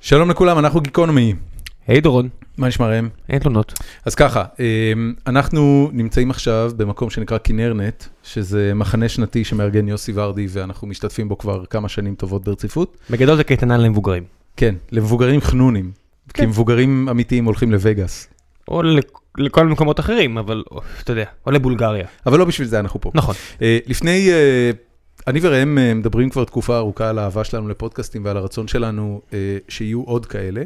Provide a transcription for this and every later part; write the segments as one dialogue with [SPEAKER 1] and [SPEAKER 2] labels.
[SPEAKER 1] שלום לכולם, אנחנו גיקונומי.
[SPEAKER 2] היי דורון,
[SPEAKER 1] מה נשמע ראם?
[SPEAKER 2] אין תלונות.
[SPEAKER 1] אז ככה, אמ, אנחנו נמצאים עכשיו במקום שנקרא כנרנט, שזה מחנה שנתי שמארגן יוסי ורדי, ואנחנו משתתפים בו כבר כמה שנים טובות ברציפות.
[SPEAKER 2] בגדול זה קייטנה למבוגרים.
[SPEAKER 1] כן, למבוגרים חנונים, כי
[SPEAKER 2] כן.
[SPEAKER 1] מבוגרים אמיתיים הולכים לווגאס.
[SPEAKER 2] או לכ- לכל מקומות אחרים, אבל או, אתה יודע, או לבולגריה.
[SPEAKER 1] אבל לא בשביל זה אנחנו פה.
[SPEAKER 2] נכון.
[SPEAKER 1] אה, לפני, אה, אני וראם אה, מדברים כבר תקופה ארוכה על האהבה שלנו לפודקאסטים ועל הרצון שלנו אה, שיהיו עוד כאלה.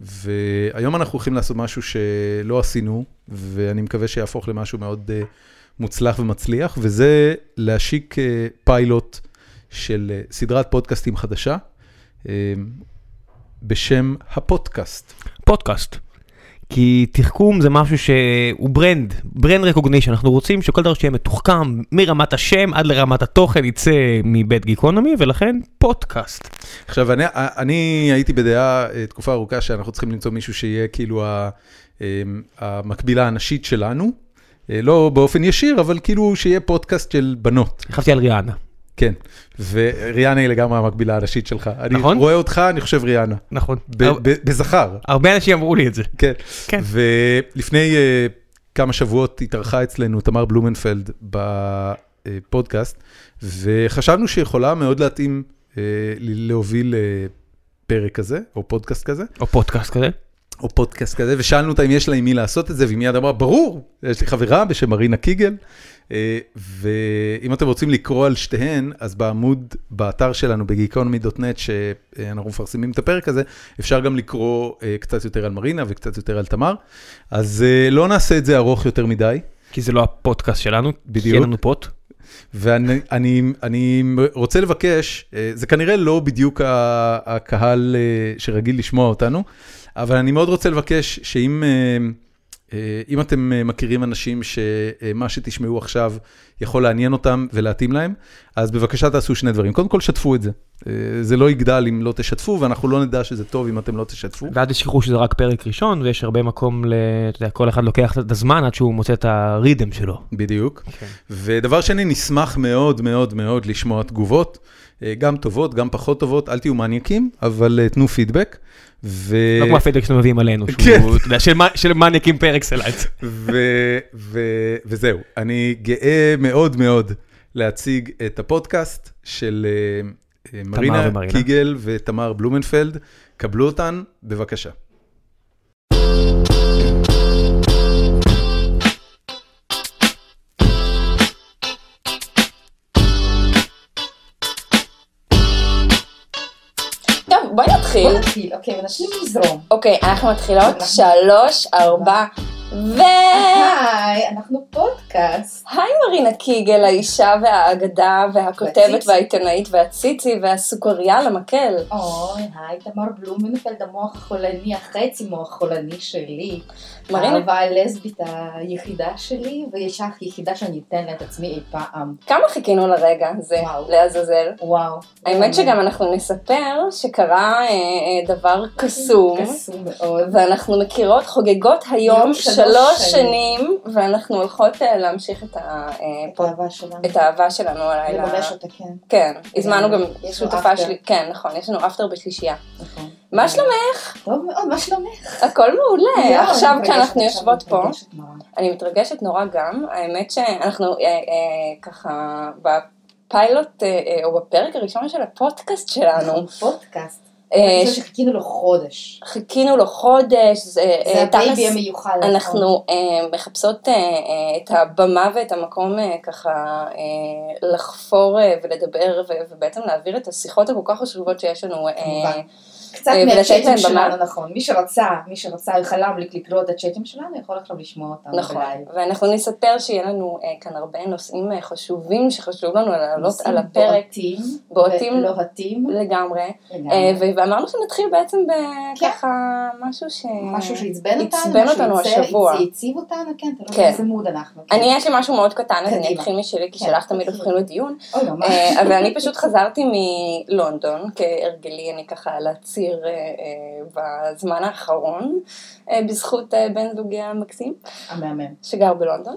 [SPEAKER 1] והיום אנחנו הולכים לעשות משהו שלא עשינו, ואני מקווה שיהפוך למשהו מאוד אה, מוצלח ומצליח, וזה להשיק אה, פיילוט של אה, סדרת פודקאסטים חדשה אה, בשם הפודקאסט.
[SPEAKER 2] פודקאסט. כי תחכום זה משהו שהוא ברנד, ברנד רקוגנישן, אנחנו רוצים שכל דבר שיהיה מתוחכם מרמת השם עד לרמת התוכן יצא מבית גיקונומי, ולכן פודקאסט.
[SPEAKER 1] עכשיו, אני, אני הייתי בדעה אה, תקופה ארוכה שאנחנו צריכים למצוא מישהו שיהיה כאילו ה, אה, המקבילה הנשית שלנו, אה, לא באופן ישיר, אבל כאילו שיהיה פודקאסט של בנות,
[SPEAKER 2] חשבתי על ריאנה.
[SPEAKER 1] כן. וריאנה היא לגמרי המקבילה הנשית שלך. אני
[SPEAKER 2] נכון?
[SPEAKER 1] רואה אותך, אני חושב ריאנה.
[SPEAKER 2] נכון.
[SPEAKER 1] ב,
[SPEAKER 2] הר-
[SPEAKER 1] ב, בזכר,
[SPEAKER 2] הרבה אנשים אמרו לי את זה.
[SPEAKER 1] כן.
[SPEAKER 2] כן.
[SPEAKER 1] ולפני אה, כמה שבועות התארחה אצלנו תמר בלומנפלד בפודקאסט, וחשבנו שיכולה מאוד להתאים אה, ל- להוביל אה, פרק כזה, או פודקאסט כזה,
[SPEAKER 2] או פודקאסט כזה.
[SPEAKER 1] או פודקאסט כזה, ושאלנו אותה אם יש לה עם מי לעשות את זה, והיא מיד אמרה, ברור, יש לי חברה בשם מרינה קיגל, אה, ואם אתם רוצים לקרוא על שתיהן, אז בעמוד, באתר שלנו, בגיקונומי.נט, שאנחנו מפרסמים את הפרק הזה, אפשר גם לקרוא אה, קצת יותר על מרינה וקצת יותר על תמר. אז אה, לא נעשה את זה ארוך יותר מדי,
[SPEAKER 2] כי זה לא הפודקאסט שלנו,
[SPEAKER 1] בדיוק.
[SPEAKER 2] כי אין לנו פוט.
[SPEAKER 1] ואני אני, אני רוצה לבקש, אה, זה כנראה לא בדיוק ה- הקהל אה, שרגיל לשמוע אותנו, אבל אני מאוד רוצה לבקש שאם אה, אה, אם אתם אה, מכירים אנשים שמה שתשמעו עכשיו יכול לעניין אותם ולהתאים להם, אז בבקשה תעשו שני דברים. קודם כל, שתפו את זה. אה, זה לא יגדל אם לא תשתפו, ואנחנו לא נדע שזה טוב אם אתם לא תשתפו.
[SPEAKER 2] ואל תשכחו שזה רק פרק ראשון, ויש הרבה מקום ל... אתה יודע, כל אחד לוקח את הזמן עד שהוא מוצא את הרידם שלו.
[SPEAKER 1] בדיוק.
[SPEAKER 2] אוקיי.
[SPEAKER 1] ודבר שני, נשמח מאוד מאוד מאוד לשמוע תגובות, אה, גם טובות, גם פחות טובות, אל תהיו מניאקים, אבל אה, תנו פידבק. ו...
[SPEAKER 2] לא כמו הפידבק שאתם מביאים עלינו,
[SPEAKER 1] אה, כן.
[SPEAKER 2] שהוא, אתה יודע, של מ- של מניאקים פרק סלט.
[SPEAKER 1] ו- ו- וזהו, אני גאה מאוד מאוד להציג את הפודקאסט של אה, אה, מרינה
[SPEAKER 2] ומרינה.
[SPEAKER 1] קיגל ותמר בלומנפלד. קבלו אותן, בבקשה.
[SPEAKER 3] טוב, בואי נתחיל.
[SPEAKER 4] בוא נתחיל, אוקיי, ונשלים לזרום.
[SPEAKER 3] אוקיי, אנחנו מתחילות שלוש, ארבע, ו...
[SPEAKER 4] היי, אנחנו פודקאסט.
[SPEAKER 3] היי מרינה קיגל, האישה והאגדה והכותבת
[SPEAKER 4] והציצי.
[SPEAKER 3] והעיתונאית והציצי והסוכריה למקל.
[SPEAKER 4] אוי, היי, תמר בלומנפלד, המוח החולני, החצי מוח חולני שלי.
[SPEAKER 3] מרינה.
[SPEAKER 4] האהבה הלסבית היחידה שלי, והאישה היחידה שאני אתן לה את עצמי אי פעם.
[SPEAKER 3] כמה חיכינו לרגע הזה,
[SPEAKER 4] וואו.
[SPEAKER 3] לעזאזל.
[SPEAKER 4] וואו.
[SPEAKER 3] האמת שגם אנחנו נספר שקרה אה, אה, דבר קסום.
[SPEAKER 4] אוקיי, קסום מאוד.
[SPEAKER 3] ואנחנו מכירות, חוגגות היום
[SPEAKER 4] יום שלוש
[SPEAKER 3] שלוש
[SPEAKER 4] שנים.
[SPEAKER 3] שנים, ואנחנו הולכות אה, להמשיך את ה- אה,
[SPEAKER 4] את האהבה שלנו.
[SPEAKER 3] את האהבה שלנו עליי. ל-
[SPEAKER 4] לממש אותה, כן.
[SPEAKER 3] כן, הזמנו גם
[SPEAKER 4] יש לנו
[SPEAKER 3] שותפה
[SPEAKER 4] אפטר.
[SPEAKER 3] שלי, כן, נכון, יש לנו אפטר בשלישייה.
[SPEAKER 4] נכון.
[SPEAKER 3] מה שלומך?
[SPEAKER 4] טוב מאוד, מה שלומך?
[SPEAKER 3] הכל מעולה.
[SPEAKER 4] מאוד
[SPEAKER 3] עכשיו
[SPEAKER 4] לא, מתרגשת,
[SPEAKER 3] כשאנחנו
[SPEAKER 4] עכשיו
[SPEAKER 3] יושבות פה,
[SPEAKER 4] מתרגשת נורא.
[SPEAKER 3] אני מתרגשת נורא גם. האמת שאנחנו אה, אה, ככה בפיילוט, אה, אה, או בפרק הראשון של הפודקאסט שלנו,
[SPEAKER 4] אנחנו פודקאסט.
[SPEAKER 3] אה,
[SPEAKER 4] אני חושבת שחיכינו לו חודש.
[SPEAKER 3] חיכינו לו חודש, זה אה, תכלס,
[SPEAKER 4] זה הבייבי נכון. המיוחד.
[SPEAKER 3] אנחנו אה, מחפשות אה, אה, את הבמה ואת המקום אה, ככה אה, לחפור אה, ולדבר ו- ובעצם להעביר את השיחות הכל כך חשובות שיש לנו. אה,
[SPEAKER 4] כמובן. קצת
[SPEAKER 3] אה, ולתת
[SPEAKER 4] מהצ'אטים
[SPEAKER 3] להם במה.
[SPEAKER 4] שלנו, נכון. מי שרצה, מי שרצה, חלם לק- לקרוא את הצ'אטים שלנו, יכול עכשיו לשמוע אותם.
[SPEAKER 3] נכון,
[SPEAKER 4] בלייב.
[SPEAKER 3] ואנחנו נספר שיהיה לנו אה, כאן הרבה נושאים אה, חשובים שחשוב לנו להעלות
[SPEAKER 4] נושאים
[SPEAKER 3] על הפרק
[SPEAKER 4] בועטים,
[SPEAKER 3] בועטים.
[SPEAKER 4] ולוהטים,
[SPEAKER 3] לגמרי,
[SPEAKER 4] לגמרי.
[SPEAKER 3] אה, ו- ואמרנו שנתחיל בעצם
[SPEAKER 4] כן.
[SPEAKER 3] בככה משהו ש...
[SPEAKER 4] משהו שעצבן אותנו,
[SPEAKER 3] עצבן
[SPEAKER 4] משהו
[SPEAKER 3] אותנו
[SPEAKER 4] שעיצב-
[SPEAKER 3] השבוע.
[SPEAKER 4] הציב אותנו, כן, תלוי
[SPEAKER 3] כן.
[SPEAKER 4] באיזה מוד אנחנו. כן.
[SPEAKER 3] אני, יש לי משהו מאוד קטן, אז אני
[SPEAKER 4] קדימה.
[SPEAKER 3] אתחיל משלי, כי
[SPEAKER 4] כן,
[SPEAKER 3] שלך תמיד
[SPEAKER 4] תתחיל.
[SPEAKER 3] הופכים לדיון.
[SPEAKER 4] כן. אוי, ממש.
[SPEAKER 3] אה, אבל אני פשוט חזרתי מלונדון, כהרגלי, אני ככה על הציר אה, אה, בזמן האחרון, אה, בזכות אה, בן זוגי המקסים.
[SPEAKER 4] המהמם.
[SPEAKER 3] שגר בלונדון.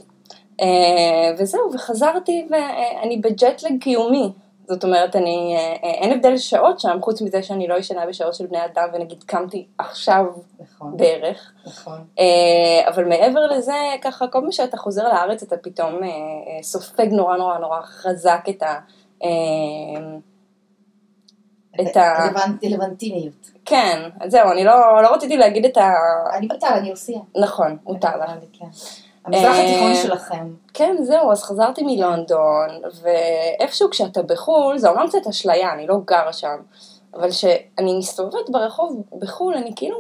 [SPEAKER 3] אה, וזהו, וחזרתי ואני בג'טלג קיומי. זאת אומרת, אני, אה, אה, אין הבדל שעות שם, חוץ מזה שאני לא ישנה בשעות של בני אדם, ונגיד קמתי עכשיו
[SPEAKER 4] נכון,
[SPEAKER 3] בערך.
[SPEAKER 4] נכון.
[SPEAKER 3] אה, אבל מעבר לזה, ככה כל פעם שאתה חוזר לארץ אתה פתאום אה, אה, סופג נורא נורא נורא חזק את ה... אה, את ה-
[SPEAKER 4] רלוונט- רלוונטיניות.
[SPEAKER 3] כן, אז זהו, אני לא, לא רציתי להגיד את ה...
[SPEAKER 4] אני מותר, אני עושה.
[SPEAKER 3] נכון, אה, מותר לך.
[SPEAKER 4] לי, כן. המזרח
[SPEAKER 3] אה,
[SPEAKER 4] התיכון שלכם.
[SPEAKER 3] כן, זהו, אז חזרתי מלונדון, ואיפשהו כשאתה בחו"ל, זה אומנם קצת אשליה, אני לא גרה שם, אבל כשאני מסתובבת ברחוב בחו"ל, אני כאילו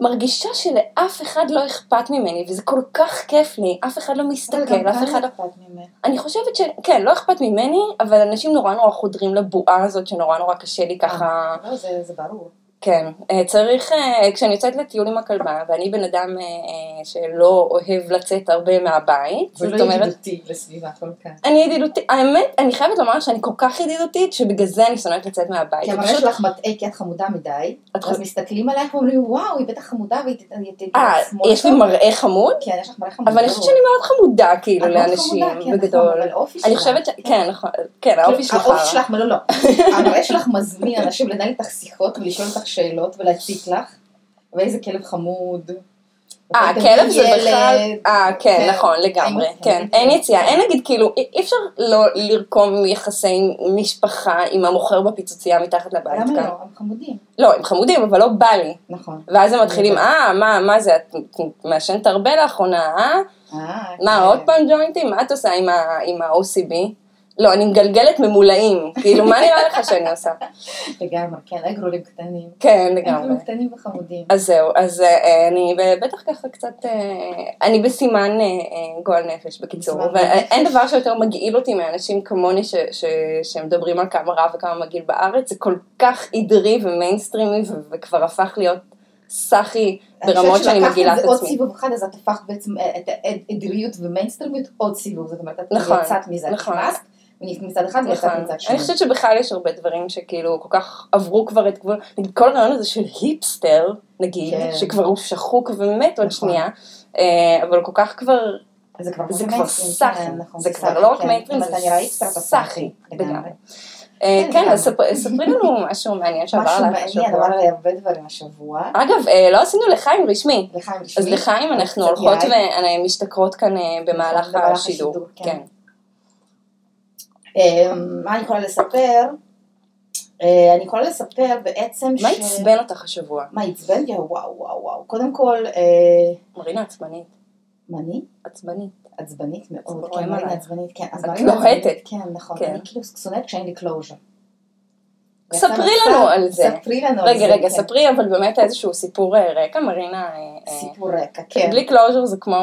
[SPEAKER 3] מרגישה שלאף אחד לא אכפת ממני, וזה כל כך כיף לי, אף אחד לא
[SPEAKER 4] אבל גם
[SPEAKER 3] מסתכל, אף
[SPEAKER 4] כאן
[SPEAKER 3] אחד לא...
[SPEAKER 4] אכפת ממך.
[SPEAKER 3] אני חושבת ש... כן, לא אכפת ממני, אבל אנשים נורא נורא חודרים לבועה הזאת, שנורא נורא קשה לי ככה...
[SPEAKER 4] לא, זה זה ברור.
[SPEAKER 3] כן, אה, צריך, אה, כשאני יוצאת לטיול עם הכלבה, ואני בן אדם אה, אה, שלא אוהב לצאת הרבה מהבית, זאת
[SPEAKER 4] ולא
[SPEAKER 3] אומרת,
[SPEAKER 4] ידידותי לסביבה כל כך.
[SPEAKER 3] אני ידידותית, האמת, אני חייבת לומר שאני כל כך ידידותית, שבגלל זה אני שונאת לצאת מהבית.
[SPEAKER 4] כי
[SPEAKER 3] זה
[SPEAKER 4] המראה
[SPEAKER 3] פשוט-
[SPEAKER 4] שלך מטעה כי את חמודה מדי,
[SPEAKER 3] את
[SPEAKER 4] אז
[SPEAKER 3] חו-
[SPEAKER 4] מסתכלים עלייך ואומרים וואו, היא בטח חמודה והיא תתן
[SPEAKER 3] אה, יש לי מראה חמוד?
[SPEAKER 4] כן, יש לך מראה חמודה.
[SPEAKER 3] אבל אני חושבת שאני מאוד חמודה, כאילו,
[SPEAKER 4] את מאוד
[SPEAKER 3] לאנשים,
[SPEAKER 4] חמודה, כן, נכון,
[SPEAKER 3] בגדול.
[SPEAKER 4] אבל האופי
[SPEAKER 3] אני
[SPEAKER 4] שלך-
[SPEAKER 3] חושבת ש... כן, נכון, כן,
[SPEAKER 4] כאילו,
[SPEAKER 3] האופי שלך.
[SPEAKER 4] האופי שלך, לא, לא, המראה שלך מזמין אנשים לנהל איתך שיחות ולשאול אותך שאלות ולהציק לך, ואיזה כלב חמוד.
[SPEAKER 3] אה,
[SPEAKER 4] ותמיד
[SPEAKER 3] כלב זה
[SPEAKER 4] ילד.
[SPEAKER 3] בכלל, אה, כן,
[SPEAKER 4] כן.
[SPEAKER 3] נכון, לגמרי,
[SPEAKER 4] אין יציאה,
[SPEAKER 3] כן,
[SPEAKER 4] אין
[SPEAKER 3] אין
[SPEAKER 4] יציאה.
[SPEAKER 3] יציאה, אין נגיד, כאילו, אי אי אפשר לא לרקום יחסי עם משפחה עם המוכר בפיצוצייה מתחת לבית
[SPEAKER 4] למה
[SPEAKER 3] כאן.
[SPEAKER 4] לא? הם חמודים.
[SPEAKER 3] לא, הם חמודים, אבל לא בא לי.
[SPEAKER 4] נכון.
[SPEAKER 3] ואז הם מתחילים,
[SPEAKER 4] אני
[SPEAKER 3] אה, מה, מה זה, את את מעשנת הרבה לאחרונה, אה?
[SPEAKER 4] אה,
[SPEAKER 3] מה,
[SPEAKER 4] כן.
[SPEAKER 3] עוד פעם ג'וינטים? מה את עושה עם ה- עם ה-OCB? לא, אני מגלגלת ממולאים, כאילו, מה נראה לך שאני עושה?
[SPEAKER 4] לגמרי, כן, אגרולים קטנים.
[SPEAKER 3] כן, לגמרי.
[SPEAKER 4] אגרולים קטנים וחמודים.
[SPEAKER 3] אז זהו, אז אה, אני בטח ככה קצת, אה, אני בסימן אה, אה, גועל נפש בקיצור,
[SPEAKER 4] בסימן גועל
[SPEAKER 3] ואין דבר שיותר מגעיל אותי מאנשים כמוני ש- ש- שמדברים על כמה רע וכמה מגעיל בארץ, זה כל כך עדרי ומיינסטרימי ו- וכבר הפך להיות סאחי ברמות שאני מגעילה את
[SPEAKER 4] אני חושבת שלקחת את זה עוד
[SPEAKER 3] עצמי.
[SPEAKER 4] סיבוב אחד, אז את הפכת בעצם אה, את העדריות ומיינסטרימיות עוד סיבוב, זאת אומרת, את כאילו
[SPEAKER 3] נכון,
[SPEAKER 4] יצאת מזה, את
[SPEAKER 3] נכון.
[SPEAKER 4] נכנסת, ונכנסת מצד אחד ויצאת
[SPEAKER 3] נכון.
[SPEAKER 4] מצד שני.
[SPEAKER 3] אני חושבת שבכלל יש הרבה דברים שכאילו כל כך עברו כבר את גבול, נגיד, כל הרעיון הזה של היפסטר, נגיד,
[SPEAKER 4] כן.
[SPEAKER 3] שכבר הוא שחוק ומת עוד
[SPEAKER 4] נכון.
[SPEAKER 3] שנייה, אה, אבל כל כך כבר
[SPEAKER 4] זה כבר
[SPEAKER 3] זה
[SPEAKER 4] מה
[SPEAKER 3] כבר
[SPEAKER 4] מיינסטרים,
[SPEAKER 3] סאחי,
[SPEAKER 4] כן, נכון,
[SPEAKER 3] זה כבר לא רק
[SPEAKER 4] כן.
[SPEAKER 3] מיינסטרים,
[SPEAKER 4] אם אתה נראה
[SPEAKER 3] זה
[SPEAKER 4] איקסטר, אתה
[SPEAKER 3] סאחי. לגמרי.
[SPEAKER 4] לגמרי.
[SPEAKER 3] אה,
[SPEAKER 4] כן,
[SPEAKER 3] כן,
[SPEAKER 4] לגמרי.
[SPEAKER 3] אז ספר- ספרי לנו משהו מעניין שעבר
[SPEAKER 4] משהו
[SPEAKER 3] עליך
[SPEAKER 4] מעניין,
[SPEAKER 3] השבוע.
[SPEAKER 4] עבר עליי הרבה דברים השבוע.
[SPEAKER 3] אגב, אה, לא עשינו לחיים רשמי.
[SPEAKER 4] לחיים
[SPEAKER 3] אז
[SPEAKER 4] רשמי.
[SPEAKER 3] לחיים
[SPEAKER 4] אז
[SPEAKER 3] אנחנו
[SPEAKER 4] קצת
[SPEAKER 3] הולכות
[SPEAKER 4] יין.
[SPEAKER 3] ומשתכרות כאן אה, במהלך
[SPEAKER 4] במהלך
[SPEAKER 3] השידור.
[SPEAKER 4] השידור, כן.
[SPEAKER 3] כן.
[SPEAKER 4] אה, מה אני יכולה לספר? אה, אני יכולה לספר בעצם
[SPEAKER 3] מה עצבן אותך השבוע?
[SPEAKER 4] מה עצבן? יואו, וואו, וואו, וואו. קודם כל, אה,
[SPEAKER 3] מרינה עצבנית.
[SPEAKER 4] מה אני?
[SPEAKER 3] עצבנית.
[SPEAKER 4] עצבנית מאוד,
[SPEAKER 3] רואים
[SPEAKER 4] כן, מרינה
[SPEAKER 3] עלייך.
[SPEAKER 4] עצבנית, כן. אז
[SPEAKER 3] את
[SPEAKER 4] מרינה עצבנית,
[SPEAKER 3] לוהטת.
[SPEAKER 4] כן, נכון.
[SPEAKER 3] כן.
[SPEAKER 4] אני כאילו שונאת כשאין לי קלוז'ר.
[SPEAKER 3] ספרי לנו על זה.
[SPEAKER 4] ספרי לנו על זה.
[SPEAKER 3] רגע, רגע,
[SPEAKER 4] כן.
[SPEAKER 3] ספרי אבל באמת איזשהו סיפור אה, רקע, מרינה. אה, אה,
[SPEAKER 4] סיפור רקע, כן.
[SPEAKER 3] בלי קלוז'ר זה כמו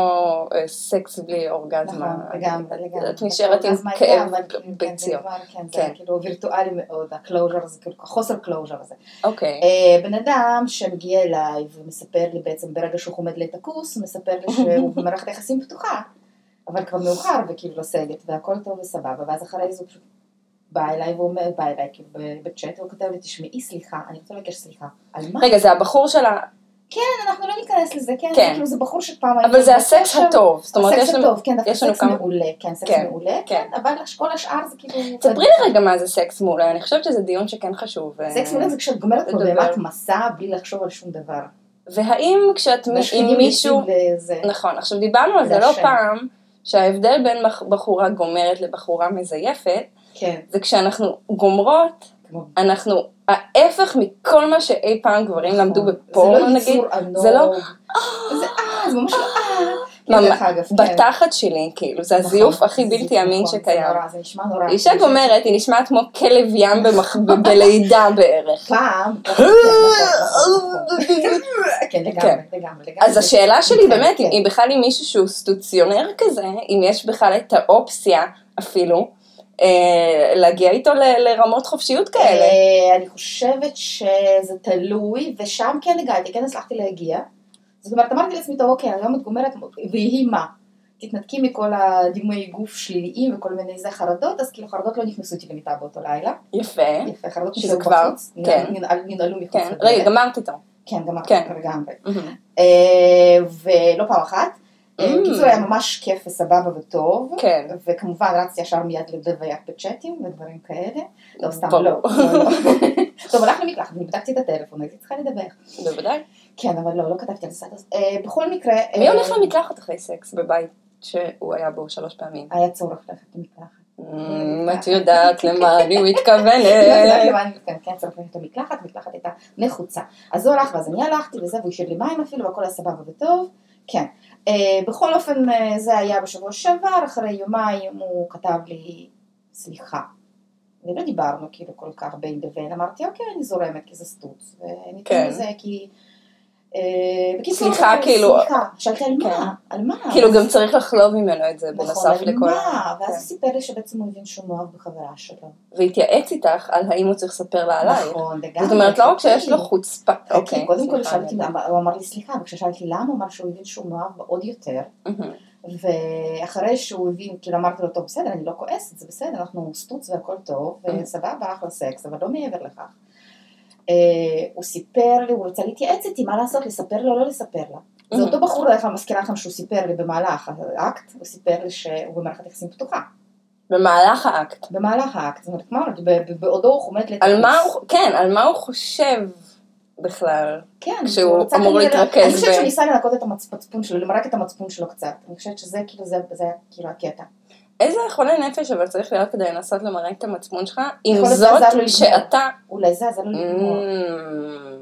[SPEAKER 3] אה, סקס בלי
[SPEAKER 4] נכון,
[SPEAKER 3] אורגזמה.
[SPEAKER 4] לגמרי, לגמרי. נכון,
[SPEAKER 3] את נשארת עם
[SPEAKER 4] אז מה היה,
[SPEAKER 3] כאב
[SPEAKER 4] אבל כאילו, כן, זה
[SPEAKER 3] ביציות.
[SPEAKER 4] כבר, כן, זה
[SPEAKER 3] כן.
[SPEAKER 4] כאילו וירטואלי מאוד, הקלוז'ר הזה, כאילו, החוסר קלוז'ר הזה.
[SPEAKER 3] אוקיי.
[SPEAKER 4] אה, בן אדם שמגיע אליי ומספר לי בעצם ברגע שהוא חומד לי את הכוס, הוא מספר לי שהוא במערכת יחסים פתוחה, אבל כבר מאוחר וכאילו לא סגת והכל טוב וסבבה, ואז אחרי זה הוא פשוט בא אליי ואומר, בא אליי כאילו ב- בצ'אט, הוא כותב לי, תשמעי סליחה, אני רוצה לבקש סליחה. על מה?
[SPEAKER 3] רגע, זה הבחור שלה,
[SPEAKER 4] כן, אנחנו לא ניכנס לזה, כן,
[SPEAKER 3] כן.
[SPEAKER 4] זה כאילו זה בחור שפעם
[SPEAKER 3] אבל זה
[SPEAKER 4] בקשר.
[SPEAKER 3] הסקס הטוב. זאת אומרת, יש
[SPEAKER 4] הסקס
[SPEAKER 3] לנו...
[SPEAKER 4] הטוב, כן, דווקא
[SPEAKER 3] יש לנו
[SPEAKER 4] סקס
[SPEAKER 3] כמה-
[SPEAKER 4] מעולה, כן, סקס
[SPEAKER 3] כן,
[SPEAKER 4] מעולה,
[SPEAKER 3] כן.
[SPEAKER 4] כן, אבל כל השאר זה כאילו...
[SPEAKER 3] ספרי לי רגע מה זה סקס מעולה, אני חושבת שזה דיון שכן חשוב. אה,
[SPEAKER 4] סקס מעולה זה כשאת גומרת כבר
[SPEAKER 3] לדבר.
[SPEAKER 4] באמת מסע בלי לחשוב על שום דבר.
[SPEAKER 3] והאם כשאת מ- עם
[SPEAKER 4] משחילים
[SPEAKER 3] מישהו...
[SPEAKER 4] מיצים לזה.
[SPEAKER 3] נכון, עכשיו דיברנו על זה
[SPEAKER 4] זה
[SPEAKER 3] לא
[SPEAKER 4] השם.
[SPEAKER 3] פעם, שההבדל בין בח- בחורה גומרת לבחורה מזייפת,
[SPEAKER 4] כן,
[SPEAKER 3] זה כשאנחנו גומרות,
[SPEAKER 4] כמו...
[SPEAKER 3] אנחנו ההפך מכל מה שאי פעם גברים
[SPEAKER 4] נכון,
[SPEAKER 3] למדו
[SPEAKER 4] לא
[SPEAKER 3] בפורנו נגיד. זה
[SPEAKER 4] זה
[SPEAKER 3] לא-
[SPEAKER 4] לא יצור ענוג. זה אה, זה ממש לא אה.
[SPEAKER 3] ממש-
[SPEAKER 4] דרך אגב, כן.
[SPEAKER 3] בתחת שלי, כאילו, זה
[SPEAKER 4] נכון,
[SPEAKER 3] הזיוף הכי
[SPEAKER 4] זיוף,
[SPEAKER 3] בלתי אמין
[SPEAKER 4] נכון, זה
[SPEAKER 3] שקיים.
[SPEAKER 4] נורא, זה נשמע נורא.
[SPEAKER 3] אישה
[SPEAKER 4] אני חושבת
[SPEAKER 3] גומרת, היא נשמעת כמו כלב ים במח- ב- בלידה בערך.
[SPEAKER 4] שפעם... כן, נכון, נכון, נכון.
[SPEAKER 3] כן.
[SPEAKER 4] כן, לגמרי, לגמרי, לגמרי.
[SPEAKER 3] אז השאלה שלי
[SPEAKER 4] כן,
[SPEAKER 3] באמת,
[SPEAKER 4] כן.
[SPEAKER 3] אם בכלל עם מישהו שהוא סטוציונר כזה, אם יש בכלל את האופציה אפילו, אה, להגיע איתו ל- לרמות חופשיות כאלה.
[SPEAKER 4] אה, אני חושבת שזה תלוי, ושם כן הגעתי, כן הצלחתי להגיע. זאת אומרת, אמרתי לעצמי, טוב, אוקיי, היום את גומרת, ויהי מה? תתנתקי מכל הדימויי גוף שליליים וכל מיני זה חרדות, אז כאילו חרדות לא נכנסו איתי למיטה באותו לילה.
[SPEAKER 3] יפה.
[SPEAKER 4] יפה, חרדות
[SPEAKER 3] שזה
[SPEAKER 4] נשארו
[SPEAKER 3] כבר,
[SPEAKER 4] לא בחוץ,
[SPEAKER 3] כן.
[SPEAKER 4] ננעל- ננעלו מחוץ
[SPEAKER 3] כן,
[SPEAKER 4] לדלת.
[SPEAKER 3] רגע, גמרת איתו.
[SPEAKER 4] כן, גמרתי
[SPEAKER 3] כן.
[SPEAKER 4] לגמרי.
[SPEAKER 3] מהמם.
[SPEAKER 4] אה, ולא פעם אחת. אה, בקיצור, היה ממש כיף וסבבה וטוב.
[SPEAKER 3] Mm. כן.
[SPEAKER 4] וכמובן רצתי ישר מיד לדווח בצ'אטים ודברים כאלה. לא, סתם,
[SPEAKER 3] ברור.
[SPEAKER 4] לא. לא, לא. טוב, הלכנו למקלחת, אני בדקתי את הטלפון, הייתי צריכה לדווח.
[SPEAKER 3] בוודאי.
[SPEAKER 4] כן, אבל לא, לא כתבתי על סטטוס. אה, בכל מקרה...
[SPEAKER 3] מי
[SPEAKER 4] אה,
[SPEAKER 3] הולך למקלחת אחרי סקס בבית שהוא היה בו שלוש פעמים?
[SPEAKER 4] היה צורך ללכת למקלחת.
[SPEAKER 3] אמ, את יודעת למה אני
[SPEAKER 4] לא,
[SPEAKER 3] מתכוונת.
[SPEAKER 4] כן, כן, צריך ללכת למקלחת, המקלחת הייתה נחוצה. אז הוא הלך ואז אני הלכתי וזה, והוא השאיר לי מים אפילו, והכל היה סבבה וטוב, כן. אה, בכל אופן, אה, זה היה בשבוע שעבר, אחרי יומיים הוא כתב לי, סליחה. ולא דיברנו כאילו כל כך בין לבין, אמרתי, אוקיי, אני זורמת, כי זה סטוץ.
[SPEAKER 3] כן.
[SPEAKER 4] וניתן לזה, כי... אה, בקיצור,
[SPEAKER 3] סליחה,
[SPEAKER 4] אה,
[SPEAKER 3] כאילו-
[SPEAKER 4] סליחה, שאלתי על מה? על מה?
[SPEAKER 3] כאילו גם צריך לחלוב ממנו את זה
[SPEAKER 4] אה, נכון,
[SPEAKER 3] בנוסף
[SPEAKER 4] על
[SPEAKER 3] לכל...
[SPEAKER 4] מה? ואז
[SPEAKER 3] כן.
[SPEAKER 4] הוא סיפר לי שבעצם הוא הבין שהוא מאוהב בחברה שלו.
[SPEAKER 3] והתייעץ איתך על האם הוא צריך לספר לה עלייך.
[SPEAKER 4] נכון, לגמרי.
[SPEAKER 3] זאת אומרת, לא רק שיש לו
[SPEAKER 4] חוקי.
[SPEAKER 3] חוצפה...
[SPEAKER 4] אוקיי, קודם כל
[SPEAKER 3] סליחה,
[SPEAKER 4] שאלתי,
[SPEAKER 3] אני-
[SPEAKER 4] למה- הוא אמר לי סליחה, וכששאלתי למה, הוא אמר שהוא הבין שהוא מאוהב בה עוד יותר,
[SPEAKER 3] מהמם.
[SPEAKER 4] ואחרי שהוא הבין, כאילו אמרתי לו, טוב, בסדר, אני לא כועסת, זה בסדר, אנחנו סטוץ והכל טוב,
[SPEAKER 3] Mhm.
[SPEAKER 4] וסבבה, אחלה סקס, אבל לא מעבר לכך. אה, הוא סיפר לי, הוא רצה להתייעץ איתי, מה לעשות, לספר לה או לא לספר לה. זה
[SPEAKER 3] Mhm.
[SPEAKER 4] אותו בחור, דרך כלל מזכירה לכם שהוא סיפר לי במהלך האקט, הוא סיפר לי שהוא במערכת יחסים פתוחה.
[SPEAKER 3] במהלך האקט.
[SPEAKER 4] במהלך האקט, זאת אומרת, אמרתי, ב- ב- בעודו הוא חומד לטקוס.
[SPEAKER 3] על מה הוא... כן, על מה הוא חושב בכלל.
[SPEAKER 4] כן,
[SPEAKER 3] כשהוא
[SPEAKER 4] הוא רצה
[SPEAKER 3] אמור
[SPEAKER 4] כנראה-
[SPEAKER 3] להתרכז
[SPEAKER 4] אני חושבת
[SPEAKER 3] ב-
[SPEAKER 4] שהוא ניסה לנקות את המצפון שלו, למרק את המצפון שלו קצת. אני חושבת שזה כאילו, זה זה היה כאילו הקטע.
[SPEAKER 3] איזה חולה נפש אבל צריך להיות כדי לנסות למרק את המצפון שלך, עם
[SPEAKER 4] יכול להיות
[SPEAKER 3] זאת
[SPEAKER 4] שעזר לו לגמור.
[SPEAKER 3] שאתה...
[SPEAKER 4] אולי זה עזר לו לגמור.
[SPEAKER 3] אמ,
[SPEAKER 4] לא-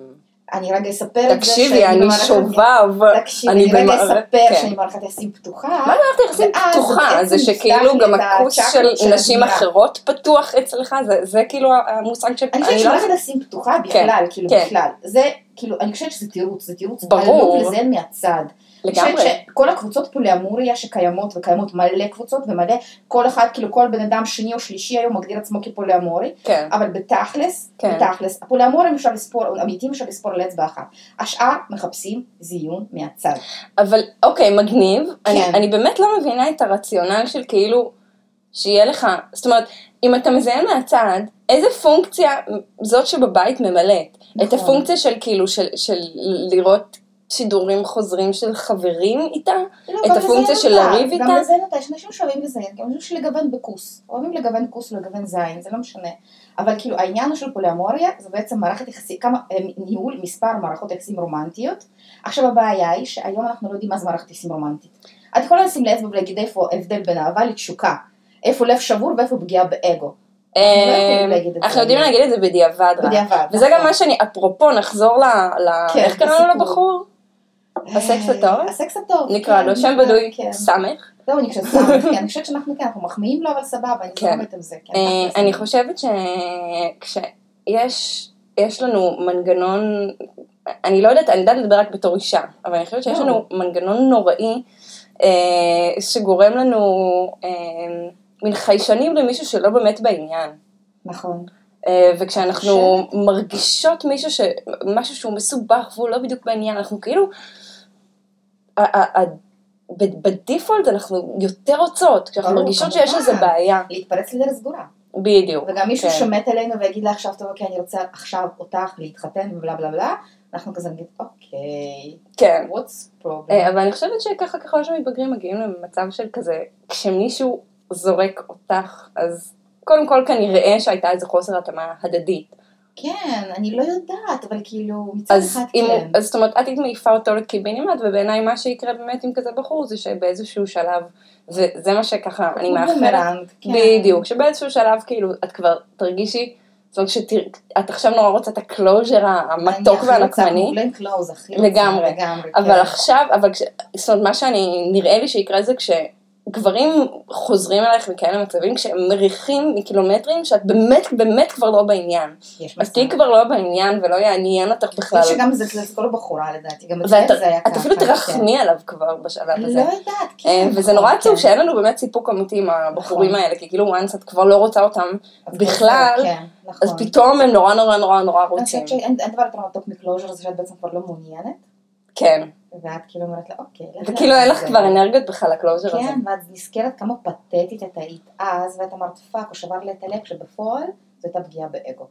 [SPEAKER 4] אני רגע אספר את זה
[SPEAKER 3] Mm. תקשיבי,
[SPEAKER 4] שאני
[SPEAKER 3] אני
[SPEAKER 4] במערכת-
[SPEAKER 3] שובב.
[SPEAKER 4] תקשיבי, אני רגע
[SPEAKER 3] במערכת- כן.
[SPEAKER 4] אספר שאני במערכת יחסים פתוחה.
[SPEAKER 3] מה מערכת יחסים
[SPEAKER 4] ואז
[SPEAKER 3] פתוחה?
[SPEAKER 4] אה, בעצם
[SPEAKER 3] זה שכאילו
[SPEAKER 4] נפתח
[SPEAKER 3] גם
[SPEAKER 4] לי את
[SPEAKER 3] הכוס
[SPEAKER 4] הצ'קרות
[SPEAKER 3] של
[SPEAKER 4] של
[SPEAKER 3] נשים
[SPEAKER 4] הדמירה.
[SPEAKER 3] אחרות פתוח אצלך? זה- זה כאילו המושג ש...
[SPEAKER 4] אני חושבת
[SPEAKER 3] לא-
[SPEAKER 4] שמערכת יחסים פתוחה בכלל, כאילו
[SPEAKER 3] כן.
[SPEAKER 4] בכלל. זה, כאילו, אני חושבת שזה תירוץ, זה תירוץ
[SPEAKER 3] ברור.
[SPEAKER 4] עלוב לזיין מהצד. אני
[SPEAKER 3] לגמרי.
[SPEAKER 4] חושבת שכל הקבוצות פוליאמוריה שקיימות, וקיימות מלא קבוצות ומלא, כל אחד, כאילו כל בן אדם שני או שלישי היום מגדיר עצמו כפוליאמורי,
[SPEAKER 3] כן.
[SPEAKER 4] אבל בתכלס,
[SPEAKER 3] כן.
[SPEAKER 4] בתכלס, הפוליאמורים אפשר לספור, אמיתיים אפשר לספור על אצבע אחת. השאר מחפשים זיון מהצד.
[SPEAKER 3] אבל אוקיי, מגניב. אני,
[SPEAKER 4] כן.
[SPEAKER 3] אני באמת לא מבינה את הרציונל של כאילו, שיהיה לך, זאת אומרת, אם אתה מזיין מהצד, איזה פונקציה זאת שבבית ממלאת?
[SPEAKER 4] נכון.
[SPEAKER 3] את הפונקציה של כאילו, של, של לראות שידורים חוזרים של חברים איתה?
[SPEAKER 4] לא,
[SPEAKER 3] את הפונקציה של לריב איתה?
[SPEAKER 4] גם לזיין אותה, יש אנשים שאוהבים לזיין, גם אנשים שלגוון בכוס. אוהבים לגוון כוס ולגוון זין, זה לא משנה. אבל כאילו העניין של פוליאמוריה זה בעצם מערכת יחסים, כמה, אה, ניהול מספר מערכות יחסים רומנטיות. עכשיו הבעיה היא שהיום אנחנו לא יודעים מה זה מערכת יחסים רומנטית. את יכולה לשים לאצבע ולהגיד איפה ההבדל בין אהבה לתשוקה. איפה לב שבור ואיפה פגיעה באגו. אנחנו לא יכולים
[SPEAKER 3] אה,
[SPEAKER 4] להגיד את
[SPEAKER 3] אנחנו
[SPEAKER 4] זה.
[SPEAKER 3] יודעים להגיד את זה בדיעבד רק.
[SPEAKER 4] בדיעבד.
[SPEAKER 3] וזה גם
[SPEAKER 4] נכון.
[SPEAKER 3] מה שאני, אפרופו, נחזור ל... ל-
[SPEAKER 4] כן,
[SPEAKER 3] איך קראנו
[SPEAKER 4] לסיפור.
[SPEAKER 3] לבחור? הסקס הטוב?
[SPEAKER 4] אה, הסקס הטוב.
[SPEAKER 3] נקרא
[SPEAKER 4] כן,
[SPEAKER 3] לו שם
[SPEAKER 4] נקרא,
[SPEAKER 3] בדוי,
[SPEAKER 4] כן.
[SPEAKER 3] סמך.
[SPEAKER 4] לא, אני חושבת סתם, כן, אני חושבת שאנחנו כן, אנחנו מחמיאים לו, אבל סבבה, אני
[SPEAKER 3] כן.
[SPEAKER 4] זורמת עם זה. כן,
[SPEAKER 3] אה,
[SPEAKER 4] אנחנו
[SPEAKER 3] אני
[SPEAKER 4] בסדר.
[SPEAKER 3] חושבת שכשיש יש לנו מנגנון, אני לא יודעת, אני יודעת לדבר רק בתור אישה, אבל אני חושבת שיש
[SPEAKER 4] לא.
[SPEAKER 3] לנו מנגנון נוראי אה, שגורם לנו אה, מין חיישנים למישהו שלא באמת בעניין.
[SPEAKER 4] נכון.
[SPEAKER 3] אה, וכשאנחנו מרגישות מישהו ש... משהו שהוא מסובך והוא לא בדיוק בעניין, אנחנו כאילו... ה- ה- ה- ב- בדיפולט אנחנו יותר רוצות, כשאנחנו
[SPEAKER 4] ברור,
[SPEAKER 3] מרגישות שיש
[SPEAKER 4] כמובן.
[SPEAKER 3] איזה בעיה.
[SPEAKER 4] להתפרץ לדלת סגורה.
[SPEAKER 3] בדיוק.
[SPEAKER 4] וגם מישהו
[SPEAKER 3] כן.
[SPEAKER 4] שמת עלינו ויגיד לה עכשיו, טוב, אוקיי, אני רוצה עכשיו אותך להתחתן ובלה בלה בלה, אנחנו כזה נגיד, אוקיי,
[SPEAKER 3] כן. אה,
[SPEAKER 4] what's problem?
[SPEAKER 3] אבל אני חושבת שככה ככל שמתבגרים מגיעים למצב של כזה, כשמישהו זורק אותך, אז קודם כל כנראה שהייתה איזה חוסר התאמה הדדית.
[SPEAKER 4] כן, אני לא יודעת, אבל כאילו, מצד
[SPEAKER 3] אז
[SPEAKER 4] אחד
[SPEAKER 3] אם,
[SPEAKER 4] כן.
[SPEAKER 3] אז זאת אומרת, את היית מעיפה אותו לקיבינימט, ובעיניי מה שיקרה באמת עם כזה בחור זה שבאיזשהו שלב, וזה מה שככה אני
[SPEAKER 4] כמו
[SPEAKER 3] מאחלת,
[SPEAKER 4] בומרנג, כן.
[SPEAKER 3] בדיוק, שבאיזשהו שלב כאילו את כבר תרגישי, זאת אומרת שאת עכשיו נורא רוצה את הקלוז'ר המתוק
[SPEAKER 4] אני
[SPEAKER 3] והנקמני.
[SPEAKER 4] הכי רוצה קלוז, הכי
[SPEAKER 3] לגמרי.
[SPEAKER 4] רוצה, לא לגמרי,
[SPEAKER 3] אבל
[SPEAKER 4] כן.
[SPEAKER 3] עכשיו, אבל כש... זאת אומרת, מה שאני, נראה לי שיקרה זה כשגברים חוזרים אלייך מכאלה מצבים, כשהם מריחים מקילומטרים שאת באמת, באמת כבר לא בעניין.
[SPEAKER 4] יש
[SPEAKER 3] אז
[SPEAKER 4] מצב.
[SPEAKER 3] תהיי כבר לא בעניין ולא יעניין אותך בכלל.
[SPEAKER 4] אני חושבת שגם זה זה כל בחורה לדעתי, גם אצלך זה היה ככה.
[SPEAKER 3] ואת אפילו
[SPEAKER 4] כן.
[SPEAKER 3] תרחמי עליו כבר בשלב
[SPEAKER 4] לא
[SPEAKER 3] הזה.
[SPEAKER 4] יודעת,
[SPEAKER 3] אה,
[SPEAKER 4] כן.
[SPEAKER 3] וזה
[SPEAKER 4] נכון,
[SPEAKER 3] נורא
[SPEAKER 4] כן.
[SPEAKER 3] עצוב שאין לנו באמת סיפוק אמיתי עם הבחורים
[SPEAKER 4] נכון.
[SPEAKER 3] האלה, כי כאילו once את כבר לא רוצה אותם,
[SPEAKER 4] אז
[SPEAKER 3] בכלל,
[SPEAKER 4] זה, כן, נכון.
[SPEAKER 3] אז פתאום הם נורא נורא נורא נורא
[SPEAKER 4] אני
[SPEAKER 3] רוצים.
[SPEAKER 4] חושבת שאין אין דבר יותר מתוק מקלוז'ר זה שאת בעצם כבר לא מעוניינת,
[SPEAKER 3] כן.
[SPEAKER 4] ואת כאילו אומרת לה, אוקיי. לך
[SPEAKER 3] וכאילו כאילו אין לך
[SPEAKER 4] זה."
[SPEAKER 3] כבר אנרגיות בכלל לקלוז'ר הזה.
[SPEAKER 4] כן, ואת נזכרת כמה פתטית את היית אז, ואת אמרת פאק, הוא שבר לי את הלב, כשבפועל זו הייתה פגיעה באגו.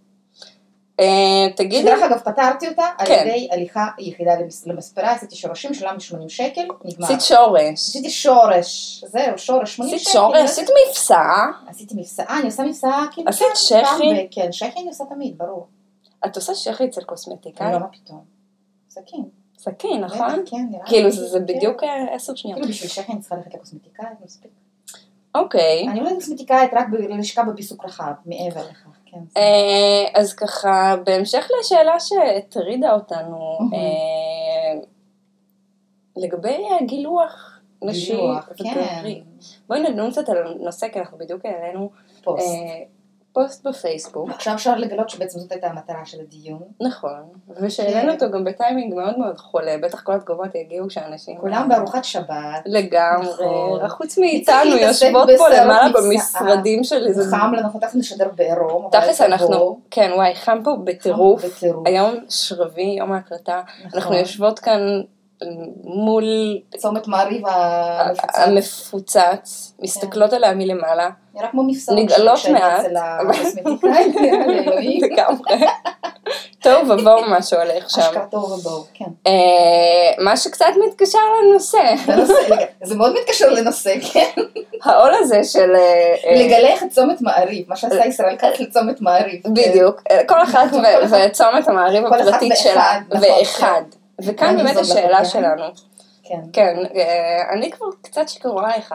[SPEAKER 3] אה, תגידי,
[SPEAKER 4] שדרך אגב פתרתי אותה על
[SPEAKER 3] כן.
[SPEAKER 4] ידי הליכה יחידה למס- למספרה, עשיתי שורשים, שילמנו 80 שקל, נגמר.
[SPEAKER 3] עשית שורש.
[SPEAKER 4] עשיתי שורש, זהו, שורש, 80
[SPEAKER 3] עשית
[SPEAKER 4] שקל. לא
[SPEAKER 3] שורש, עשית מבצע,
[SPEAKER 4] עשיתי מפסעה, אני עושה מפסעה כאילו...
[SPEAKER 3] עשית
[SPEAKER 4] פעם-
[SPEAKER 3] שחי?
[SPEAKER 4] פעם ב- כן, שחי אני עושה תמיד, ברור.
[SPEAKER 3] את עושה שחי אצל קוסמטיקאי?
[SPEAKER 4] לא, מה פתאום. סכין.
[SPEAKER 3] סכין, כן. נכון?
[SPEAKER 4] בטח, כן, נראה לי.
[SPEAKER 3] כאילו זה זה בדיוק
[SPEAKER 4] כן.
[SPEAKER 3] אה, עשר שניות.
[SPEAKER 4] כאילו בשביל שחי אני צריכה ללכת לקוסמטיקאית, מספיק.
[SPEAKER 3] אוקיי.
[SPEAKER 4] אני אומרת קוסמטיקאית רק בלשכה בפיסוק רחב, מעבר לכך, כן. זה-
[SPEAKER 3] אה, אז ככה, בהמשך לשאלה שהטרידה אותנו,
[SPEAKER 4] Mhm.
[SPEAKER 3] אה, לגבי הגילוח נשי
[SPEAKER 4] גילוח,
[SPEAKER 3] וגברי.
[SPEAKER 4] כן.
[SPEAKER 3] בואי נדון קצת על הנושא, כי אנחנו בדיוק העלינו
[SPEAKER 4] פוסט.
[SPEAKER 3] אה, פוסט בפייסבוק,
[SPEAKER 4] עכשיו אפשר לגלות שבעצם זאת הייתה המטרה של הדיון.
[SPEAKER 3] נכון,
[SPEAKER 4] כן.
[SPEAKER 3] ושהעלינו אותו גם בטיימינג מאוד מאוד חולה, בטח כל התגובות יגיעו שאנשים...
[SPEAKER 4] כולם בארוחת שבת, נכון.
[SPEAKER 3] לגמרי, רק חוץ מאיתנו,
[SPEAKER 4] צריך להתעסק
[SPEAKER 3] יושבות פה
[SPEAKER 4] בשערות
[SPEAKER 3] למעלה
[SPEAKER 4] מקצעה.
[SPEAKER 3] במשרדים שלי, זה
[SPEAKER 4] חם לנו, אנחנו תכף נשדר בעירום. אבל
[SPEAKER 3] תכלס
[SPEAKER 4] תבואו.
[SPEAKER 3] אנחנו, כן וואי, חם פה בטירוף,
[SPEAKER 4] בטירוף.
[SPEAKER 3] היום שרבי, יום ההקלטה,
[SPEAKER 4] נכון.
[SPEAKER 3] אנחנו יושבות כאן מול
[SPEAKER 4] צומת מעריב
[SPEAKER 3] אה,
[SPEAKER 4] המפוצץ. כן.
[SPEAKER 3] המפוצץ, מסתכלות עליה מלמעלה,
[SPEAKER 4] נראה כמו מפסעות.
[SPEAKER 3] נגאלות
[SPEAKER 4] כשהייתי
[SPEAKER 3] מעט,
[SPEAKER 4] אצל
[SPEAKER 3] אבל-
[SPEAKER 4] הקוסמטיקאית, לא אלוהים.
[SPEAKER 3] לגמרי, תוהו ובואו מה שהולך שם.
[SPEAKER 4] אשכרה טוב ובואו, כן.
[SPEAKER 3] אה, מה שקצת מתקשר לנושא,
[SPEAKER 4] זה נושא- רגע, זה מאוד מתקשר לנושא, כן?
[SPEAKER 3] העול הזה של... אה, אה,
[SPEAKER 4] לגלח את צומת מעריב, מה שעשה ישראל כץ לצומת מעריב. כן.
[SPEAKER 3] בדיוק, אה, כל אחת ו- וצומת המעריב
[SPEAKER 4] כל אחת
[SPEAKER 3] הפרטית
[SPEAKER 4] ואחד,
[SPEAKER 3] שלה,
[SPEAKER 4] נכון,
[SPEAKER 3] ואחד. וכאן
[SPEAKER 4] אני
[SPEAKER 3] באמת
[SPEAKER 4] אזור
[SPEAKER 3] השאלה
[SPEAKER 4] לך,
[SPEAKER 3] שלנו.
[SPEAKER 4] כן.
[SPEAKER 3] כן, אה, אני כבר קצת שקרואה לך.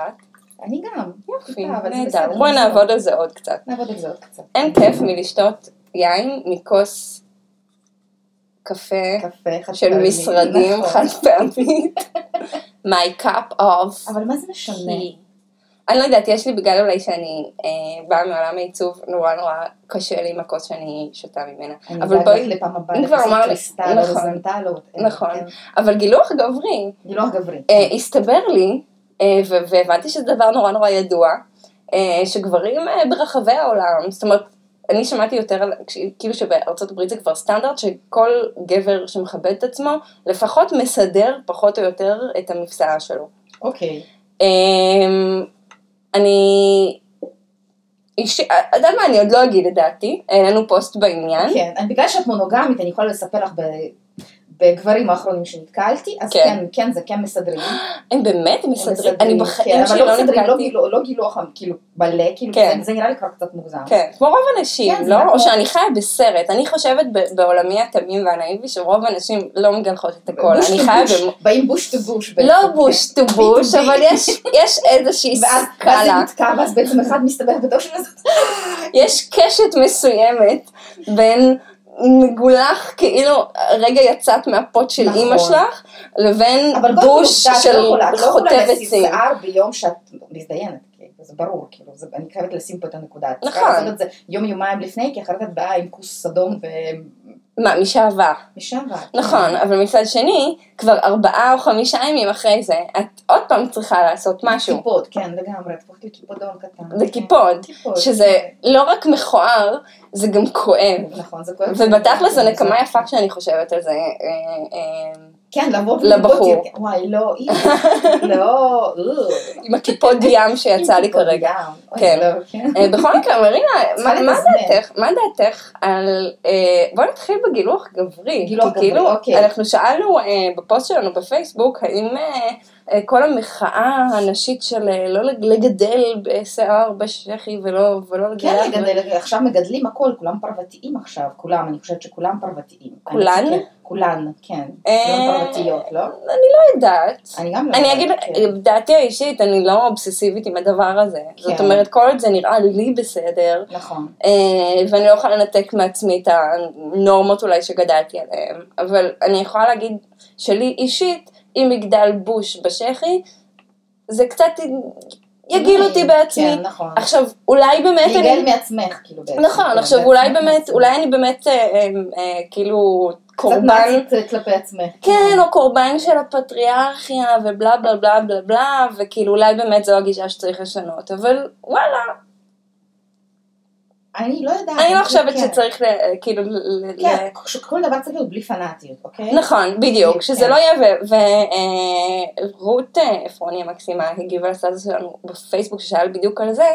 [SPEAKER 4] אני גם.
[SPEAKER 3] יופי,
[SPEAKER 4] אה, אבל זה
[SPEAKER 3] נהדר.
[SPEAKER 4] בסדר,
[SPEAKER 3] בואי
[SPEAKER 4] בסדר.
[SPEAKER 3] נעבוד על זה עוד קצת.
[SPEAKER 4] נעבוד על זה עוד קצת.
[SPEAKER 3] אין כיף מלשתות יין מכוס קפה
[SPEAKER 4] קפה חד
[SPEAKER 3] של
[SPEAKER 4] פעמי,
[SPEAKER 3] משרדים
[SPEAKER 4] נכון.
[SPEAKER 3] חד פעמית. My cup of.
[SPEAKER 4] אבל מה זה משנה?
[SPEAKER 3] כי- אני לא יודעת, יש לי בגלל אולי שאני אה, באה מעולם העיצוב, נורא נורא קשה לי עם הכוס שאני שותה ממנה.
[SPEAKER 4] אני
[SPEAKER 3] אבל
[SPEAKER 4] אדאג
[SPEAKER 3] בואי,
[SPEAKER 4] לך לפעם הבאה.
[SPEAKER 3] אם כבר
[SPEAKER 4] לעשות
[SPEAKER 3] אמרנו-
[SPEAKER 4] קריסטל,
[SPEAKER 3] נכון.
[SPEAKER 4] הורזונטל, או whatever,
[SPEAKER 3] נכון.
[SPEAKER 4] כן. לא
[SPEAKER 3] אבל גילוח גברי,
[SPEAKER 4] גילוח גברי.
[SPEAKER 3] אה, הסתבר לי, אה, ו- והבנתי שזה דבר נורא נורא ידוע, אה, שגברים אה, ברחבי העולם, זאת אומרת, אני שמעתי יותר, על- כש- כאילו שבארצות הברית זה כבר סטנדרט שכל גבר שמכבד את עצמו, לפחות מסדר פחות או יותר את המפסעה שלו.
[SPEAKER 4] אוקיי.
[SPEAKER 3] אמ, אני... אישי, את יודעת מה, אני עוד לא אגיד את דעתי, העלינו פוסט בעניין.
[SPEAKER 4] כן, אני- בגלל שאת מונוגמית, אני יכולה לספר לך ב- בגברים האחרונים שנתקלתי, אז
[SPEAKER 3] כן.
[SPEAKER 4] כן, כן, זה כן מסדרים.
[SPEAKER 3] הם באמת
[SPEAKER 4] הם
[SPEAKER 3] מסדרים, אני
[SPEAKER 4] כן,
[SPEAKER 3] בחיים
[SPEAKER 4] אבל
[SPEAKER 3] שלי לא
[SPEAKER 4] מסדרים, לא
[SPEAKER 3] נתקלתי.
[SPEAKER 4] גילו- לא גילוח, כאילו, מלא, כאילו,
[SPEAKER 3] כן.
[SPEAKER 4] זה- זה נראה לי כבר קצת מוגזם.
[SPEAKER 3] כן, כמו רוב הנשים,
[SPEAKER 4] כן, זה
[SPEAKER 3] לא?
[SPEAKER 4] רק
[SPEAKER 3] או
[SPEAKER 4] כמו-
[SPEAKER 3] שאני חיה בסרט. אני חושבת ב- בעולמי התמים והנאיבי שרוב הנשים לא מגלחות את הכל.
[SPEAKER 4] בוש
[SPEAKER 3] אני
[SPEAKER 4] טו
[SPEAKER 3] חיה
[SPEAKER 4] בוש,
[SPEAKER 3] במ...
[SPEAKER 4] באים בוש טו בוש.
[SPEAKER 3] לא
[SPEAKER 4] בעצם,
[SPEAKER 3] בוש טו בוש,
[SPEAKER 4] B2B.
[SPEAKER 3] אבל יש, יש איזושהי
[SPEAKER 4] כן. ואז ואז זה
[SPEAKER 3] סקאלה,
[SPEAKER 4] נתקע, ואז בעצם אחד מסתבך בתור שלו,
[SPEAKER 3] יש קשת מסוימת בין מגולח כאילו רגע יצאת מהפוט של
[SPEAKER 4] נכון.
[SPEAKER 3] אימא שלך, לבין
[SPEAKER 4] אבל קודם כל
[SPEAKER 3] בוש
[SPEAKER 4] עובדה, את
[SPEAKER 3] של
[SPEAKER 4] לא יכולה- את לא יכולה
[SPEAKER 3] חוטבת
[SPEAKER 4] להסיס
[SPEAKER 3] סין.
[SPEAKER 4] שיער ביום שאת מזדיינת, כאילו, זה ברור, כאילו, זה- אני חייבת לשים פה את הנקודה. את צריכה
[SPEAKER 3] נכון.
[SPEAKER 4] לעשות את זה יום יומיים לפני, כי אחרת את באה עם כוס סדום
[SPEAKER 3] מה, משעבר.
[SPEAKER 4] ומשם ואת.
[SPEAKER 3] נכון, אבל מצד שני, כבר ארבעה או חמישה ימים אחרי זה, את עוד פעם צריכה לעשות משהו.
[SPEAKER 4] קיפוד, כן, לגמרי, את הופכת לקיפודון קטן. כן.
[SPEAKER 3] זה קיפוד,
[SPEAKER 4] קיפוד,
[SPEAKER 3] שזה לא רק מכוער, זה גם כואב.
[SPEAKER 4] כן. נכון, זה כואב.
[SPEAKER 3] ובתכלס זו נקמה יפה כשאני חושבת על זה. אה, אה,
[SPEAKER 4] כן, לבוא
[SPEAKER 3] לבחור.
[SPEAKER 4] ולבכות, כן, וואי, לא, אי, לא, אה,
[SPEAKER 3] עם הקיפוד ים שיצא לי
[SPEAKER 4] קיפוד
[SPEAKER 3] כרגע.
[SPEAKER 4] ים, אוי,
[SPEAKER 3] כן.
[SPEAKER 4] לא, כן.
[SPEAKER 3] אה, בכל מקרה, מרינה,
[SPEAKER 4] צריכה
[SPEAKER 3] מה מה
[SPEAKER 4] לתזמן.
[SPEAKER 3] דעתך, מה דעתך על... אה, בוא נתחיל בגילוח גברי.
[SPEAKER 4] גילוח
[SPEAKER 3] כי
[SPEAKER 4] גברי,
[SPEAKER 3] כאילו,
[SPEAKER 4] אוקיי.
[SPEAKER 3] אנחנו שאלנו אה, בפוסט שלנו בפייסבוק, האם אה, אה, כל המחאה הנשית של אה, לא לגדל אה, שיער בשחי ולא ולא לגדל...
[SPEAKER 4] כן, לגדל, עכשיו מגדלים הכל, כולם פרוותיים עכשיו, כולם, אני חושבת שכולם פרוותיים.
[SPEAKER 3] כולן?
[SPEAKER 4] אני- כן, כולן, כן.
[SPEAKER 3] אה,
[SPEAKER 4] כולן פרוותיות, לא?
[SPEAKER 3] לא יודעת.
[SPEAKER 4] אני גם לא
[SPEAKER 3] אני אגיד,
[SPEAKER 4] יודעת, כן.
[SPEAKER 3] דעתי האישית, אני לא אובססיבית עם הדבר הזה. זאת
[SPEAKER 4] כן.
[SPEAKER 3] אומרת, כל עוד זה נראה לי בסדר,
[SPEAKER 4] נכון.
[SPEAKER 3] אה, ואני לא יכולה לנתק מעצמי את הנורמות אולי שגדלתי עליהן, אבל אני יכולה להגיד שלי אישית, אם יגדל בוש בשחי, זה קצת יגעיל אותי בעצמי.
[SPEAKER 4] כן, נכון.
[SPEAKER 3] עכשיו, אולי באמת
[SPEAKER 4] להיגאל
[SPEAKER 3] אני...
[SPEAKER 4] מעצמך, כאילו בעצם.
[SPEAKER 3] נכון,
[SPEAKER 4] כן,
[SPEAKER 3] עכשיו
[SPEAKER 4] בעצמך
[SPEAKER 3] אולי באמת,
[SPEAKER 4] מעצמך.
[SPEAKER 3] אולי אני באמת אה, אה, אה, כאילו
[SPEAKER 4] קצת
[SPEAKER 3] קורבן
[SPEAKER 4] נאצית כלפי עצמך.
[SPEAKER 3] כן, או קורבן של הפטריארכיה, ובלה בלה בלה בלה בלה, וכאילו אולי באמת זו הגישה שצריך לשנות, אבל וואלה,
[SPEAKER 4] אני לא יודעת.
[SPEAKER 3] אני לא
[SPEAKER 4] חושבת
[SPEAKER 3] חושבת
[SPEAKER 4] כן.
[SPEAKER 3] שצריך ל- כאילו... ל- ל-
[SPEAKER 4] כן, שכל דבר צריך להיות בלי פנאטיות, אוקיי?
[SPEAKER 3] נכון, בדיוק, שזה
[SPEAKER 4] כן.
[SPEAKER 3] לא יהיה, אה, ורות עפרוני המקסימה הגיבה לסטטוס שלנו בפייסבוק ששאל בדיוק על זה,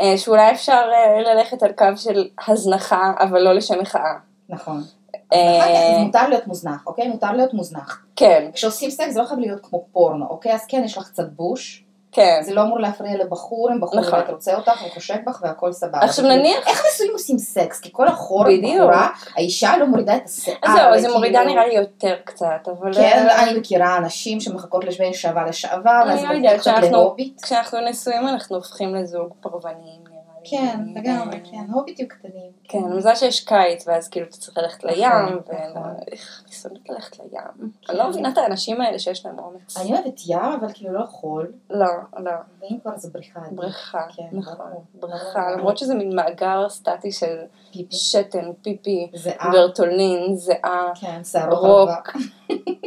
[SPEAKER 3] אה, שאולי אפשר אה, ללכת על קו של הזנחה, אבל לא לשם מחאה.
[SPEAKER 4] נכון. אז אחר כך
[SPEAKER 3] אה,
[SPEAKER 4] אז מותר להיות מוזנח, אוקיי? מותר להיות מוזנח.
[SPEAKER 3] כן,
[SPEAKER 4] כשעושים סקס זה לא חייב להיות כמו פורנו, אוקיי? אז כן, יש לך קצת בוש,
[SPEAKER 3] כן.
[SPEAKER 4] זה לא אמור להפריע לבחור, אם בחור
[SPEAKER 3] נכון.
[SPEAKER 4] באמת רוצה אותך, הוא חושב בך והכל סבבה.
[SPEAKER 3] עכשיו
[SPEAKER 4] כאילו,
[SPEAKER 3] נניח-
[SPEAKER 4] איך נשואים עושים סקס? כי כל החור,
[SPEAKER 3] בדיוק.
[SPEAKER 4] בחורה, האישה לא מורידה את השיער.
[SPEAKER 3] אז זהו, אז היא
[SPEAKER 4] וכאילו-
[SPEAKER 3] מורידה נראה לי יותר קצת, אבל...
[SPEAKER 4] כאילו- כן,
[SPEAKER 3] אה,
[SPEAKER 4] אני מכירה אנשים שמחכות לשבין שווה לשעבר,
[SPEAKER 3] אני
[SPEAKER 4] ואז
[SPEAKER 3] לא
[SPEAKER 4] הולכים
[SPEAKER 3] יודעת,
[SPEAKER 4] עכשיו
[SPEAKER 3] כשאנחנו-
[SPEAKER 4] להוביט.
[SPEAKER 3] כשאנחנו נשואים אנחנו הופכים לזוג פרבניים נראה לי.
[SPEAKER 4] כן, לגמרי,
[SPEAKER 3] אה,
[SPEAKER 4] כן, הוביטים קטנים.
[SPEAKER 3] כן, מזל שיש קיץ, ואז כאילו אתה צריך ללכת לים,
[SPEAKER 4] נכון, נכון.
[SPEAKER 3] ואיך אני שונאת ללכת לים. אני לא מבינה את האנשים האלה שיש להם אומץ.
[SPEAKER 4] אני אוהבת ים, אבל כאילו לא חול,
[SPEAKER 3] לא, לא.
[SPEAKER 4] ואם כבר זה בריכה. עדיף.
[SPEAKER 3] בריכה,
[SPEAKER 4] כן, ברור. אה.
[SPEAKER 3] נכון, בריכה, למרות שזה מין מאגר סטטי של
[SPEAKER 4] פיפי.
[SPEAKER 3] שתן, פיפי,
[SPEAKER 4] זיעה.
[SPEAKER 3] ברטולין, זיעה,
[SPEAKER 4] כן, שערות.
[SPEAKER 3] רוק.
[SPEAKER 4] ארבע.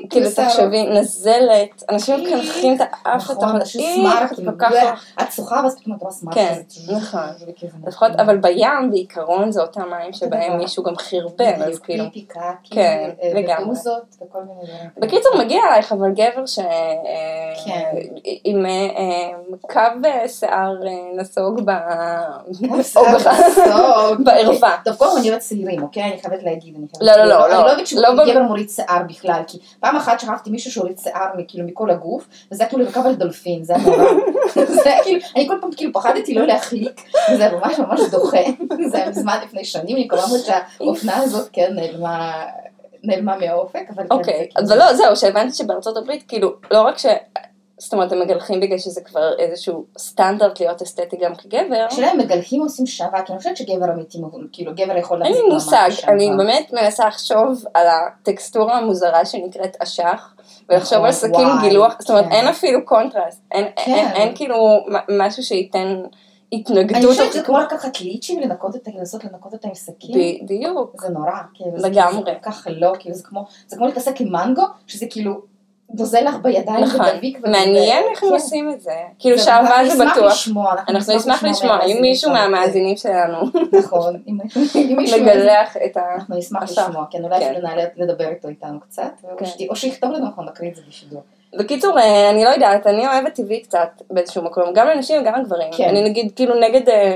[SPEAKER 3] כאילו
[SPEAKER 4] בסדר.
[SPEAKER 3] תחשבי, נזלת, אנשים מקנחים את האף,
[SPEAKER 4] נכון, כאילו,
[SPEAKER 3] אתה
[SPEAKER 4] אנשים
[SPEAKER 3] איך,
[SPEAKER 4] סמארטים,
[SPEAKER 3] זה כל כך
[SPEAKER 4] בלה.
[SPEAKER 3] לא
[SPEAKER 4] את שוחה ואז פתאום את רואה סמארט.
[SPEAKER 3] כן,
[SPEAKER 4] כזה, כאילו
[SPEAKER 3] נכון.
[SPEAKER 4] לכיוון
[SPEAKER 3] לפחות,
[SPEAKER 4] הזה.
[SPEAKER 3] אבל בים בעיקרון זה אותם מים שבהם
[SPEAKER 4] דבר.
[SPEAKER 3] מישהו גם חרבן, אז
[SPEAKER 4] בדיוק,
[SPEAKER 3] כאילו.
[SPEAKER 4] פיפי, קקי,
[SPEAKER 3] כן,
[SPEAKER 4] אה,
[SPEAKER 3] לגמרי.
[SPEAKER 4] מדוזות וכל מיני דברים.
[SPEAKER 3] בקיצור, מגיע אלייך, אבל גבר ש... אה,
[SPEAKER 4] כן.
[SPEAKER 3] עם אה, אה, קו אה, שיער אה, נסוג ב... או
[SPEAKER 4] בסדר,
[SPEAKER 3] בכלל-
[SPEAKER 4] בסדר.
[SPEAKER 3] אוקיי. בערווה.
[SPEAKER 4] טוב, קודם כל אני אוהבת צעירים, אוקיי? אני חייבת להגיד, אני חייבת
[SPEAKER 3] לא, לא,
[SPEAKER 4] להגיד.
[SPEAKER 3] לא,
[SPEAKER 4] אני
[SPEAKER 3] לא.
[SPEAKER 4] לא אוהבת שהוא
[SPEAKER 3] לא במ-
[SPEAKER 4] גבר מוריד שיער בכלל, כי פעם אחת שכבתי מישהו שהוריד שיער כאילו מכל הגוף, וזה היה כאילו לרכב על דולפין, זה היה נורא. זה היה כאילו, אני כל פעם כאילו פחדתי לא להחליק, וזה היה ממש ממש דוחה. זה היה מזמן לפני שנים, אני כבר אומרת שהאופנה הזאת כן נעלמה. נעלמה מהאופק, אבל כן,
[SPEAKER 3] אוקיי,
[SPEAKER 4] זה
[SPEAKER 3] אבל לא, זהו, שהבנתי שבארצות הברית, כאילו, לא רק ש... זאת אומרת, הם מגלחים בגלל שזה כבר איזשהו סטנדרט להיות אסתטי גם כגבר.
[SPEAKER 4] השאלה אם מגלחים עושים שווה, כי אני חושבת שגבר אמיתי, כאילו גבר יכול
[SPEAKER 3] אין לי
[SPEAKER 4] מעמד
[SPEAKER 3] מושג,
[SPEAKER 4] בשווה.
[SPEAKER 3] אני באמת מנסה לחשוב על הטקסטורה המוזרה שנקראת אשך, ולחשוב
[SPEAKER 4] נכון,
[SPEAKER 3] על סכין
[SPEAKER 4] וואי,
[SPEAKER 3] גילוח, זאת אומרת
[SPEAKER 4] כן.
[SPEAKER 3] אין אפילו קונטרסט, אין-
[SPEAKER 4] כן.
[SPEAKER 3] אין אין כאילו מ- משהו שייתן
[SPEAKER 4] אני
[SPEAKER 3] התנגדות.
[SPEAKER 4] חושבת שזה כן. כמו לקחת ליצ'ים, לנקות אותה, לנסות לנקות אותה עם סכין.
[SPEAKER 3] בדיוק,
[SPEAKER 4] זה נורא, כאילו, זה-
[SPEAKER 3] לגמרי.
[SPEAKER 4] זה כל כך לא, כאילו, זה כמו, זה כמו להתעסק עם מנגו, שזה כאילו נוזל לך בידיים,
[SPEAKER 3] נכון.
[SPEAKER 4] ודביק, וזה-
[SPEAKER 3] מעניין איך הם
[SPEAKER 4] כן.
[SPEAKER 3] עושים את זה, כאילו
[SPEAKER 4] זה-
[SPEAKER 3] שעבר
[SPEAKER 4] אנחנו
[SPEAKER 3] זה
[SPEAKER 4] נשמח
[SPEAKER 3] בטוח.
[SPEAKER 4] לשמוע,
[SPEAKER 3] אנחנו נשמח לשמוע, אם
[SPEAKER 4] מהמאזינים
[SPEAKER 3] מישהו
[SPEAKER 4] שלנו,
[SPEAKER 3] מהמאזינים שלנו
[SPEAKER 4] כן, נכון, אם אם מישהו,
[SPEAKER 3] מגלח את ה...
[SPEAKER 4] אנחנו נשמח
[SPEAKER 3] עכשיו.
[SPEAKER 4] לשמוע, כן, אולי
[SPEAKER 3] כן.
[SPEAKER 4] אפילו נעלה- נדבר איתו איתנו קצת, או
[SPEAKER 3] כן.
[SPEAKER 4] שת- או שיכתוב לנו, אנחנו נקריא את זה בשידור.
[SPEAKER 3] בקיצור, אה, אני לא יודעת, אני אוהבת טבעי קצת באיזשהו מקום, גם לנשים וגם לגברים.
[SPEAKER 4] כן.
[SPEAKER 3] אני נגיד כאילו נגד אה, אה,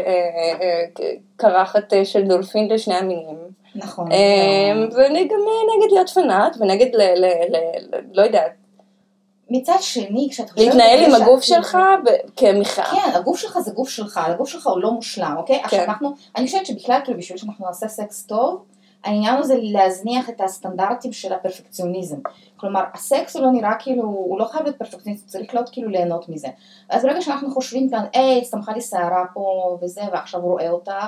[SPEAKER 3] אה, אה, קרחת אה, של דולפין לשני המינים.
[SPEAKER 4] נכון.
[SPEAKER 3] אה,
[SPEAKER 4] לגמרי.
[SPEAKER 3] ואני גם אה, נגד להיות פנאט, ונגד ל... ל- ל- ל- לא יודעת,
[SPEAKER 4] מצד שני, כשאת חושבת...
[SPEAKER 3] להתנהל
[SPEAKER 4] על זה
[SPEAKER 3] עם הגוף
[SPEAKER 4] שאת-
[SPEAKER 3] שלך ב- כמחאה.
[SPEAKER 4] כן, הגוף שלך זה גוף שלך, הגוף שלך הוא לא מושלם, אוקיי? עכשיו
[SPEAKER 3] כן.
[SPEAKER 4] אנחנו, אני חושבת שבכלל, כאילו, בשביל שאנחנו נעשה סקס טוב, העניין הוא זה להזניח את הסטנדרטים של הפרפקציוניזם. כלומר, הסקס הוא לא נראה כאילו, הוא לא חייב להיות פרפקציוניסט, הוא צריך להיות כאילו ליהנות מזה. אז ברגע שאנחנו חושבים כאן, היי, צמחה לי שערה פה וזה, ועכשיו הוא רואה אותה,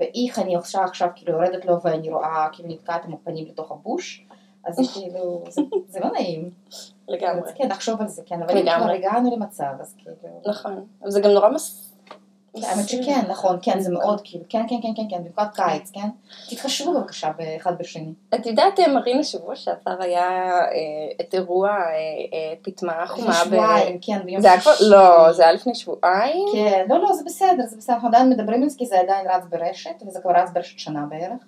[SPEAKER 4] ואיך אני עכשיו, עכשיו כאילו יורדת לו ואני רואה, כאילו נתקעת עם הפנים לתוך הבוש, אז זה כאילו, זה, זה לא נעים.
[SPEAKER 3] לגמרי.
[SPEAKER 4] אז כן, נחשוב על זה, כן, אבל אם
[SPEAKER 3] לגמרי.
[SPEAKER 4] כבר הגענו למצב, אז כאילו...
[SPEAKER 3] נכון. אבל זה גם נורא מס...
[SPEAKER 4] האמת שכן, נכון, כן, זה מאוד כאילו, כן, כן, כן, כן, כן, במקום קיץ, כן? תתחשבו בבקשה באחד בשני.
[SPEAKER 3] את יודעת, אה, מרינה, שבוע שעבר היה אה, את אירוע אה, אה, פטמה חומה.
[SPEAKER 4] לפני שבועיים, כן, ביום
[SPEAKER 3] זה היה כבר...
[SPEAKER 4] שישי.
[SPEAKER 3] לא, זה היה לפני שבועיים.
[SPEAKER 4] כן, לא, לא, זה בסדר, זה בסדר, אנחנו עדיין מדברים על זה, כי זה עדיין רץ ברשת, וזה כבר רץ ברשת שנה בערך.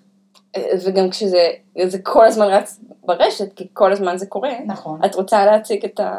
[SPEAKER 3] וגם כשזה זה כל הזמן רץ ברשת, כי כל הזמן זה קורה,
[SPEAKER 4] נכון.
[SPEAKER 3] את רוצה להציג את ה...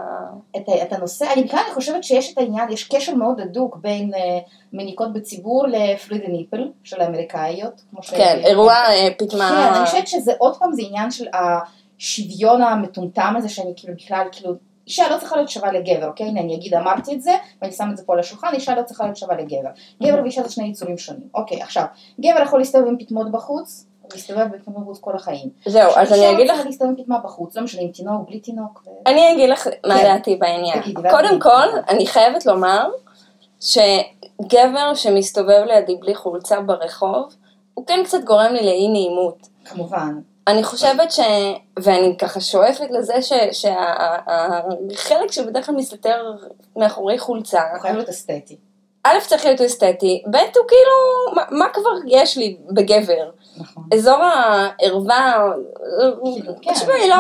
[SPEAKER 4] את, ה- את הנושא, אני בכלל חושבת שיש את העניין, יש קשר מאוד הדוק בין אה, מניקות בציבור לפרידה ניפל של האמריקאיות, כמו ש...
[SPEAKER 3] כן, אירוע אה, פתמה...
[SPEAKER 4] כן, אני חושבת שזה עוד פעם, זה עניין של השוויון המטומטם הזה, שאני כאילו בכלל, כאילו, אישה לא צריכה להיות שווה לגבר, אוקיי? הנה, אני אגיד, אמרתי את זה, ואני שם את זה פה על השולחן, אישה לא צריכה להיות שווה לגבר. גבר ואישה זה שני יצורים שונים. אוקיי, עכשיו, גבר יכול להסתובב עם פטמות בחוץ, להסתובב בפטמות בחוץ כל החיים.
[SPEAKER 3] זהו, אז
[SPEAKER 4] אישה
[SPEAKER 3] אני אגיד
[SPEAKER 4] לא
[SPEAKER 3] לך,
[SPEAKER 4] צריכה להסתובב עם פטמה בחוץ, לא משנה אם תינוק, בלי תינוק. ו-
[SPEAKER 3] אני אגיד לך מה
[SPEAKER 4] כן.
[SPEAKER 3] דעתי בעניין.
[SPEAKER 4] תגידי, ואז
[SPEAKER 3] קודם
[SPEAKER 4] אני-
[SPEAKER 3] כל, אני חייבת לומר שגבר שמסתובב לידי בלי חולצה ברחוב, הוא כן קצת גורם לי לאי נעימות.
[SPEAKER 4] כמובן.
[SPEAKER 3] אני חושבת ש... ואני ככה שואפת לזה שהחלק שה... ה- החלק שבדרך כלל מסתתר מאחורי חולצה,
[SPEAKER 4] הוא חייב להיות אסתטי.
[SPEAKER 3] א', צריך להיות אסתטי, ב', הוא כאילו, מה, מה כבר יש לי בגבר?
[SPEAKER 4] נכון.
[SPEAKER 3] אזור הערווה,
[SPEAKER 4] כן.
[SPEAKER 3] תשמעי, לא,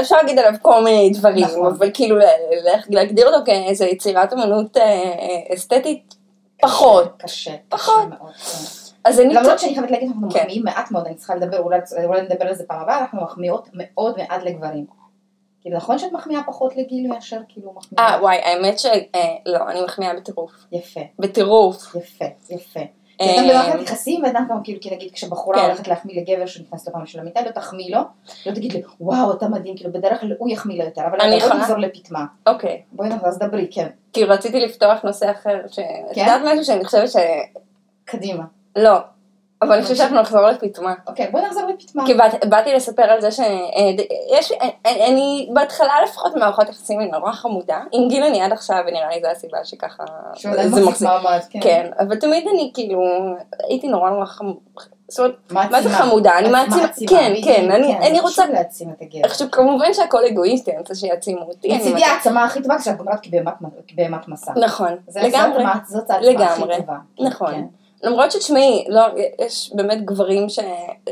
[SPEAKER 3] אפשר להגיד עליו כל מיני דברים,
[SPEAKER 4] נכון.
[SPEAKER 3] אבל כאילו לה- לה- להגדיר אותו כאיזו יצירת אמנות אה, אה, אסתטית, פחות.
[SPEAKER 4] קשה. קשה
[SPEAKER 3] פחות.
[SPEAKER 4] מאוד, כן.
[SPEAKER 3] אז אני...
[SPEAKER 4] למרות שאני חייבת להגיד שאנחנו
[SPEAKER 3] כן.
[SPEAKER 4] מחמיאים מעט מאוד, אני צריכה לדבר, אולי אולי נדבר על זה פעם הבאה, אנחנו מחמיאות מאוד מעט לגברים. כאילו נכון שאת מחמיאה פחות לגיל מאשר כאילו
[SPEAKER 3] אה,
[SPEAKER 4] מחמיאה.
[SPEAKER 3] וואי, האמת ש... אה, לא, אני מחמיאה בטירוף.
[SPEAKER 4] יפה,
[SPEAKER 3] בטירוף.
[SPEAKER 4] יפה, יפה. כי אדם במערכת יחסים ואדם גם כאילו, כי נגיד כשבחורה
[SPEAKER 3] אה, כן.
[SPEAKER 4] הולכת להחמיא לגבר שנכנס לפעם של המיטה, לא תחמיא לו, לא תגיד לו, וואו, אתה מדהים, כאילו בדרך כלל הוא יחמיא לו יותר, אבל
[SPEAKER 3] אני
[SPEAKER 4] בואי
[SPEAKER 3] יכולה?
[SPEAKER 4] נחזור לפטמה.
[SPEAKER 3] אוקיי.
[SPEAKER 4] בואי נחזור, אז דברי, כן,
[SPEAKER 3] כי רציתי לפתוח נושא אחר, ש... את יודעת משהו שאני חושבת ש...
[SPEAKER 4] קדימה.
[SPEAKER 3] לא. אבל אני חושבת שאנחנו נחזור לפטמה.
[SPEAKER 4] אוקיי, בואי נחזור לפטמה.
[SPEAKER 3] כי באת, באתי לספר על זה אה, שיש, אה, אני בהתחלה לפחות מערכות יחסים היא נורא חמודה. עם גיל אני עד עכשיו, ונראה לי זו הסיבה שככה אה,
[SPEAKER 4] שהוא עדיין מחזיק מעמד, כן.
[SPEAKER 3] כן, אבל תמיד אני כאילו, הייתי נורא נורא חמודה. זאת אומרת, מה זה
[SPEAKER 4] מעצימה.
[SPEAKER 3] חמודה? אני
[SPEAKER 4] את
[SPEAKER 3] מעצימה,
[SPEAKER 4] מעצימה,
[SPEAKER 3] כן,
[SPEAKER 4] בדיוק,
[SPEAKER 3] כן, אני-
[SPEAKER 4] זה
[SPEAKER 3] אני רוצה,
[SPEAKER 4] חשוב להעצים את הגבר.
[SPEAKER 3] עכשיו כמובן שהכל אגואיסטי, אני רוצה שיעצימו אותי. אני
[SPEAKER 4] מצידי
[SPEAKER 3] מצליחה-
[SPEAKER 4] העצמה הכי טובה כשאת גומרת כבהמת- כבהמת מסע.
[SPEAKER 3] כן, נכון,
[SPEAKER 4] זה- זאת
[SPEAKER 3] לגמרי.
[SPEAKER 4] המעצ- זאת העצמה
[SPEAKER 3] לגמרי.
[SPEAKER 4] הכי טובה. כן,
[SPEAKER 3] נכון.
[SPEAKER 4] כן,
[SPEAKER 3] למרות שתשמעי, לא, יש באמת גברים ש...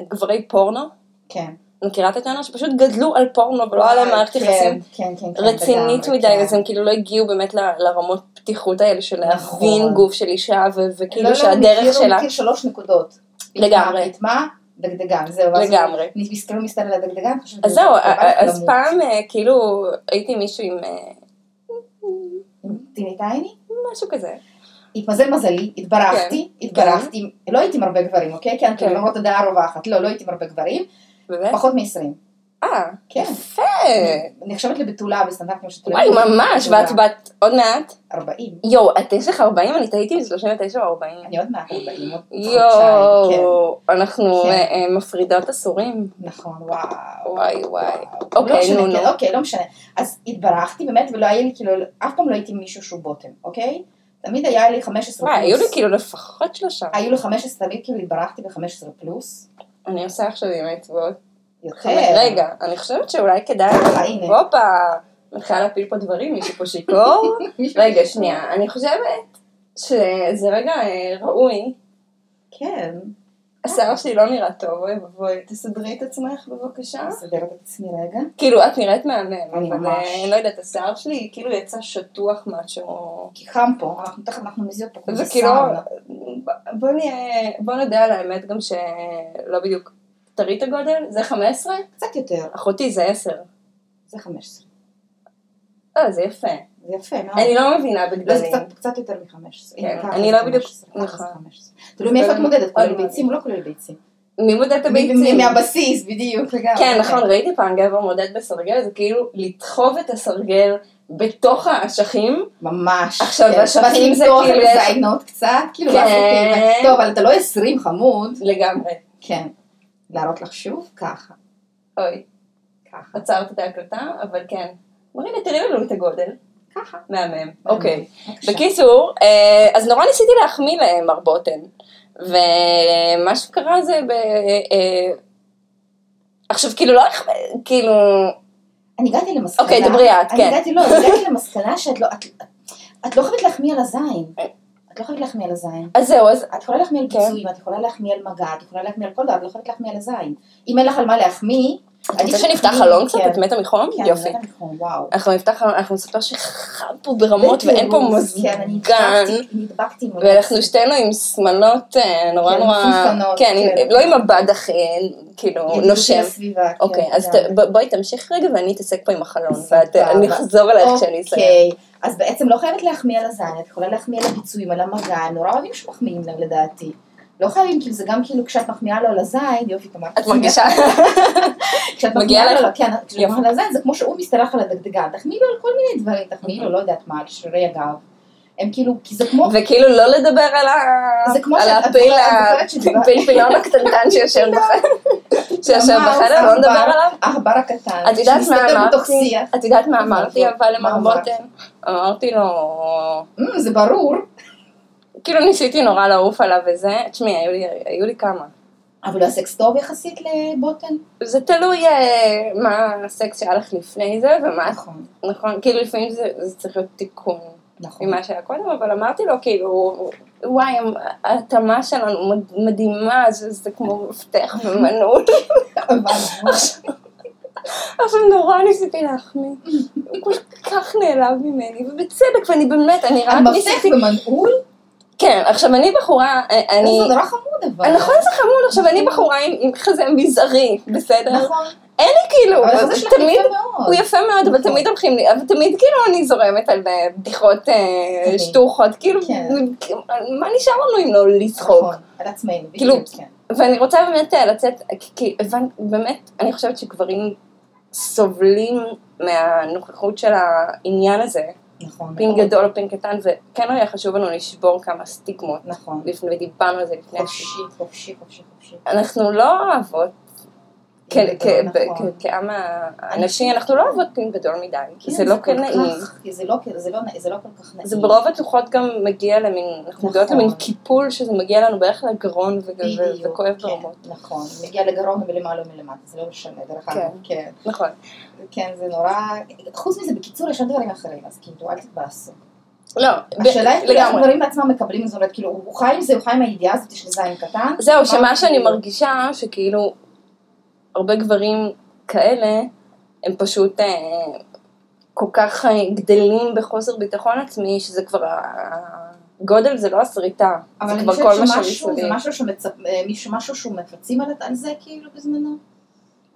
[SPEAKER 3] גברי פורנו,
[SPEAKER 4] כן.
[SPEAKER 3] מכירה את הטענה? שפשוט גדלו על פורנו ולא לא על המערכת
[SPEAKER 4] כן,
[SPEAKER 3] יחסים
[SPEAKER 4] כן, כן, כן,
[SPEAKER 3] רצינית
[SPEAKER 4] לגמרי,
[SPEAKER 3] מדי,
[SPEAKER 4] כן.
[SPEAKER 3] אז הם כאילו לא הגיעו באמת ל- לרמות פתיחות האלה של להבין
[SPEAKER 4] נכון.
[SPEAKER 3] גוף של אישה, ו-
[SPEAKER 4] לא,
[SPEAKER 3] וכאילו
[SPEAKER 4] לא,
[SPEAKER 3] כאילו שהדרך
[SPEAKER 4] מכיר-
[SPEAKER 3] שלה,
[SPEAKER 4] מכיר שלוש נקודות.
[SPEAKER 3] לגמרי.
[SPEAKER 4] פטמה, דגדגן, זהו. ואז
[SPEAKER 3] לגמרי.
[SPEAKER 4] אני מסתכל מסתכל על הדגדגן, חושבת,
[SPEAKER 3] אז זהו,
[SPEAKER 4] זה ממש לא
[SPEAKER 3] אז
[SPEAKER 4] גמור.
[SPEAKER 3] פעם אה, כאילו הייתי עם מישהו עם אה,
[SPEAKER 4] טיני טייני?
[SPEAKER 3] משהו כזה.
[SPEAKER 4] התמזל מזלי, התברכתי, התברכתי, לא הייתי עם הרבה גברים, אוקיי? כן,
[SPEAKER 3] כן.
[SPEAKER 4] כאילו למרות הדעה הרווחת, לא, לא הייתי עם הרבה גברים,
[SPEAKER 3] באמת?
[SPEAKER 4] פחות מ-20.
[SPEAKER 3] אה,
[SPEAKER 4] כן. לא
[SPEAKER 3] יפה.
[SPEAKER 4] נחשבת לבתולה בסטנדרטים של תל
[SPEAKER 3] כן. וואי,
[SPEAKER 4] אביב.
[SPEAKER 3] ממש,
[SPEAKER 4] בתולה.
[SPEAKER 3] ואת בת עוד מעט?
[SPEAKER 4] 40.
[SPEAKER 3] יואו, את יש לך 40? אני טעיתי עם 39 או 40.
[SPEAKER 4] אני עוד מעט 40. עוד חודשיים,
[SPEAKER 3] יואו, אנחנו
[SPEAKER 4] כן.
[SPEAKER 3] אה, אה, מפרידות עשורים.
[SPEAKER 4] כן. נכון, וואו.
[SPEAKER 3] וואי וואי.
[SPEAKER 4] אוקיי,
[SPEAKER 3] אוקיי,
[SPEAKER 4] לא
[SPEAKER 3] נו,
[SPEAKER 4] משנה,
[SPEAKER 3] נו.
[SPEAKER 4] כן, אוקיי, לא משנה. אז התברכתי באמת, ולא היה לי, כאילו, אף פעם לא הייתי עם מישהו שהוא בוטם, אוקיי? תמיד היה לי 15
[SPEAKER 3] וואי,
[SPEAKER 4] פלוס.
[SPEAKER 3] היו לי כאילו לפחות שלושה.
[SPEAKER 4] היו לי 15, תמיד כאילו התברכתי ב-15 פלוס.
[SPEAKER 3] אני עושה עכשיו עם האצבעות.
[SPEAKER 4] יותר.
[SPEAKER 3] רגע, אני חושבת שאולי כדאי...
[SPEAKER 4] כן. אה, הנה.
[SPEAKER 3] הופה, מתחילה להפיל פה דברים, מישהו פה שיכור. רגע, שנייה, אני חושבת שזה רגע אה, ראוי.
[SPEAKER 4] כן.
[SPEAKER 3] השיער שלי לא נראה טוב, אוי ואבוי. תסדרי את עצמך בבקשה.
[SPEAKER 4] אסדר את עצמי רגע.
[SPEAKER 3] כאילו, את נראית מהמם,
[SPEAKER 4] אני
[SPEAKER 3] אבל
[SPEAKER 4] ממש.
[SPEAKER 3] אה, אני לא יודעת, השיער שלי כאילו יצא שטוח משהו.
[SPEAKER 4] כי חם פה, אנחנו תכף אנחנו מזיעות פה. כמו
[SPEAKER 3] זה
[SPEAKER 4] בסאונה.
[SPEAKER 3] כאילו, ב- בוא נהיה, בוא נודה על האמת גם שלא בדיוק. תראי את הגודל? זה 15?
[SPEAKER 4] קצת יותר.
[SPEAKER 3] אחותי זה 10.
[SPEAKER 4] זה 15.
[SPEAKER 3] אה, זה יפה.
[SPEAKER 4] זה יפה, מאוד.
[SPEAKER 3] אני לא מבינה
[SPEAKER 4] לא, זה
[SPEAKER 3] בגדלים.
[SPEAKER 4] קצת- קצת יותר מ-15.
[SPEAKER 3] כן, אני לא בדיוק- נכון.
[SPEAKER 4] תלוי מאיפה את
[SPEAKER 3] זה-
[SPEAKER 4] מודדת,
[SPEAKER 3] עוד
[SPEAKER 4] כולל
[SPEAKER 3] מעט.
[SPEAKER 4] ביצים או לא כולל ביצים.
[SPEAKER 3] מי מודד את הביצים?
[SPEAKER 4] מהבסיס, בדיוק. לגמרי.
[SPEAKER 3] כן, נכון, ראיתי פעם גבר מודד בסרגל, זה כאילו לדחוב את הסרגל בתוך האשכים.
[SPEAKER 4] ממש.
[SPEAKER 3] עכשיו,
[SPEAKER 4] כן.
[SPEAKER 3] השפכים
[SPEAKER 4] ואני
[SPEAKER 3] זה
[SPEAKER 4] מתוך
[SPEAKER 3] כאילו-
[SPEAKER 4] מזיינות קצת, כאילו,
[SPEAKER 3] כן.
[SPEAKER 4] לעשות כאילו- טוב, אבל אתה לא 20 חמוד.
[SPEAKER 3] לגמרי.
[SPEAKER 4] כן. להראות לך שוב? ככה.
[SPEAKER 3] אוי,
[SPEAKER 4] ככה.
[SPEAKER 3] עצרת את ההקלטה, אבל כן. מרינה, תראי לנו את הגודל.
[SPEAKER 4] ככה.
[SPEAKER 3] מהמם. אוקיי.
[SPEAKER 4] בבקשה.
[SPEAKER 3] בקיצור, אה, אז נורא ניסיתי להחמיא להם, מר בוטן. ומה שקרה זה ב... אה, עכשיו, כאילו, לא... איך- כאילו...
[SPEAKER 4] אני הגעתי למסקנה.
[SPEAKER 3] אוקיי, דברי את, כן.
[SPEAKER 4] אני הגעתי, לא, אני הגעתי למסקנה שאת לא... את- את- את לא חייבת להחמיא על הזין. את לא חייבת להחמיא על הזין.
[SPEAKER 3] אז זהו, אז...
[SPEAKER 4] את יכולה להחמיא על
[SPEAKER 3] כן.
[SPEAKER 4] ביצועים, את יכולה להחמיא על מגע, את יכולה להחמיא על כל דבר, את לא חייבת להחמיא על הזין. אם אין לך על מה להחמיא,
[SPEAKER 3] את רוצה שנפתח חלון קצת? את מתה מחום?
[SPEAKER 4] כן,
[SPEAKER 3] יופי.
[SPEAKER 4] אני מתה מחום, וואו.
[SPEAKER 3] אנחנו נפתח חלון, אנחנו נספר שחם פה ברמות
[SPEAKER 4] בטירוף,
[SPEAKER 3] ואין פה
[SPEAKER 4] כן, אני
[SPEAKER 3] מזגן.
[SPEAKER 4] נדבקתי- נדבקתי עם
[SPEAKER 3] ואנחנו שתינו עם שמלות אה, נורא
[SPEAKER 4] כן,
[SPEAKER 3] נורא...
[SPEAKER 4] מפונפנות,
[SPEAKER 3] כן, עם-
[SPEAKER 4] כן.
[SPEAKER 3] לא עם מבט אחי, כאילו,
[SPEAKER 4] ידידות
[SPEAKER 3] נושם.
[SPEAKER 4] לסביבה, כן,
[SPEAKER 3] אוקיי, אז ת-
[SPEAKER 4] לגמרי.
[SPEAKER 3] ב- בואי תמשיך רגע ואני אתעסק פה עם החלון,
[SPEAKER 4] סבבה.
[SPEAKER 3] ואת- אה, אני אחזור אלייך כשאני אסיים.
[SPEAKER 4] אוקיי, אז בעצם לא חייבת להחמיא על הזין, את יכולה להחמיא על הביצועים, על המגע, הם נורא אוהבים שמחמיאים לה לדעתי. לא חייבים, כאילו זה גם כאילו כשאת מחמיאה לו על הזין, יופי, תמר.
[SPEAKER 3] את מרגישה?
[SPEAKER 4] כשאת
[SPEAKER 3] מגיע
[SPEAKER 4] מחמיאה לו,
[SPEAKER 3] לך?
[SPEAKER 4] לא, כן, כשאת
[SPEAKER 3] יפה.
[SPEAKER 4] מחמיאה לו על הזין, זה כמו שהוא מסתלח על הדגדגן, תחמיאי לו על כל מיני דברים, תחמיאי
[SPEAKER 3] אוקיי.
[SPEAKER 4] לו, לא יודעת מה, על שרירי הגב. הם כאילו, כי זה כמו,
[SPEAKER 3] וכאילו לא לדבר על ה-
[SPEAKER 4] זה כמו
[SPEAKER 3] על
[SPEAKER 4] שאת-
[SPEAKER 3] הפיל
[SPEAKER 4] את
[SPEAKER 3] ה-
[SPEAKER 4] זוכרת שדיבר-
[SPEAKER 3] פיל פילון הקטנטן שיושב בחדר, שיושב
[SPEAKER 4] אמר,
[SPEAKER 3] בחדר, לא נדבר
[SPEAKER 4] עכבר.
[SPEAKER 3] עליו.
[SPEAKER 4] העכבר הקטן,
[SPEAKER 3] את יודעת מה
[SPEAKER 4] שמסתתר בתוך
[SPEAKER 3] אמרתי?
[SPEAKER 4] שיח.
[SPEAKER 3] את יודעת מה
[SPEAKER 4] מה
[SPEAKER 3] אמרתי
[SPEAKER 4] אמרת?
[SPEAKER 3] אבל
[SPEAKER 4] מה
[SPEAKER 3] למר
[SPEAKER 4] אמרת?
[SPEAKER 3] בוטן? אמרתי לו...
[SPEAKER 4] "אמ, זה ברור.
[SPEAKER 3] כאילו ניסיתי נורא לעוף עליו וזה, תשמעי, היו לי- היו לי כמה.
[SPEAKER 4] אבל הוא הסקס טוב יחסית לבוטן?
[SPEAKER 3] זה תלוי אה, מה הסקס שהיה לך לפני זה, ומה,
[SPEAKER 4] נכון.
[SPEAKER 3] נכון, כאילו לפעמים זה, זה צריך להיות תיקון
[SPEAKER 4] נכון.
[SPEAKER 3] ממה שהיה קודם, אבל אמרתי לו, כאילו, וואי, ההתאמה שלנו מד- מדהימה, זה, זה כמו מפתח ומנעול.
[SPEAKER 4] הבנו.
[SPEAKER 3] עכשיו נורא ניסיתי להחמיא, הוא כל כך נעלב ממני, ובצדק, ואני באמת, אני רק
[SPEAKER 4] המפתח
[SPEAKER 3] ניסיתי,
[SPEAKER 4] במנעול?
[SPEAKER 3] כן, עכשיו אני בחורה, אה, אני, אה,
[SPEAKER 4] זה נורא חמוד אבל.
[SPEAKER 3] נכון זה חמוד, עכשיו אני בחורה עם, עם חזה מזערי, בסדר?
[SPEAKER 4] נכון.
[SPEAKER 3] אין לי כאילו,
[SPEAKER 4] אבל
[SPEAKER 3] אז
[SPEAKER 4] החזה שלך
[SPEAKER 3] תמיד,
[SPEAKER 4] יפה מאוד.
[SPEAKER 3] הוא יפה מאוד, אבל
[SPEAKER 4] נכון.
[SPEAKER 3] תמיד הולכים לי, אבל תמיד כאילו אני זורמת על אה, בדיחות אה,
[SPEAKER 4] כן.
[SPEAKER 3] שטוחות, כאילו,
[SPEAKER 4] כן.
[SPEAKER 3] כאילו, מה נשאר לנו אם לא לצחוק?
[SPEAKER 4] נכון, על עצמנו.
[SPEAKER 3] כאילו,
[SPEAKER 4] בדיוק, כן.
[SPEAKER 3] ואני רוצה באמת אה, לצאת, כי- כי הבנ- באמת, אני חושבת שגברים סובלים מהנוכחות של העניין הזה,
[SPEAKER 4] נכון.
[SPEAKER 3] פין גדול או פין קטן, וכן היה חשוב לנו לשבור כמה סטיגמות,
[SPEAKER 4] נכון.
[SPEAKER 3] לפני- ודיברנו על זה לפני
[SPEAKER 4] חופשי, חופשי, חופשי, חופשי.
[SPEAKER 3] אנחנו לא אוהבות, כ- כ-
[SPEAKER 4] נכון.
[SPEAKER 3] כ- כעם האנשי, אנחנו לא אוהבות פין גדול מדי,
[SPEAKER 4] כן,
[SPEAKER 3] זה לא
[SPEAKER 4] כל
[SPEAKER 3] כן נעים.
[SPEAKER 4] כך- זה לא כן- זה לא נע- זה לא כל כך נעים.
[SPEAKER 3] זה ברוב התלוחות גם מגיע למין, אנחנו מגיעות
[SPEAKER 4] נכון.
[SPEAKER 3] למין קיפול שזה מגיע לנו בערך לגרון ו- ו-
[SPEAKER 4] בדיוק,
[SPEAKER 3] וכואב
[SPEAKER 4] כן,
[SPEAKER 3] ברמות.
[SPEAKER 4] נכון, מגיע לגרון מלמעלה ומלמטה, זה לא משנה, דרך אגב,
[SPEAKER 3] כן.
[SPEAKER 4] כן,
[SPEAKER 3] נכון.
[SPEAKER 4] כן, זה נורא, חוץ מזה, בקיצור, יש עוד דברים אחרים, אז כאילו, אל תתבאסו.
[SPEAKER 3] לא,
[SPEAKER 4] השאלה היא,
[SPEAKER 3] ב-
[SPEAKER 4] כאילו,
[SPEAKER 3] לגמרי.
[SPEAKER 4] הגברים בעצמם מקבלים זאת אומרת, כאילו, הוא חי עם זה, הוא חי עם הידיעה הזאת של זין קטן.
[SPEAKER 3] זהו, שמה שאני
[SPEAKER 4] כאילו,
[SPEAKER 3] מרגישה, שכאילו, הרבה גברים כאלה, הם פשוט אה, כל כך אה, גדלים בחוסר ביטחון עצמי, שזה כבר, ה- הגודל זה לא הסריטה,
[SPEAKER 4] אבל
[SPEAKER 3] זה
[SPEAKER 4] אני
[SPEAKER 3] כבר
[SPEAKER 4] חושבת
[SPEAKER 3] כל מה
[SPEAKER 4] שמשהו,
[SPEAKER 3] שמסביב.
[SPEAKER 4] זה משהו שמצפ... אה, מישהו- משהו שהוא מפצים על על זה, כאילו, בזמנו.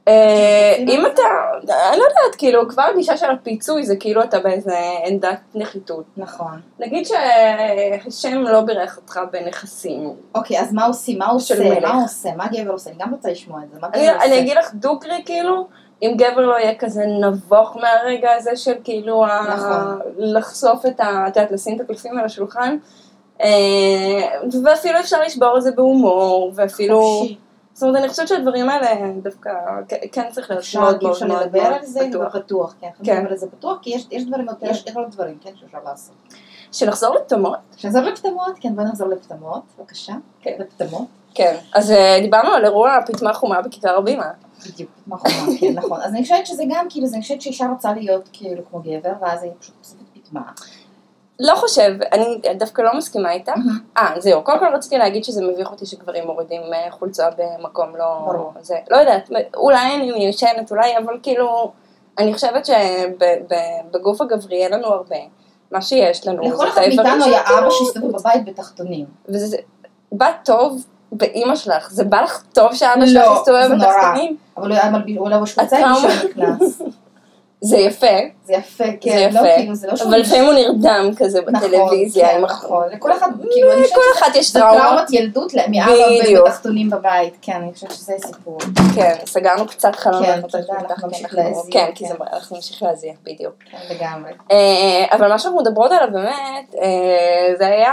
[SPEAKER 3] אה,
[SPEAKER 4] עושים
[SPEAKER 3] אם
[SPEAKER 4] את
[SPEAKER 3] אתה, אני לא יודעת, כאילו, כבר הגישה של הפיצוי זה כאילו אתה באיזה עמדת נחיתות.
[SPEAKER 4] נכון.
[SPEAKER 3] נגיד שהשם לא בירך אותך בנכסים.
[SPEAKER 4] אוקיי, אז מה עושים? מה הוא
[SPEAKER 3] של
[SPEAKER 4] עושה?
[SPEAKER 3] מלך.
[SPEAKER 4] מה הוא עושה? מה הגבר עושה? אני גם רוצה לשמוע את זה. מה
[SPEAKER 3] אני,
[SPEAKER 4] הגבר
[SPEAKER 3] אני
[SPEAKER 4] עושה?
[SPEAKER 3] אגיד לך דוגרי, כאילו, אם גבר לא יהיה כזה נבוך מהרגע הזה של כאילו, ה-
[SPEAKER 4] נכון.
[SPEAKER 3] לחשוף את ה... את יודעת, לשים את הקלפים על השולחן. אה, ואפילו אפשר לשבור את זה בהומור, ואפילו...
[SPEAKER 4] חופשי.
[SPEAKER 3] זאת אומרת, אני חושבת שהדברים האלה דווקא כן- כן צריך להיות
[SPEAKER 4] אפשר,
[SPEAKER 3] מאוד
[SPEAKER 4] כי
[SPEAKER 3] מאוד
[SPEAKER 4] אפשר
[SPEAKER 3] מאוד
[SPEAKER 4] לדבר
[SPEAKER 3] מאוד
[SPEAKER 4] על זה,
[SPEAKER 3] פתוח.
[SPEAKER 4] פתוח, כן,
[SPEAKER 3] כן.
[SPEAKER 4] כן, לדבר על זה פתוח, כי יש יש דברים, יש עוד דברים, כן, שאפשר לעשות.
[SPEAKER 3] שנחזור לתמות.
[SPEAKER 4] שנחזור לפטמות, כן, בוא נחזור לפטמות, בבקשה.
[SPEAKER 3] כן.
[SPEAKER 4] לפטמות,
[SPEAKER 3] כן, אז אה, דיברנו על אירוע פטמה חומה בכיכר הבימה.
[SPEAKER 4] בדיוק, מה חומה, כן, נכון. אז אני חושבת שזה גם, כאילו, זה- אני חושבת שאישה רוצה להיות כאילו כמו גבר, ואז היא פשוט חושפת פטמה.
[SPEAKER 3] לא חושב, אני דווקא לא מסכימה איתך.
[SPEAKER 4] Mm-hmm.
[SPEAKER 3] אה, זהו, קודם כל רציתי להגיד שזה מביך אותי שגברים מורידים אה, חולצה במקום לא...
[SPEAKER 4] ברור.
[SPEAKER 3] זה, לא יודעת, אולי אני מיושנת, אולי, אבל כאילו, אני חושבת שבגוף הגברי אין לנו הרבה. מה שיש לנו,
[SPEAKER 4] לכל
[SPEAKER 3] זה את
[SPEAKER 4] אחד
[SPEAKER 3] האיברים
[SPEAKER 4] מאיתנו היה
[SPEAKER 3] שכאילו-
[SPEAKER 4] אבא שהסתובב בבית בתחתונים.
[SPEAKER 3] וזה זה- בא טוב באימא שלך, זה בא לך טוב שאבא שלך
[SPEAKER 4] לא,
[SPEAKER 3] מסתובב
[SPEAKER 4] זה נורא.
[SPEAKER 3] בתחתונים?
[SPEAKER 4] אבל הוא היה מלביש, הוא לא ראש חולצה,
[SPEAKER 3] הטראומה.
[SPEAKER 4] מישהו נכנס.
[SPEAKER 3] זה יפה,
[SPEAKER 4] זה יפה,
[SPEAKER 3] זה
[SPEAKER 4] כן,
[SPEAKER 3] יפה.
[SPEAKER 4] לא כאילו, זה לא שהוא...
[SPEAKER 3] אבל לפעמים הוא נרדם כזה
[SPEAKER 4] נכון,
[SPEAKER 3] בטלוויזיה,
[SPEAKER 4] כן,
[SPEAKER 3] עם החור.
[SPEAKER 4] נכון, לכל אחד, כאילו, אני חושבת
[SPEAKER 3] לכל אחת יש
[SPEAKER 4] שזה
[SPEAKER 3] טראומה.
[SPEAKER 4] טראומת ילדות ל-
[SPEAKER 3] בדיוק.
[SPEAKER 4] מאבא בתחתונים בבית, כן, אני חושבת שזה סיפור.
[SPEAKER 3] כן, סגרנו קצת חלון.
[SPEAKER 4] כן,
[SPEAKER 3] ואנחנו
[SPEAKER 4] תודה,
[SPEAKER 3] תכף
[SPEAKER 4] אנחנו
[SPEAKER 3] נפתח,
[SPEAKER 4] נמשיך
[SPEAKER 3] כן, אנחנו-
[SPEAKER 4] להזיע,
[SPEAKER 3] כן, כי זה
[SPEAKER 4] כן.
[SPEAKER 3] מראה, אנחנו נמשיך להזיע, בדיוק.
[SPEAKER 4] כן, לגמרי.
[SPEAKER 3] אה, אבל מה שאנחנו מדברות עליו באמת, אה, זה היה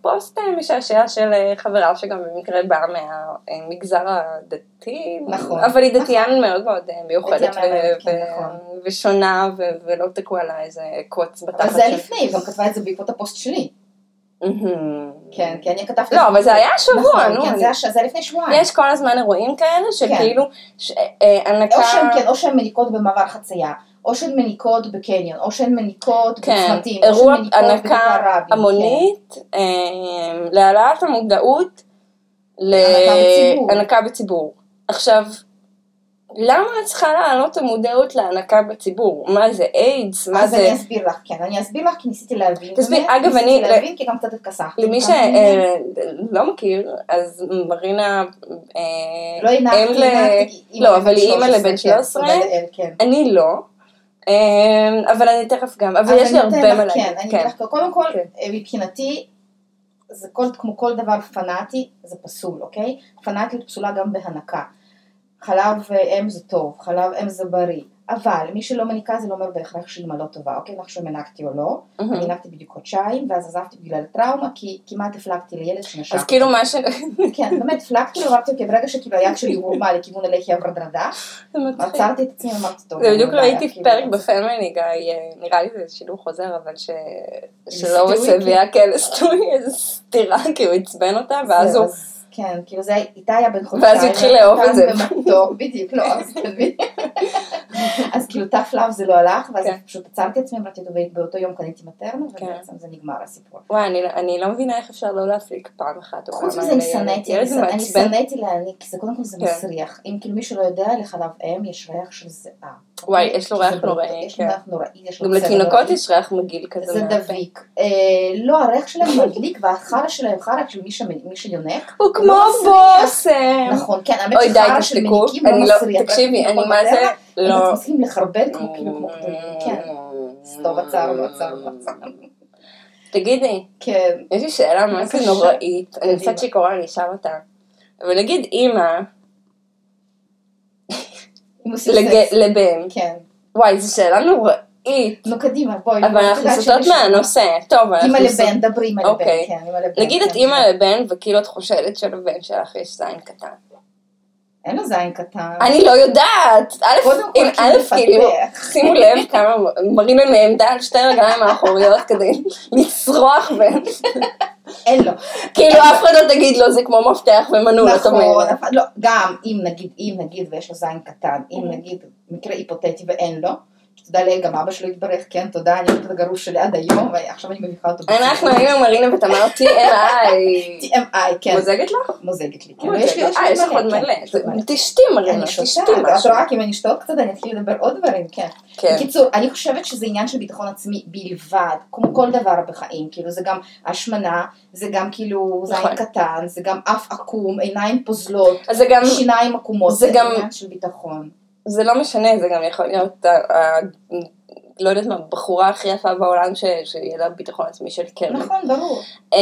[SPEAKER 3] פוסט אה, משעשע של אה, חברה שגם במקרה באה מהמגזר הדתי,
[SPEAKER 4] נכון.
[SPEAKER 3] אבל היא דתיין מאוד מאוד אה, מיוחדת
[SPEAKER 4] דתיין
[SPEAKER 3] ו-
[SPEAKER 4] מאוד, כן,
[SPEAKER 3] ו-
[SPEAKER 4] נכון.
[SPEAKER 3] ושונה ו- ולא תקוע לה איזה קוץ בתחת.
[SPEAKER 4] אבל זה היה
[SPEAKER 3] של-
[SPEAKER 4] לפני, היא גם כתבה את זה בעקבות הפוסט שלי.
[SPEAKER 3] מהמם.
[SPEAKER 4] כן, כי אני כתבתי...
[SPEAKER 3] לא, אבל זה היה השבוע,
[SPEAKER 4] נכון,
[SPEAKER 3] נו.
[SPEAKER 4] כן,
[SPEAKER 3] אני-
[SPEAKER 4] זה היה ש- זה היה לפני שבועיים.
[SPEAKER 3] יש כל הזמן אירועים כאלה
[SPEAKER 4] כן.
[SPEAKER 3] שכאילו, ש- אה, הנקה...
[SPEAKER 4] או שהן כן, או שהן מניקות במעבר חצייה, או שהן מניקות בקניון, או שהן מניקות
[SPEAKER 3] כן,
[SPEAKER 4] בצמתים, או
[SPEAKER 3] אירוע
[SPEAKER 4] שהן מניקות
[SPEAKER 3] הנקה
[SPEAKER 4] בכיכר רבין, כן.
[SPEAKER 3] המונית אה, להעלאת המודעות
[SPEAKER 4] בציבור.
[SPEAKER 3] להנקה בציבור. עכשיו, למה את צריכה להעלות את המודעות להנקה בציבור? מה זה איידס?
[SPEAKER 4] כן.
[SPEAKER 3] מה
[SPEAKER 4] אז
[SPEAKER 3] זה...
[SPEAKER 4] אני אסביר לך, כן, אני אסביר לך כי ניסיתי להבין.
[SPEAKER 3] תסביר,
[SPEAKER 4] באמת,
[SPEAKER 3] אגב, אני-
[SPEAKER 4] ניסיתי להבין כי גם קצת התכסחתי.
[SPEAKER 3] למי אה,
[SPEAKER 4] גם אני-
[SPEAKER 3] שלא מכיר, אז מרינה... אה,
[SPEAKER 4] לא
[SPEAKER 3] אם
[SPEAKER 4] הנחתי,
[SPEAKER 3] ל-
[SPEAKER 4] הנחתי, אימא
[SPEAKER 3] לא,
[SPEAKER 4] לבן
[SPEAKER 3] אבל היא אימא
[SPEAKER 4] 13,
[SPEAKER 3] לבן
[SPEAKER 4] כן,
[SPEAKER 3] 13.
[SPEAKER 4] תודה לאל, כן.
[SPEAKER 3] אני לא, אה, אבל אני תכף גם, אבל
[SPEAKER 4] אז
[SPEAKER 3] יש לי
[SPEAKER 4] אני אתן
[SPEAKER 3] הרבה
[SPEAKER 4] לך,
[SPEAKER 3] מה להגיד.
[SPEAKER 4] כן, אני
[SPEAKER 3] כן,
[SPEAKER 4] אגיד לך, קודם כל,
[SPEAKER 3] כן.
[SPEAKER 4] אה, מבחינתי, זה כל, כמו כל דבר פנאטי, זה פסול, אוקיי? פנאטיות פסולה גם בהנקה. חלב אה, אם זה טוב, חלב אם זה בריא, אבל מי שלא מניקה זה לא אומר בהכרח שאימא לא טובה, אוקיי? אני עכשיו מנקתי או לא,
[SPEAKER 3] מהמם.
[SPEAKER 4] אני מנקתי בדיוק חודשיים, ואז עזבתי בגלל הטראומה, כי כמעט הפלגתי לילד שנשק.
[SPEAKER 3] אז כאילו מה ש...
[SPEAKER 4] כן, באמת הפלגתי לו, אמרתי, אוקיי, ברגע שכאילו היד שלי הורמה לכיוון הלחי הברדרדה,
[SPEAKER 3] זה מצחיק.
[SPEAKER 4] עצרתי את עצמי, אמרתי, טוב.
[SPEAKER 3] זה
[SPEAKER 4] אין
[SPEAKER 3] בדיוק
[SPEAKER 4] בעיה",
[SPEAKER 3] ראיתי
[SPEAKER 4] כאילו,
[SPEAKER 3] פרק
[SPEAKER 4] אז-
[SPEAKER 3] בפמילי גיא, אה, נראה לי זה שידור חוזר, אבל ש- שלא
[SPEAKER 4] סטוי,
[SPEAKER 3] מסביע כן לסטוי איזה סטירה, כי הוא עצבן אותה, ואז
[SPEAKER 4] זהו,
[SPEAKER 3] הוא...
[SPEAKER 4] אז כן, כאילו זה היה- איתי היה בן חודשיים.
[SPEAKER 3] ואז הוא התחיל לאהוב את זה.
[SPEAKER 4] קטן ומתוק, בדיוק, לא, אז תבין. אז כאילו tough love זה לא הלך, ואז
[SPEAKER 3] כן.
[SPEAKER 4] פשוט עצרתי את עצמי, אמרתי, טוב, באותו יום קניתי מטרנה,
[SPEAKER 3] כן.
[SPEAKER 4] ובעצם זה נגמר הסיפור.
[SPEAKER 3] וואי, אני- אני לא מבינה איך אפשר לא להפליג פעם אחת. או
[SPEAKER 4] חוץ
[SPEAKER 3] פעמיים
[SPEAKER 4] מזה אני
[SPEAKER 3] לילד.
[SPEAKER 4] שנאתי,
[SPEAKER 3] ילד
[SPEAKER 4] אני
[SPEAKER 3] זה
[SPEAKER 4] שנ- אני
[SPEAKER 3] מעצבן.
[SPEAKER 4] שנאתי להעניק, כי זה קודם כל זה
[SPEAKER 3] כן.
[SPEAKER 4] מסריח. אם כאילו מישהו לא יודע, לחלב אם יש ריח של זיעה.
[SPEAKER 3] וואי,
[SPEAKER 4] אוקיי?
[SPEAKER 3] יש לו ריח
[SPEAKER 4] שזה בריאות,
[SPEAKER 3] נוראי,
[SPEAKER 4] יש לו
[SPEAKER 3] כן.
[SPEAKER 4] ריח נוראי, יש לו
[SPEAKER 3] גם
[SPEAKER 4] צבע
[SPEAKER 3] לתינוקות
[SPEAKER 4] נוראי.
[SPEAKER 3] יש ריח מגעיל כזה.
[SPEAKER 4] זה
[SPEAKER 3] מהפה.
[SPEAKER 4] דביק. אה, לא, הריח שלהם מדליק, והחרא שלהם חרא של מי שמ- מי שיונק.
[SPEAKER 3] הוא כמו בושם.
[SPEAKER 4] נכון, כן, האמת
[SPEAKER 3] אוי די,
[SPEAKER 4] שחרא של
[SPEAKER 3] תשתקו,
[SPEAKER 4] מניקים
[SPEAKER 3] אני
[SPEAKER 4] לא
[SPEAKER 3] לא,
[SPEAKER 4] מסריח.
[SPEAKER 3] תקשיבי,
[SPEAKER 4] רק
[SPEAKER 3] אני מה זה,
[SPEAKER 4] בדרך,
[SPEAKER 3] לא. Mm.
[SPEAKER 4] הם מצליחים לחרבן כמו כאילו כמו גדולים, כן. סתום עצר, לא עצר, לא עצר.
[SPEAKER 3] תגידי,
[SPEAKER 4] כן.
[SPEAKER 3] יש לי שאלה מה זה
[SPEAKER 4] בבקשה.
[SPEAKER 3] נוראית, אני
[SPEAKER 4] קדימה.
[SPEAKER 3] קצת שיכורה, אני אשאל אותה. אבל נגיד אימא
[SPEAKER 4] אם עושים
[SPEAKER 3] לג-
[SPEAKER 4] סקס.
[SPEAKER 3] לבן,
[SPEAKER 4] כן.
[SPEAKER 3] וואי, זו שאלה נוראית,
[SPEAKER 4] נו קדימה, בואי.
[SPEAKER 3] אבל
[SPEAKER 4] בואי,
[SPEAKER 3] אנחנו
[SPEAKER 4] תודה
[SPEAKER 3] סוטות
[SPEAKER 4] שנשמע.
[SPEAKER 3] מהנושא, טוב, אנחנו
[SPEAKER 4] אימא
[SPEAKER 3] סוט-
[SPEAKER 4] לבן, דברי אימא לבן,
[SPEAKER 3] אוקיי.
[SPEAKER 4] כן, אימא לבן.
[SPEAKER 3] נגיד את
[SPEAKER 4] כן,
[SPEAKER 3] אימא
[SPEAKER 4] כן.
[SPEAKER 3] לבן, וכאילו את חושדת שלבן שלך יש זין קטן.
[SPEAKER 4] אין לו זין קטן.
[SPEAKER 3] אני לא יודעת! א',
[SPEAKER 4] קודם כל,
[SPEAKER 3] אם-
[SPEAKER 4] כי הוא
[SPEAKER 3] א', כאילו,
[SPEAKER 4] מפתח.
[SPEAKER 3] שימו לב כמה מרינה נעמדה על שתי רגליים האחוריות כדי לצרוח בין.
[SPEAKER 4] אין לו.
[SPEAKER 3] כאילו אף אחד לא תגיד לו זה כמו מפתח ומנעול, את
[SPEAKER 4] נכון,
[SPEAKER 3] אומרת.
[SPEAKER 4] אבל לא, גם אם נגיד, אם נגיד ויש לו זין קטן, אם
[SPEAKER 3] אוקיי.
[SPEAKER 4] נגיד מקרה היפותטי ואין לו, תודה לאל, גם אבא שלו התברך, כן, תודה, אני אוהבת את הגרוש שלי עד היום, ועכשיו אני מביכה אותו.
[SPEAKER 3] אנחנו היינו מרינה ותמר TMI.
[SPEAKER 4] TMI, כן,
[SPEAKER 3] מוזגת לך?
[SPEAKER 4] מוזגת לי, כן,
[SPEAKER 3] מוזגת.
[SPEAKER 4] ויש לי- יש לי
[SPEAKER 3] אה, יש לך עוד
[SPEAKER 4] כן,
[SPEAKER 3] מלא.
[SPEAKER 4] יש לי מלא.
[SPEAKER 3] תשתי מרינה,
[SPEAKER 4] אני
[SPEAKER 3] תשתי
[SPEAKER 4] שותקת, את
[SPEAKER 3] משהו.
[SPEAKER 4] רואה, כי אם אני אשתוק קצת, אני אתחיל לדבר עוד דברים, כן.
[SPEAKER 3] כן.
[SPEAKER 4] בקיצור, אני חושבת שזה עניין של ביטחון עצמי בלבד, כמו כל דבר בחיים, כאילו זה גם השמנה, זה גם כאילו
[SPEAKER 3] נכון.
[SPEAKER 4] זין קטן, זה גם אף עקום, עיניים פוזלות,
[SPEAKER 3] אז זה גם,
[SPEAKER 4] שיניים עקומות,
[SPEAKER 3] זה
[SPEAKER 4] זה
[SPEAKER 3] גם-
[SPEAKER 4] עניין של ביטחון.
[SPEAKER 3] זה לא משנה, זה גם יכול להיות, ה- ה- לא יודעת מה, הבחורה הכי יפה בעולם ש- שיהיה לה ביטחון עצמי של קרן.
[SPEAKER 4] נכון, ברור.
[SPEAKER 3] אמ,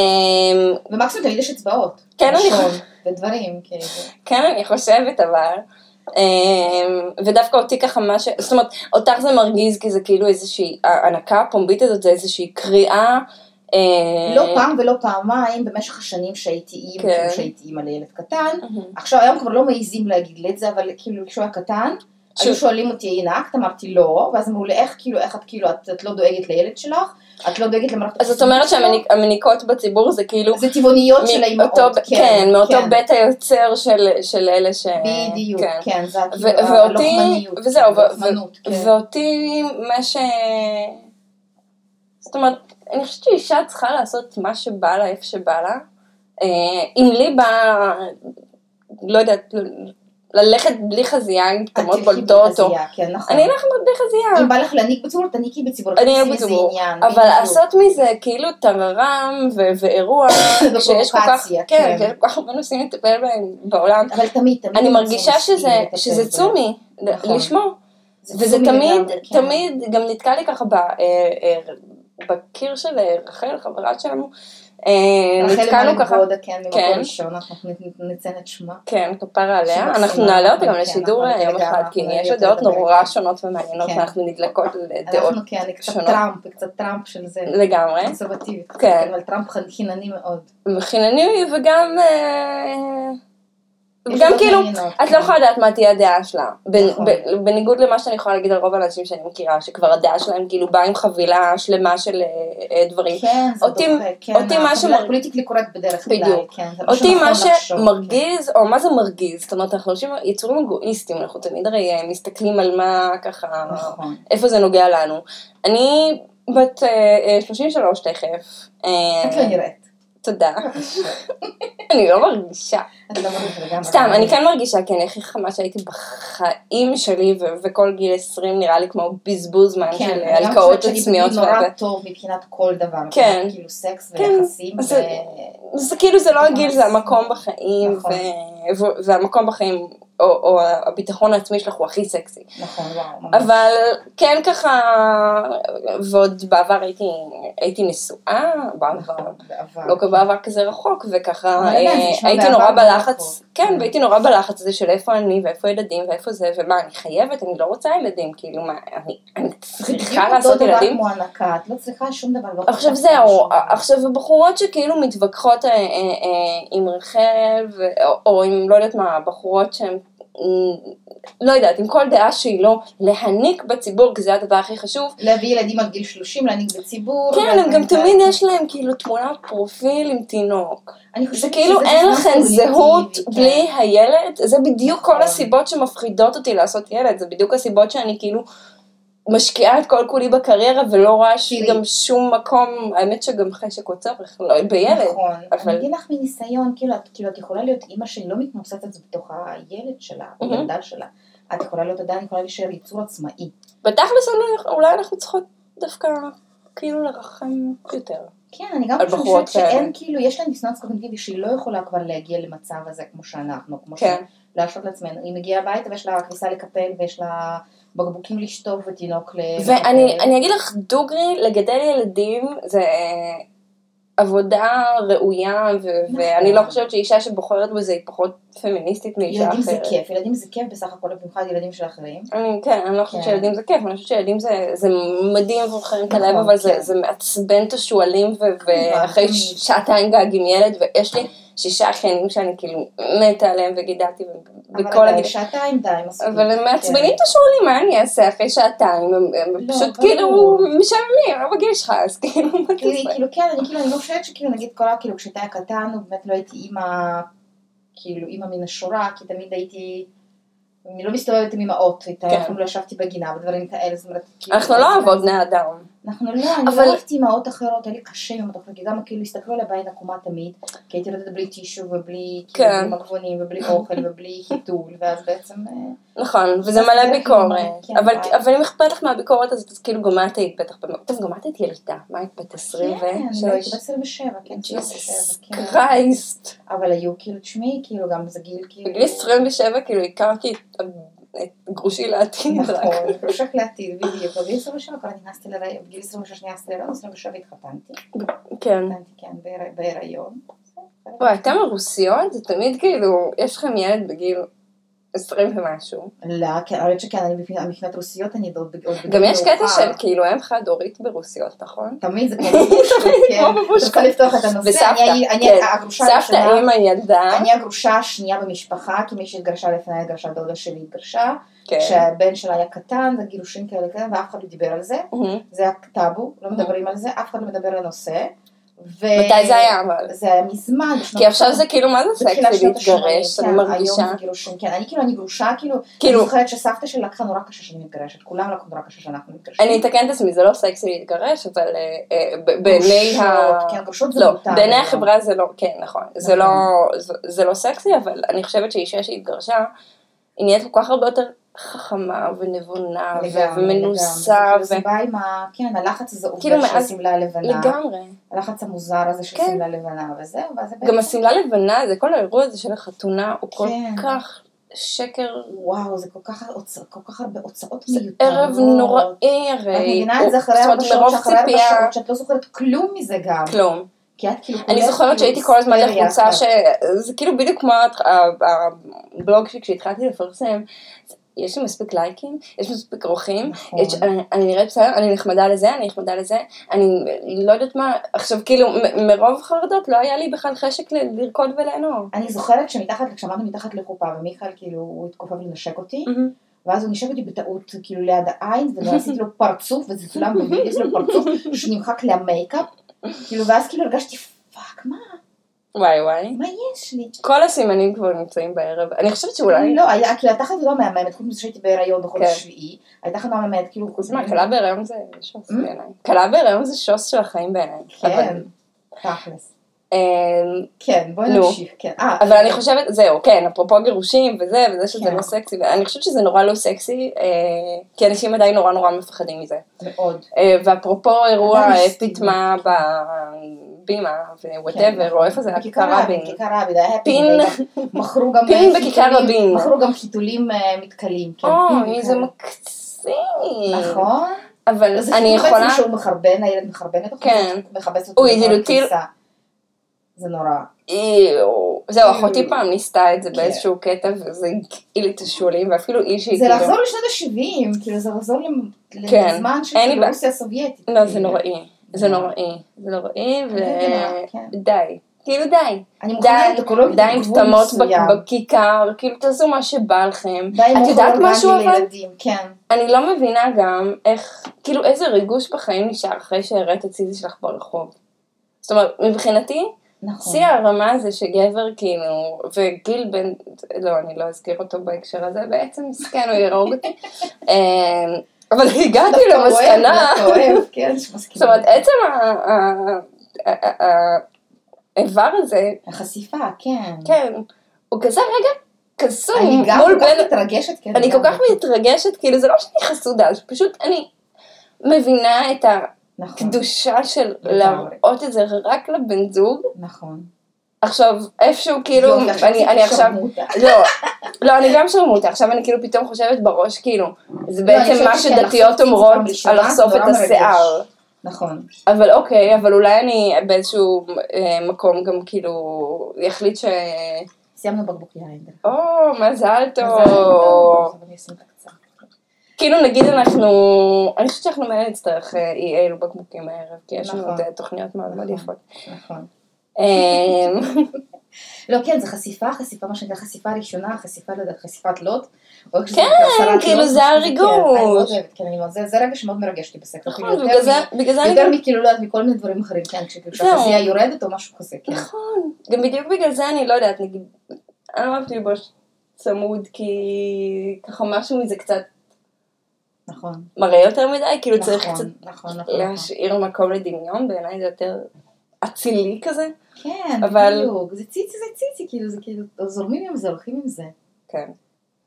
[SPEAKER 4] ומקסימום תמיד יש אצבעות.
[SPEAKER 3] כן, אני
[SPEAKER 4] לשון ודברים, כאילו.
[SPEAKER 3] כן, אני חושבת אבל. אמ, ודווקא אותי ככה מה ש... זאת אומרת, אותך זה מרגיז כי זה כאילו איזושהי... ההנקה הפומבית הזאת זה איזושהי קריאה. אמ,
[SPEAKER 4] לא פעם ולא פעמיים במשך השנים שהייתי אימא,
[SPEAKER 3] כן.
[SPEAKER 4] כאילו שהייתי אימא לילד קטן. עכשיו היום כבר לא מעיזים להגיד לי את זה, אבל כאילו כשהוא היה קטן, היו
[SPEAKER 3] שוב.
[SPEAKER 4] שואלים אותי, היא נהגת? אמרתי לא, ואז אמרו לי, איך כאילו, איך את כאילו, את- את לא דואגת לילד שלך? את לא דואגת למערכת...
[SPEAKER 3] אז זאת אומרת
[SPEAKER 4] החיסונית שלו?"
[SPEAKER 3] שהמניקות בציבור זה כאילו...
[SPEAKER 4] זה טבעוניות של
[SPEAKER 3] מאותו-
[SPEAKER 4] האימהות,
[SPEAKER 3] כן, מאותו בית היוצר של- של אלה ש...
[SPEAKER 4] בדיוק,
[SPEAKER 3] כן.
[SPEAKER 4] כן, זה
[SPEAKER 3] ו-
[SPEAKER 4] כאילו
[SPEAKER 3] ואותי-
[SPEAKER 4] הלוחמניות,
[SPEAKER 3] וזהו, ו-
[SPEAKER 4] הלוחמנות, כן.
[SPEAKER 3] ואותי מה ש... זאת אומרת, אני חושבת שאישה צריכה לעשות מה שבא לה, איפה שבא לה. אה, אם לי בא, לא יודעת, ל- ללכת בלי חזייה עם
[SPEAKER 4] את
[SPEAKER 3] פטמות
[SPEAKER 4] תלכי
[SPEAKER 3] בולטות, או...
[SPEAKER 4] בגזייה, כן, נכון.
[SPEAKER 3] אני אלך בלי
[SPEAKER 4] אם
[SPEAKER 3] חזייה,
[SPEAKER 4] בא לך להנהיג בציבור, תנהיגי בציבור.
[SPEAKER 3] אני אלך
[SPEAKER 4] תעשי איזה
[SPEAKER 3] בציבור.
[SPEAKER 4] עניין,
[SPEAKER 3] אבל
[SPEAKER 4] בדיוק.
[SPEAKER 3] לעשות מזה כאילו טררם ו- ואירוע, שיש כל כך,
[SPEAKER 4] ופרובוקציה,
[SPEAKER 3] כן,
[SPEAKER 4] כן. לא
[SPEAKER 3] שיש כל כך הרבה נושאים לטפל בהם בעולם.
[SPEAKER 4] אבל תמיד,
[SPEAKER 3] אני
[SPEAKER 4] תמיד. רוצים
[SPEAKER 3] מרגישה
[SPEAKER 4] נשים
[SPEAKER 3] שזה-
[SPEAKER 4] לטפל
[SPEAKER 3] שזה
[SPEAKER 4] בזה.
[SPEAKER 3] צומי,
[SPEAKER 4] נכון.
[SPEAKER 3] לשמו.
[SPEAKER 4] זה
[SPEAKER 3] וזה
[SPEAKER 4] צומי
[SPEAKER 3] תמיד,
[SPEAKER 4] לגמרי, כן.
[SPEAKER 3] תמיד, גם נתקע לי ככה ב, אה, אה, בקיר של אה, רחל, חברה שלנו, אה,
[SPEAKER 4] רחל
[SPEAKER 3] נתקענו ככה,
[SPEAKER 4] מלגודה, כן,
[SPEAKER 3] כן.
[SPEAKER 4] ממקור ראשון, אנחנו נ- נציין את שמה.
[SPEAKER 3] כן, כפרה עליה,
[SPEAKER 4] שמקסימה,
[SPEAKER 3] אנחנו נעלה אותה גם
[SPEAKER 4] כן,
[SPEAKER 3] לשידור אה,
[SPEAKER 4] אנחנו
[SPEAKER 3] יום
[SPEAKER 4] לגמרי,
[SPEAKER 3] אחד, כי
[SPEAKER 4] אנחנו
[SPEAKER 3] יש
[SPEAKER 4] יותר
[SPEAKER 3] לדעות
[SPEAKER 4] נדבר.
[SPEAKER 3] נורא שונות ומעניינות,
[SPEAKER 4] כן.
[SPEAKER 3] ואנחנו נדלקות לדעות
[SPEAKER 4] אנחנו, כן, אני קצת
[SPEAKER 3] שונות.
[SPEAKER 4] טראמפ, קצת טראמפ של זה.
[SPEAKER 3] לגמרי,
[SPEAKER 4] קונסרבטיבית.
[SPEAKER 3] כן.
[SPEAKER 4] כן. אבל טראמפ חנ- חינני מאוד.
[SPEAKER 3] וחינני וגם, אה,
[SPEAKER 4] יש
[SPEAKER 3] וגם
[SPEAKER 4] דעות
[SPEAKER 3] כאילו,
[SPEAKER 4] מעניינות,
[SPEAKER 3] את לא
[SPEAKER 4] כן.
[SPEAKER 3] יכולה לדעת מה תהיה הדעה שלה. בנ-
[SPEAKER 4] נכון.
[SPEAKER 3] ב- בניגוד למה שאני יכולה להגיד על רוב האנשים שאני מכירה, שכבר הדעה שלהם כאילו באה עם חבילה שלמה של אה, אה, דברים.
[SPEAKER 4] כן, זה
[SPEAKER 3] אותי-
[SPEAKER 4] דוחה, כן.
[SPEAKER 3] אותי מה
[SPEAKER 4] החבילה
[SPEAKER 3] שמר-
[SPEAKER 4] הפוליטיקלי קורקט בדרך כלל.
[SPEAKER 3] בדיוק.
[SPEAKER 4] כן, זה
[SPEAKER 3] אותי
[SPEAKER 4] שנכון
[SPEAKER 3] מה
[SPEAKER 4] לחשוב,
[SPEAKER 3] שמרגיז, או מה זה מרגיז, זאת אומרת, אנחנו אנשים יצורים אגואיסטים, אנחנו תמיד הרי אה, מסתכלים על מה ככה,
[SPEAKER 4] כן. נכון.
[SPEAKER 3] איפה זה נוגע לנו. אני בת אה, אה, 33 תכף, אה,
[SPEAKER 4] את לא נראית.
[SPEAKER 3] תודה, אני לא מרגישה.
[SPEAKER 4] את לא נראית לגמרי.
[SPEAKER 3] סתם, אני כן מרגישה, כי אני הכי חכמה שהייתי בחיים שלי, ו- וכל גיל 20 נראה לי כמו בזבוז זמן
[SPEAKER 4] כן,
[SPEAKER 3] של
[SPEAKER 4] אני גם
[SPEAKER 3] הלקאות
[SPEAKER 4] חושבת שאני
[SPEAKER 3] עצמיות.
[SPEAKER 4] בגיל נורא
[SPEAKER 3] ו-
[SPEAKER 4] טוב מבחינת כל דבר.
[SPEAKER 3] כן.
[SPEAKER 4] מבחינת כאילו סקס
[SPEAKER 3] כן,
[SPEAKER 4] ויחסים.
[SPEAKER 3] אז
[SPEAKER 4] ו-
[SPEAKER 3] זה- זה כאילו זה לא הגיל, זה
[SPEAKER 4] נכון.
[SPEAKER 3] המקום בחיים,
[SPEAKER 4] נכון.
[SPEAKER 3] ו- ו- והמקום בחיים, או, או הביטחון העצמי שלך הוא הכי סקסי.
[SPEAKER 4] נכון, וואו. ממש.
[SPEAKER 3] אבל כן ככה, ועוד בעבר הייתי, הייתי נשואה, בעבר,
[SPEAKER 4] נכון, בעבר.
[SPEAKER 3] לא כבעבר כזה רחוק, וככה
[SPEAKER 4] אבל אין, זה
[SPEAKER 3] אה,
[SPEAKER 4] נשמע
[SPEAKER 3] הייתי
[SPEAKER 4] בעבר
[SPEAKER 3] נורא
[SPEAKER 4] מאוד
[SPEAKER 3] בלחץ,
[SPEAKER 4] רחוק.
[SPEAKER 3] כן,
[SPEAKER 4] כן.
[SPEAKER 3] והייתי נורא בלחץ הזה של איפה אני ואיפה ילדים ואיפה זה, ומה, אני חייבת, אני לא רוצה ילדים, כאילו מה, אני- אני צריכה לעשות
[SPEAKER 4] בדיוק אותו דבר
[SPEAKER 3] ילדים?
[SPEAKER 4] כמו הנקה, את לא צריכה שום דבר. לא
[SPEAKER 3] עכשיו
[SPEAKER 4] צריכה
[SPEAKER 3] זהו,
[SPEAKER 4] שום דבר.
[SPEAKER 3] עכשיו הבחורות שכאילו מתווכחות אה, אה, אה, עם רחל, ו- או- או עם לא יודעת מה, הבחורות שהן, אה, לא יודעת, עם כל דעה שהיא לא להניק בציבור, כי זה הדבר הכי חשוב.
[SPEAKER 4] להביא ילדים עד גיל 30, להנהיג בציבור.
[SPEAKER 3] כן, הם
[SPEAKER 4] ואז
[SPEAKER 3] גם
[SPEAKER 4] אני-
[SPEAKER 3] תמיד יש להם כאילו תמונת פרופיל עם תינוק.
[SPEAKER 4] אני חושבת
[SPEAKER 3] זה כאילו
[SPEAKER 4] שזה
[SPEAKER 3] אין
[SPEAKER 4] זמן
[SPEAKER 3] לכם
[SPEAKER 4] קוגניטיבי,
[SPEAKER 3] זהות
[SPEAKER 4] כן.
[SPEAKER 3] בלי הילד, זה בדיוק כל
[SPEAKER 4] נכון.
[SPEAKER 3] הסיבות שמפחידות אותי לעשות ילד, זה בדיוק הסיבות שאני כאילו משקיעה את כל כולי בקריירה ולא רואה שהיא
[SPEAKER 4] תראי.
[SPEAKER 3] גם שום מקום, האמת שגם חשק או צורך, לא, בילד.
[SPEAKER 4] נכון,
[SPEAKER 3] אבל-
[SPEAKER 4] אני אגיד לך מניסיון, כאילו את, כאילו, את יכולה להיות אימא שלא מתמוססת בתוך הילד שלה, או
[SPEAKER 3] מהמם.
[SPEAKER 4] ילדה שלה. את יכולה להיות עדיין, יכולה להישאר יצור עצמאי.
[SPEAKER 3] בתכלס אני- אולי אנחנו צריכות דווקא כאילו לרחם יותר.
[SPEAKER 4] כן, אני גם
[SPEAKER 3] על
[SPEAKER 4] חושבת
[SPEAKER 3] בחורות כאלה.
[SPEAKER 4] שאין כאילו, יש לה דיסוננס קוגניטיבי שהיא לא יכולה כבר להגיע למצב הזה כמו שאנחנו, כמו
[SPEAKER 3] כן.
[SPEAKER 4] להרשות לעצמנו. היא מגיעה הביתה ויש לה כניסה לקפל ויש לה בקבוקים לשטוף ותינוק ל...
[SPEAKER 3] ואני
[SPEAKER 4] לקפל.
[SPEAKER 3] אני אגיד לך, דוגרי, לגדל ילדים זה אה, עבודה ראויה, ו- ואני לא חושבת שאישה שבוחרת בזה היא פחות פמיניסטית מאישה
[SPEAKER 4] נכון. ילדים זה
[SPEAKER 3] אחרת.
[SPEAKER 4] כיף, ילדים זה כיף בסך הכל, במיוחד ילדים של אחרים.
[SPEAKER 3] אני, כן, אני לא חושבת
[SPEAKER 4] כן.
[SPEAKER 3] שילדים זה כיף, אני חושבת שילדים זה, זה מדהים ובוחרים את הלב,
[SPEAKER 4] נכון,
[SPEAKER 3] אבל זה,
[SPEAKER 4] כן. נכון.
[SPEAKER 3] זה מעצבן את השועלים, ו-
[SPEAKER 4] כמובן,
[SPEAKER 3] ואחרי
[SPEAKER 4] תמיד.
[SPEAKER 3] ש- שעתיים גג עם ילד, ויש לי שישה אחיינים שאני כאילו מתה עליהם וגידלתי, ו-
[SPEAKER 4] אבל
[SPEAKER 3] וכל
[SPEAKER 4] אה,
[SPEAKER 3] הגידול.
[SPEAKER 4] שעתיים די מספיק.
[SPEAKER 3] אבל הם
[SPEAKER 4] כן.
[SPEAKER 3] מעצבנים את השועלים, מה אני אעשה אחרי שעתיים? הם- הם
[SPEAKER 4] לא,
[SPEAKER 3] פשוט
[SPEAKER 4] ברור.
[SPEAKER 3] כאילו משעממים, לא בגיל שלך, אז כאילו, מה אתה
[SPEAKER 4] כאילו,
[SPEAKER 3] עושה?
[SPEAKER 4] כאילו, כן, אני כאילו, אני לא חושבת שכאילו, נגיד, כל ה... כאילו, כשהייתה קטן, הוא באמת לא הייתי אימא, כאילו, אימא מן השורה, כי תמיד הייתי... אני לא מסתובבת עם אמהות, הייתה-
[SPEAKER 3] כן.
[SPEAKER 4] אף פעם לא ישבתי בגינה ודברים כאלה, זאת אומרת, כאילו,
[SPEAKER 3] אנחנו לא
[SPEAKER 4] אז-
[SPEAKER 3] אוהבות בני אדם.
[SPEAKER 4] אנחנו לא, אני
[SPEAKER 3] אבל-
[SPEAKER 4] לא הלכתי עם אמהות אחרות, היה לי קשה עם אמהות אחרות, כי גם כאילו הסתכלו עליי בעין עקומה תמיד, כי הייתי יולדת בלי טישו ובלי כאילו,
[SPEAKER 3] כן.
[SPEAKER 4] בלי מגבונים ובלי אוכל ובלי חיתול, ואז בעצם, אה,
[SPEAKER 3] נכון, וזה
[SPEAKER 4] אז זה
[SPEAKER 3] מלא
[SPEAKER 4] הכי
[SPEAKER 3] ביקורת.
[SPEAKER 4] נורא, כן,
[SPEAKER 3] אבל-
[SPEAKER 4] אבל-
[SPEAKER 3] אבל אם אכפת לך מהביקורת הזאת, אז כאילו גם את היית בטח, במ- טוב, גם את היית ילדה, מה היית בת
[SPEAKER 4] כן, אני הייתי בת
[SPEAKER 3] 26?
[SPEAKER 4] 27, כן, 27,
[SPEAKER 3] ג'יסוס
[SPEAKER 4] כן.
[SPEAKER 3] קרייסט.
[SPEAKER 4] אבל היו כאילו, תשמעי, כאילו גם זה גיל כאילו,
[SPEAKER 3] בגיל 27 כאילו הכרתי את- את גרושי לעתיד. רק.
[SPEAKER 4] נכון, המשך לעתיד, בדיוק. בגיל 27 כבר נכנסתי להיריון, בגיל 26 נכנסתי להיריון, 27 התחתנתי.
[SPEAKER 3] כן.
[SPEAKER 4] התחתנתי, כן, בהיר- בהיריון.
[SPEAKER 3] וואי, אתם הרוסיות? זה תמיד כאילו, יש לכם ילד בגיל 20 ומשהו.
[SPEAKER 4] לא, כן, האמת שכן, אני מבחינת- מבחינת רוסיות, אני עוד בגיל מאוחר.
[SPEAKER 3] גם יש קטע של כאילו אם חד-הורית ברוסיות, נכון?
[SPEAKER 4] תמיד זה כמו בבושקה, כן.
[SPEAKER 3] כמו בבושקה.
[SPEAKER 4] רוצה לפתוח את הנושא.
[SPEAKER 3] וסבתא,
[SPEAKER 4] אני- אני
[SPEAKER 3] כן.
[SPEAKER 4] הגרושה
[SPEAKER 3] סבתא
[SPEAKER 4] הראשונה.
[SPEAKER 3] עם הילדה,
[SPEAKER 4] אני הגרושה השנייה במשפחה, כי מי שהתגרשה לפניי התגרשה, דודה שלי התגרשה.
[SPEAKER 3] כן.
[SPEAKER 4] כשהבן שלה היה קטן, זה גירושים כאלה כאלה, ואף אחד לא דיבר על זה.
[SPEAKER 3] מהמם.
[SPEAKER 4] זה היה טאבו, לא מדברים על זה, אף אחד לא מדבר על הנושא. ו-
[SPEAKER 3] מתי זה היה אבל?
[SPEAKER 4] זה היה מזמן. בשנות
[SPEAKER 3] כי עכשיו זה
[SPEAKER 4] ה-
[SPEAKER 3] כאילו, מה זה
[SPEAKER 4] נכון. בתחילת
[SPEAKER 3] סקסי
[SPEAKER 4] שנות
[SPEAKER 3] להתגרש?
[SPEAKER 4] ה-שמונים,
[SPEAKER 3] אני
[SPEAKER 4] כן,
[SPEAKER 3] מרגישה.
[SPEAKER 4] היום זה גירושים, כן, אני כאילו, אני גרושה, כאילו,
[SPEAKER 3] כאילו-
[SPEAKER 4] אני זוכרת שסבתא שלי לקחה נורא קשה שאני מתגרשת, כולם לקחו נורא קשה שאנחנו מתגרשים.
[SPEAKER 3] אני אתקן את עצמי, זה לא סקסי להתגרש, אבל אה, אה, ב- בעיני
[SPEAKER 4] גרושות,
[SPEAKER 3] ה...
[SPEAKER 4] כן, גרושות זה
[SPEAKER 3] לא,
[SPEAKER 4] מותר.
[SPEAKER 3] בעיני
[SPEAKER 4] אבל-
[SPEAKER 3] החברה זה לא, כן, נכון. זה
[SPEAKER 4] נכון.
[SPEAKER 3] לא זה- זה לא סקסי, אבל אני חושבת שאישה שהתגרשה, היא נהיית כל כך הרבה יותר חכמה ונבונה
[SPEAKER 4] לגמרי,
[SPEAKER 3] ו-
[SPEAKER 4] לגמרי.
[SPEAKER 3] ומנוסה. ו-
[SPEAKER 4] זה כאילו, זה בא עם ה... כן, הלחץ הזה עובר
[SPEAKER 3] כאילו,
[SPEAKER 4] של
[SPEAKER 3] מאז-
[SPEAKER 4] שמלה לבנה.
[SPEAKER 3] לגמרי.
[SPEAKER 4] הלחץ המוזר הזה של
[SPEAKER 3] כן.
[SPEAKER 4] שמלה לבנה וזה, ואז זה
[SPEAKER 3] גם
[SPEAKER 4] בעצם-
[SPEAKER 3] השמלה לבנה, זה כל האירוע הזה של החתונה, הוא כל
[SPEAKER 4] כן.
[SPEAKER 3] כך שקר,
[SPEAKER 4] וואו, זה כל כך, הוצ- כל כך הרבה הוצאות
[SPEAKER 3] זה
[SPEAKER 4] מיותרות.
[SPEAKER 3] ערב נוראי
[SPEAKER 4] את
[SPEAKER 3] הרי.
[SPEAKER 4] מבינה
[SPEAKER 3] הוא-
[SPEAKER 4] את זה אחרי
[SPEAKER 3] זאת אומרת,
[SPEAKER 4] ארבע שעות,
[SPEAKER 3] מרוב
[SPEAKER 4] שאחרי ארבע
[SPEAKER 3] ציפייה-
[SPEAKER 4] שעות, שאת לא זוכרת כלום מזה גם.
[SPEAKER 3] כלום.
[SPEAKER 4] כי את כאילו...
[SPEAKER 3] אני
[SPEAKER 4] כולך
[SPEAKER 3] זוכרת
[SPEAKER 4] כאילו
[SPEAKER 3] שהייתי כל הזמן
[SPEAKER 4] היסטריה
[SPEAKER 3] לחוצה
[SPEAKER 4] אחת.
[SPEAKER 3] ש... זה כאילו בדיוק כמו הת- ה- ה- הבלוג שכשהתחלתי לפרסם, יש לי מספיק לייקים, יש מספיק אורחים,
[SPEAKER 4] נכון.
[SPEAKER 3] יש- אני- אני נראית בסדר, אני נחמדה לזה, אני נחמדה לזה, אני לא יודעת מה, עכשיו כאילו מ- מרוב חרדות לא היה לי בכלל חשק ל- לרקוד וליהנות.
[SPEAKER 4] אני זוכרת שמתחת, כשעמדנו מתחת לחופה, ומיכאל כאילו, הוא התכופף לנשק אותי, ואז הוא נשק אותי בטעות, כאילו ליד העין, ולא עשיתי לו פרצוף, וזה צולם בווידאו, עשיתי לו פרצוף, שנמחק לי המייקאפ, כאילו, ואז כאילו הרגשתי, פאק, מה,
[SPEAKER 3] וואי וואי.
[SPEAKER 4] מה יש לי?
[SPEAKER 3] כל הסימנים כבר נמצאים בערב, אני חושבת שאולי...
[SPEAKER 4] לא, היה, כאילו, הייתה חתונה מהממת, חוץ מזה שהייתי בהיריון בחודש
[SPEAKER 3] כן.
[SPEAKER 4] שביעי, הייתה חתונה מהממת, כאילו, חוץ
[SPEAKER 3] אז מה, כלה בהיריון זה שוס
[SPEAKER 4] Mm?
[SPEAKER 3] בעיניי. כלה בהיריון זה שוס של החיים בעיניי.
[SPEAKER 4] כן,
[SPEAKER 3] אבל-
[SPEAKER 4] תכלס.
[SPEAKER 3] אמ,
[SPEAKER 4] כן, בואי
[SPEAKER 3] נו.
[SPEAKER 4] נמשיך, כן. אה,
[SPEAKER 3] אבל אני חושבת, זהו, כן, אפרופו גירושים וזה, וזה שזה
[SPEAKER 4] כן.
[SPEAKER 3] לא סקסי, ואני חושבת שזה נורא לא סקסי, אה, כי אנשים עדיין נורא נורא מפחדים מזה.
[SPEAKER 4] מאוד.
[SPEAKER 3] אה, ואפרופו אירוע
[SPEAKER 4] עדיין
[SPEAKER 3] אה,
[SPEAKER 4] יש סטיגמה.
[SPEAKER 3] פיטמה בבימה, ווואטאבר, או איפה זה, היה?
[SPEAKER 4] כן. בכיכר
[SPEAKER 3] כיכר רבין.
[SPEAKER 4] כיכר רבין, כן, היה
[SPEAKER 3] פין.
[SPEAKER 4] פין, מכרו גם
[SPEAKER 3] פין
[SPEAKER 4] חיתולים-
[SPEAKER 3] בכיכר רבין.
[SPEAKER 4] מכרו גם חיתולים אה, מתכלים, כן, פין
[SPEAKER 3] אוי, זה
[SPEAKER 4] בכיכר-
[SPEAKER 3] מקסים.
[SPEAKER 4] נכון.
[SPEAKER 3] אבל
[SPEAKER 4] אז זה
[SPEAKER 3] אני
[SPEAKER 4] חיתול
[SPEAKER 3] יכולה...
[SPEAKER 4] בעצם שהוא מחרבן, הילד מחרבן אותו,
[SPEAKER 3] כן.
[SPEAKER 4] מכבס אותו
[SPEAKER 3] הוא
[SPEAKER 4] בזמן
[SPEAKER 3] ידידותי-
[SPEAKER 4] הכניסה. זה נורא.
[SPEAKER 3] איו. זהו,
[SPEAKER 4] איו.
[SPEAKER 3] אחותי פעם ניסתה את זה
[SPEAKER 4] כאילו- כן.
[SPEAKER 3] באיזשהו קטע, וזה הגעיל לי את השולים, ואפילו היא שהיא...
[SPEAKER 4] זה
[SPEAKER 3] כאילו-
[SPEAKER 4] לחזור לשנות ה-70, כאילו זה לחזור למ-
[SPEAKER 3] כן.
[SPEAKER 4] לזמן של
[SPEAKER 3] אין לי
[SPEAKER 4] כאילו
[SPEAKER 3] בעיה.
[SPEAKER 4] רוסיה הסובייטית.
[SPEAKER 3] לא, זה
[SPEAKER 4] כאילו.
[SPEAKER 3] נוראי. זה נוראי. זה נוראי, ו...
[SPEAKER 4] זה נורא, כן.
[SPEAKER 3] די. כאילו די.
[SPEAKER 4] אני מוכנה
[SPEAKER 3] אה, די,
[SPEAKER 4] לדקולוגית
[SPEAKER 3] די עם סתמות בק- בכיכר, כאילו תעשו מה שבא לכם.
[SPEAKER 4] די עם
[SPEAKER 3] את יודעת
[SPEAKER 4] אוכל
[SPEAKER 3] משהו
[SPEAKER 4] אורגני
[SPEAKER 3] אבל?
[SPEAKER 4] לילדים, כן.
[SPEAKER 3] אני לא מבינה גם איך, כאילו איזה ריגוש בחיים נשאר אחרי שהראית את ציזי שלך ברחוב. זאת אומרת, מבחינתי,
[SPEAKER 4] נכון.
[SPEAKER 3] שיא הרמה זה שגבר כאילו, וגיל בן, לא, אני לא אזכיר אותו בהקשר הזה, בעצם מסכן, הוא יהרוג אותי. אמ, אבל הגעתי
[SPEAKER 4] דווקא אוהב,
[SPEAKER 3] למסקנה.
[SPEAKER 4] דווקא אוהב, כן, שמסכימה.
[SPEAKER 3] לא זאת אומרת, עצם ה- ה- ה- ה- האיבר הזה,
[SPEAKER 4] החשיפה, כן.
[SPEAKER 3] כן, הוא כזה רגע
[SPEAKER 4] אני
[SPEAKER 3] קסום
[SPEAKER 4] גם
[SPEAKER 3] מול
[SPEAKER 4] כל כך
[SPEAKER 3] בן...
[SPEAKER 4] מתרגשת, כן.
[SPEAKER 3] אני כל
[SPEAKER 4] גם.
[SPEAKER 3] כך מתרגשת, כאילו זה לא שאני חסודה, זה פשוט אני מבינה את ה...
[SPEAKER 4] נכון,
[SPEAKER 3] קדושה של
[SPEAKER 4] לגמרי.
[SPEAKER 3] להראות את זה רק לבן זוג.
[SPEAKER 4] נכון.
[SPEAKER 3] עכשיו, איפשהו, כאילו,
[SPEAKER 4] יופי, עכשיו
[SPEAKER 3] אני- אני
[SPEAKER 4] עשיתי
[SPEAKER 3] עכשיו...
[SPEAKER 4] שרמוטה.
[SPEAKER 3] לא, לא, אני גם שרמוטה, עכשיו אני כאילו פתאום חושבת בראש, כאילו, זה
[SPEAKER 4] לא, אני
[SPEAKER 3] בעצם מה
[SPEAKER 4] חושבת
[SPEAKER 3] שדתיות
[SPEAKER 4] שלחשוף
[SPEAKER 3] אומרות
[SPEAKER 4] את זה פעם
[SPEAKER 3] על
[SPEAKER 4] ראשונה,
[SPEAKER 3] לחשוף
[SPEAKER 4] זה
[SPEAKER 3] את
[SPEAKER 4] נורא מרגש.
[SPEAKER 3] השיער.
[SPEAKER 4] נכון.
[SPEAKER 3] אבל אוקיי, אבל אולי אני באיזשהו אה, מקום גם כאילו יחליט ש...
[SPEAKER 4] סיימנו בקבוק יין. דרך
[SPEAKER 3] או, מזל
[SPEAKER 4] אגב.
[SPEAKER 3] טוב.
[SPEAKER 4] מזל טוב, אבל אני אשים את הקצר.
[SPEAKER 3] כאילו נגיד אנחנו, אני חושבת שאנחנו באמת נצטרך אה, אי אילו בקבוקים הערב, כי יש לנו
[SPEAKER 4] נכון.
[SPEAKER 3] עוד אה, תוכניות מאוד מאוד
[SPEAKER 4] נכון.
[SPEAKER 3] יפות.
[SPEAKER 4] נכון.
[SPEAKER 3] אמ,
[SPEAKER 4] לא, כן, זה חשיפה, חשיפה, מה שנקרא חשיפה ראשונה, חשיפה, לא יודעת, חשיפת לוט. או איך שזה
[SPEAKER 3] כן,
[SPEAKER 4] נקרא, הסרת
[SPEAKER 3] כאילו,
[SPEAKER 4] לוט,
[SPEAKER 3] זה
[SPEAKER 4] משהו
[SPEAKER 3] הריגוש.
[SPEAKER 4] כזה, כן, אני מאוד אוהבת, כן, אני מאוד- זה זה רגע שמאוד מרגש אותי בסקס.
[SPEAKER 3] נכון,
[SPEAKER 4] אפילו יותר
[SPEAKER 3] ובגלל זה,
[SPEAKER 4] מ-
[SPEAKER 3] בגלל זה אני
[SPEAKER 4] יותר
[SPEAKER 3] גם...
[SPEAKER 4] מכאילו, לא יודעת, מכל מיני דברים אחרים, כן, כשכאילו
[SPEAKER 3] זהו.
[SPEAKER 4] כשהחזייה יורדת או משהו כזה, כן.
[SPEAKER 3] נכון, גם בדיוק בגלל זה אני לא יודעת, נגיד, אני לא אוהבת ללבוש צמוד, כי ככה משהו מזה קצת
[SPEAKER 4] נכון.
[SPEAKER 3] מראה יותר מדי, כאילו צריך
[SPEAKER 4] נכון,
[SPEAKER 3] קצת
[SPEAKER 4] נכון, נכון. נכון.
[SPEAKER 3] להשאיר מקום לדמיון, בעיניי זה יותר אצילי כזה.
[SPEAKER 4] כן,
[SPEAKER 3] אבל-
[SPEAKER 4] בדיוק, זה ציצי, זה ציצי, כאילו, זה כאילו, זורמים עם זה, הולכים עם זה.
[SPEAKER 3] כן.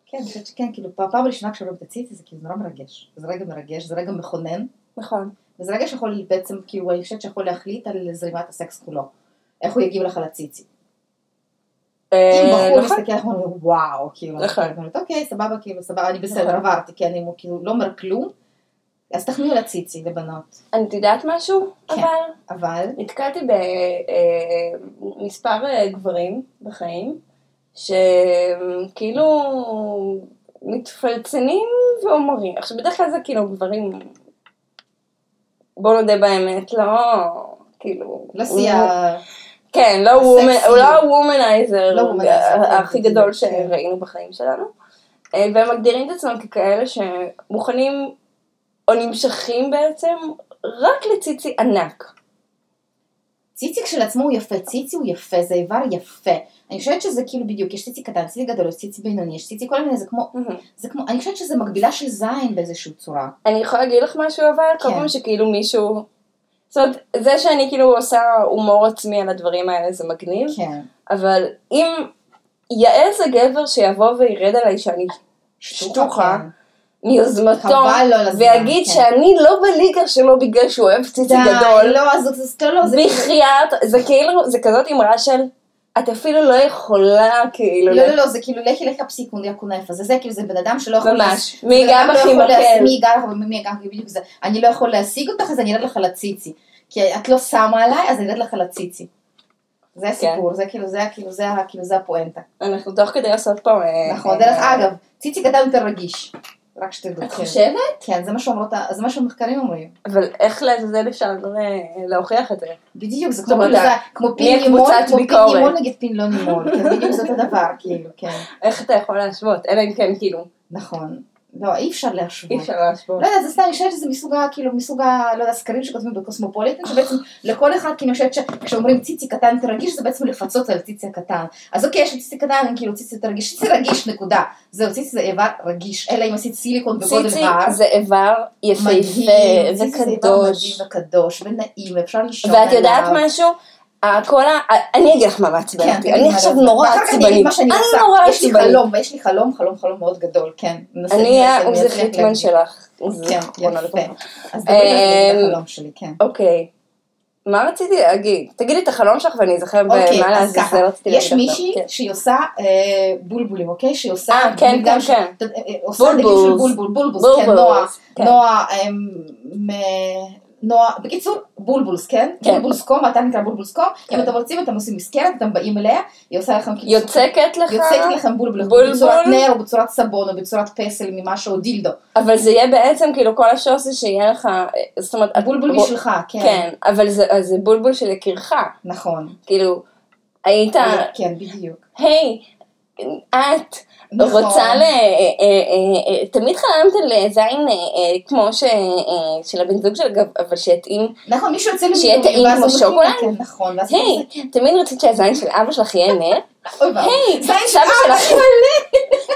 [SPEAKER 4] כן, אני חושבת שכן, כאילו, פעם פעם ראשונה כשרואים את הציצי זה כאילו נורא מרגש. זה רגע מרגש, זה רגע מכונן,
[SPEAKER 3] נכון.
[SPEAKER 4] וזה רגע שיכול בעצם, כאילו, אני חושבת שיכול להחליט על זרימת הסקס כולו. איך הוא יגיב לך לציצי. אם
[SPEAKER 3] אה,
[SPEAKER 4] בחור
[SPEAKER 3] נכון.
[SPEAKER 4] מסתכל עליך ואומר, וואו, כאילו, אני
[SPEAKER 3] נכון.
[SPEAKER 4] אומרת, אוקיי, סבבה, כאילו, סבבה, אני בסדר,
[SPEAKER 3] נכון.
[SPEAKER 4] עברתי, כי אני כאילו לא אומר כלום, אז תחמיאו לציצי, לבנות.
[SPEAKER 3] את יודעת משהו?
[SPEAKER 4] כן.
[SPEAKER 3] אבל
[SPEAKER 4] אבל,
[SPEAKER 3] נתקלתי במספר אה, גברים בחיים, שכאילו מתפלצנים ואומרים, עכשיו בדרך כלל זה כאילו גברים, בוא נודה באמת, לא, כאילו,
[SPEAKER 4] לא סייע,
[SPEAKER 3] כן, לא
[SPEAKER 4] הסקסי.
[SPEAKER 3] וומן- הוא לא הוומנייזר
[SPEAKER 4] לא הוומנייזר, כן,
[SPEAKER 3] הכי
[SPEAKER 4] כן,
[SPEAKER 3] גדול
[SPEAKER 4] כן.
[SPEAKER 3] שראינו בחיים שלנו, אה, והם מגדירים את עצמם ככאלה שמוכנים או נמשכים בעצם רק לציצי ענק.
[SPEAKER 4] ציצי כשלעצמו הוא יפה, ציצי הוא יפה, זה איבר יפה. אני חושבת שזה כאילו בדיוק, יש ציצי קטן, ציצי גדול, יש ציצי בינוני, יש ציצי כל מיני, זה כמו
[SPEAKER 3] מהמם.
[SPEAKER 4] זה כמו, אני חושבת שזה מקבילה של זין באיזושהי צורה.
[SPEAKER 3] אני יכולה להגיד לך משהו אבל? כל
[SPEAKER 4] כן.
[SPEAKER 3] פעם שכאילו מישהו... זאת אומרת, זה שאני כאילו עושה הומור עצמי על הדברים האלה זה מגניב,
[SPEAKER 4] כן.
[SPEAKER 3] אבל אם יעז הגבר שיבוא וירד עליי שאני שטוחה
[SPEAKER 4] כן.
[SPEAKER 3] מיוזמתו,
[SPEAKER 4] חבל לו על הזמן,
[SPEAKER 3] ויגיד
[SPEAKER 4] כן.
[SPEAKER 3] שאני לא בליגה שלו בגלל שהוא אוהב ציצי גדול,
[SPEAKER 4] לא, אז זה סתם לא, זה
[SPEAKER 3] בחייאת, זה כאילו, זה כזאת אמרה של, את אפילו לא יכולה כאילו,
[SPEAKER 4] לא, לא, לא, זה כאילו לכי לך פסיקון יקון אפס, זה זה כאילו זה בן אדם שלא יכול,
[SPEAKER 3] ממש,
[SPEAKER 4] בן
[SPEAKER 3] מי גם
[SPEAKER 4] אדם לא
[SPEAKER 3] הכי
[SPEAKER 4] יכול להס-
[SPEAKER 3] מקל,
[SPEAKER 4] מי יגע לך ומי יגע לך, בדיוק זה, אני לא יכול להשיג אותך אז אני ארד לך לציצי, כי את לא שמה עליי אז אני ארד לך לציצי. זה
[SPEAKER 3] כן.
[SPEAKER 4] הסיפור, זה כאילו, זה כאילו, זה ה- כאילו, זה הפואנטה.
[SPEAKER 3] אנחנו תוך כדי עושות פה, אה,
[SPEAKER 4] נכון, דרך אגב, ציצי קטן יותר רגיש, רק שתדעו.
[SPEAKER 3] את
[SPEAKER 4] כן.
[SPEAKER 3] חושבת?
[SPEAKER 4] כן, זה מה שאומרות, ה- זה מה שהמחקרים אומרים.
[SPEAKER 3] אבל איך לעזאזל אפשר אה, להוכיח את זה?
[SPEAKER 4] בדיוק, זה
[SPEAKER 3] זאת
[SPEAKER 4] כמו
[SPEAKER 3] אומרת,
[SPEAKER 4] כזה, כמו
[SPEAKER 3] מי
[SPEAKER 4] פין
[SPEAKER 3] הקבוצת
[SPEAKER 4] לימון, כמו פין
[SPEAKER 3] ביקורת?
[SPEAKER 4] לימון נגד פין לא לימון, כן, בדיוק זה אותו דבר, כאילו, כן,
[SPEAKER 3] איך אתה יכול להשוות? אלא אם כן, כאילו,
[SPEAKER 4] נכון. לא, אי אפשר להשוות.
[SPEAKER 3] אי אפשר להשוות.
[SPEAKER 4] לא יודעת, זה סתם, אני חושבת שזה מסוג ה... כאילו, מסוג ה... לא יודע, סקרים שכותבים בקוסמופוליטן, שבעצם לכל אחד, כאילו, אני חושבת שכשאומרים ציצי קטן תרגיש, זה בעצם לפצות על ציצי הקטן. אז אוקיי, יש לי ציצי קטן, כאילו, ציצי תרגיש, ציצי רגיש, נקודה. זהו, ציצי זה איבר רגיש, אלא אם עשית סיליקון בגודל
[SPEAKER 3] ציצי
[SPEAKER 4] בר.
[SPEAKER 3] זה איבר יפהפה
[SPEAKER 4] מדהים, ציצי זה איבר מדהים
[SPEAKER 3] וקדוש.
[SPEAKER 4] וקדוש ונעים, אפשר לישון
[SPEAKER 3] ואת יודעת
[SPEAKER 4] עליו.
[SPEAKER 3] משהו? הכל ה... אני אגיד לך מה מעצבן
[SPEAKER 4] כן,
[SPEAKER 3] אותי. אני עכשיו נורא
[SPEAKER 4] ואחר כך אני אגיד
[SPEAKER 3] עצבנית.
[SPEAKER 4] מה שאני
[SPEAKER 3] אני
[SPEAKER 4] עושה.
[SPEAKER 3] נורא
[SPEAKER 4] יש לי
[SPEAKER 3] עצבנית.
[SPEAKER 4] חלום, ויש לי חלום, חלום, חלום מאוד גדול, כן. ננסה-
[SPEAKER 3] אני
[SPEAKER 4] ננסה, אני
[SPEAKER 3] האוגזר
[SPEAKER 4] אצליח
[SPEAKER 3] חיטמן
[SPEAKER 4] להגיד.
[SPEAKER 3] שלך.
[SPEAKER 4] כן,
[SPEAKER 3] זיכרונו לברכה.
[SPEAKER 4] יפה. אז דברי על
[SPEAKER 3] אמ,
[SPEAKER 4] זה, החלום שלי, כן.
[SPEAKER 3] אוקיי. מה רציתי להגיד? תגידי את החלום שלך ואני אזכר
[SPEAKER 4] אוקיי,
[SPEAKER 3] במה
[SPEAKER 4] אז ככה,
[SPEAKER 3] לעזאזל לא רציתי להגיד
[SPEAKER 4] יש
[SPEAKER 3] עכשיו.
[SPEAKER 4] מישהי
[SPEAKER 3] כן.
[SPEAKER 4] שהיא עושה אה, בולבולים, אוקיי? שהיא עושה...
[SPEAKER 3] אה, כן,
[SPEAKER 4] בולבול
[SPEAKER 3] כן,
[SPEAKER 4] ש-
[SPEAKER 3] כן.
[SPEAKER 4] ת- אה, אה, עושה דגים
[SPEAKER 3] בולבולס.
[SPEAKER 4] של בולבול, בולבוס, כן,
[SPEAKER 3] בולבול.
[SPEAKER 4] נועה.
[SPEAKER 3] כן.
[SPEAKER 4] נועה, אמ, מ- נועה, בקיצור, בולבולס, כן?
[SPEAKER 3] כן.
[SPEAKER 4] בולבולס קום, אתה נקרא בולבולס קום.
[SPEAKER 3] כן.
[SPEAKER 4] אם אתם רוצים, אתם עושים מסגרת, אתם באים אליה, היא עושה לכם כאילו...
[SPEAKER 3] יוצקת לך,
[SPEAKER 4] יוצאת לכם בולבול,
[SPEAKER 3] בולבול.
[SPEAKER 4] בצורת נר או בצורת סבון או בצורת פסל ממשהו, או דילדו.
[SPEAKER 3] אבל זה יהיה בעצם כאילו כל השור זה שיהיה לך, אה, זאת אומרת, את-
[SPEAKER 4] בולבול
[SPEAKER 3] בוא-
[SPEAKER 4] משלך, כן.
[SPEAKER 3] כן, אבל זה, אז זה בולבול של יקירך,
[SPEAKER 4] נכון.
[SPEAKER 3] כאילו, היית,
[SPEAKER 4] כן, בדיוק.
[SPEAKER 3] היי, את
[SPEAKER 4] נכון.
[SPEAKER 3] רוצה ל... אה, אה, אה, אה, תמיד חלמת על זין אה, אה, כמו ש... אה, של הבן זוג של הגב, אבל שיתאים,
[SPEAKER 4] נכון, מישהו יוצא
[SPEAKER 3] שיהיה טעים
[SPEAKER 4] למילואים, ואז
[SPEAKER 3] כמו
[SPEAKER 4] הוא
[SPEAKER 3] שוקולד?
[SPEAKER 4] מחליט, כן, נכון, ואז הוא
[SPEAKER 3] היי,
[SPEAKER 4] עושה-
[SPEAKER 3] תמיד רצית שהזין של אבא שלך יהיה נר,
[SPEAKER 4] אוי ואבוי.
[SPEAKER 3] היי,
[SPEAKER 4] זין של
[SPEAKER 3] סבא שלך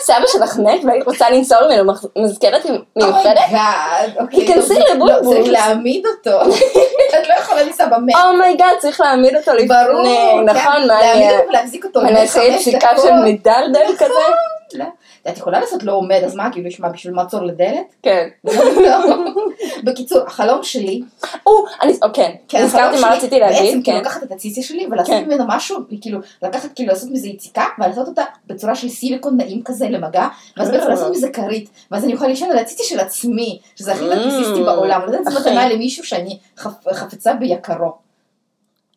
[SPEAKER 3] סבא שלך מת והיית רוצה לנסוע ממנו מח- מזכרת
[SPEAKER 4] Oh
[SPEAKER 3] מיוחדת?
[SPEAKER 4] אומייגאד, אוקיי.
[SPEAKER 3] תיכנסי
[SPEAKER 4] לא,
[SPEAKER 3] לבולבול.
[SPEAKER 4] לא, צריך להעמיד אותו. את לא יכולה לנסוע במאה.
[SPEAKER 3] אומייגאד, Oh צריך להעמיד אותו לפני,
[SPEAKER 4] ברור.
[SPEAKER 3] נכון,
[SPEAKER 4] כן,
[SPEAKER 3] מה אני...
[SPEAKER 4] להעמיד אותו ולהחזיק אותו. נכון.
[SPEAKER 3] מה נעשה
[SPEAKER 4] בחמש
[SPEAKER 3] פסיקה
[SPEAKER 4] דקות.
[SPEAKER 3] של מדלדל כזה?
[SPEAKER 4] לא. את יכולה לעשות לא עומד, אז מה, כאילו, יש מה, בשביל מעצור לדלת?
[SPEAKER 3] כן.
[SPEAKER 4] לא. בקיצור, החלום שלי,
[SPEAKER 3] או, אני, או, כן,
[SPEAKER 4] כן,
[SPEAKER 3] נזכרתי
[SPEAKER 4] החלום
[SPEAKER 3] מה
[SPEAKER 4] שלי,
[SPEAKER 3] רציתי להגיד,
[SPEAKER 4] בעצם כאילו
[SPEAKER 3] כן.
[SPEAKER 4] לקחת את הציצי שלי ולעשות
[SPEAKER 3] כן.
[SPEAKER 4] ממנו משהו, כאילו לקחת כאילו לעשות מזה יציקה ולעשות אותה בצורה של סיליקון נעים כזה למגע, ואז בעצם
[SPEAKER 3] אה.
[SPEAKER 4] לעשות מזה כרית, ואז אני אוכל לישון על הציצי של עצמי, שזה הכי
[SPEAKER 3] Mm,
[SPEAKER 4] נרקסיסטי בעולם, לדעת את זה
[SPEAKER 3] אכן.
[SPEAKER 4] מתנה למישהו שאני חפ- חפצה ביקרו.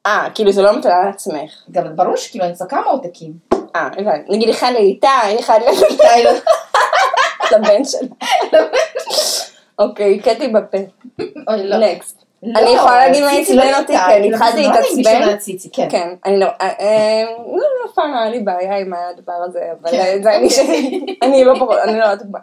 [SPEAKER 3] אה, כאילו זה לא מטלה על עצמך.
[SPEAKER 4] גם ברור שכאילו אני צריכה כמה עותקים.
[SPEAKER 3] אה, הבנתי. נגיד אחד לאיתי, אחד
[SPEAKER 4] די, לא-
[SPEAKER 3] לבן שלה. אוקיי, קטי בפה.
[SPEAKER 4] אוי, לא.
[SPEAKER 3] נקסט.
[SPEAKER 4] לא,
[SPEAKER 3] אני יכולה להגיד מה
[SPEAKER 4] הציצי לא
[SPEAKER 3] עצבן אותי,
[SPEAKER 4] הייתה,
[SPEAKER 3] כן,
[SPEAKER 4] כאילו,
[SPEAKER 3] התחלתי
[SPEAKER 4] זה נורא נעים לישון
[SPEAKER 3] להתעצבן.
[SPEAKER 4] על הציצי, כן.
[SPEAKER 3] כן, אני לא, אה, אה, לא, לא, אף פעם לא היה לי בעיה עם הדבר הזה, אבל
[SPEAKER 4] כן,
[SPEAKER 3] אה, זה אני ש... אני לא פחות, אני לא הדוגמה.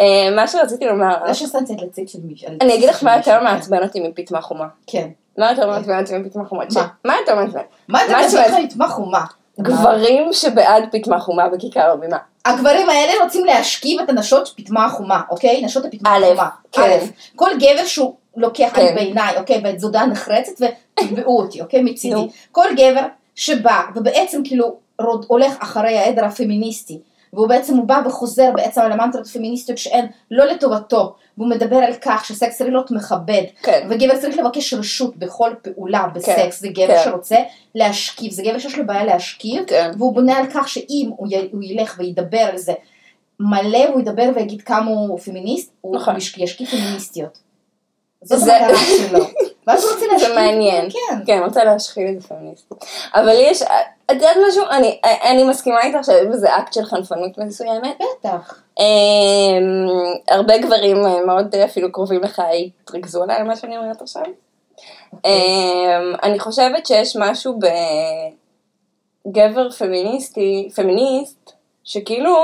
[SPEAKER 3] אה, מה שרציתי לומר,
[SPEAKER 4] לא ששמתי את לציצי של מישהו. על
[SPEAKER 3] אני אגיד לך
[SPEAKER 4] הציצי
[SPEAKER 3] מה
[SPEAKER 4] של
[SPEAKER 3] יותר
[SPEAKER 4] מישהו,
[SPEAKER 3] מעצבן אותי מפיטמה חומה.
[SPEAKER 4] כן.
[SPEAKER 3] מה יותר מעצבן אותי מפיטמה חומה? ש-
[SPEAKER 4] מה?
[SPEAKER 3] מה יותר מעצבן?
[SPEAKER 4] מה אתה
[SPEAKER 3] מה
[SPEAKER 4] מבין
[SPEAKER 3] שואל?
[SPEAKER 4] לך לתמוך חומה?
[SPEAKER 3] גברים שבעד פיטמה חומה בכיכר הבימה.
[SPEAKER 4] הגברים האלה רוצים להשכיב את הנשות פטמה החומה, אוקיי? נשות הפטמה
[SPEAKER 3] א',
[SPEAKER 4] החומה.
[SPEAKER 3] כן.
[SPEAKER 4] א', כל גבר שהוא לוקח
[SPEAKER 3] כן.
[SPEAKER 4] על בעיניי, אוקיי? ואת זודה נחרצת ותתבעו אותי, אוקיי?
[SPEAKER 3] נו.
[SPEAKER 4] מצידי. כל גבר שבא ובעצם כאילו רוד, הולך אחרי העדר הפמיניסטי, והוא בעצם הוא בא וחוזר בעצם על המנטרות הפמיניסטיות שהן לא לטובתו, והוא מדבר על כך שסקס צריך להיות מכבד,
[SPEAKER 3] כן.
[SPEAKER 4] וגבר צריך לבקש רשות בכל פעולה
[SPEAKER 3] כן,
[SPEAKER 4] בסקס, זה גבר
[SPEAKER 3] כן.
[SPEAKER 4] שרוצה להשכיב, זה גבר שיש לו בעיה להשכיב,
[SPEAKER 3] כן.
[SPEAKER 4] והוא בונה על כך שאם הוא, י... הוא ילך וידבר על זה מלא, הוא ידבר ויגיד כמה הוא פמיניסט, הוא
[SPEAKER 3] נכון.
[SPEAKER 4] מש- ישקיף פמיניסטיות. זאת
[SPEAKER 3] זה-
[SPEAKER 4] המטרה שלו. ואז הוא רוצה להשקיף.
[SPEAKER 3] מעניין.
[SPEAKER 4] כן.
[SPEAKER 3] כן, רוצה להשחיל את הפמיניסט. אבל לי יש, את יודעת משהו? אני, אני מסכימה איתך שיש בזה אקט של חנפנות מסוימת.
[SPEAKER 4] בטח.
[SPEAKER 3] אמ, הרבה גברים אה, מאוד אה, אפילו קרובים לך התרכזו עליי על מה שאני אומרת עכשיו.
[SPEAKER 4] אוקיי.
[SPEAKER 3] אמ, אני חושבת שיש משהו בגבר פמיניסטי, פמיניסט, שכאילו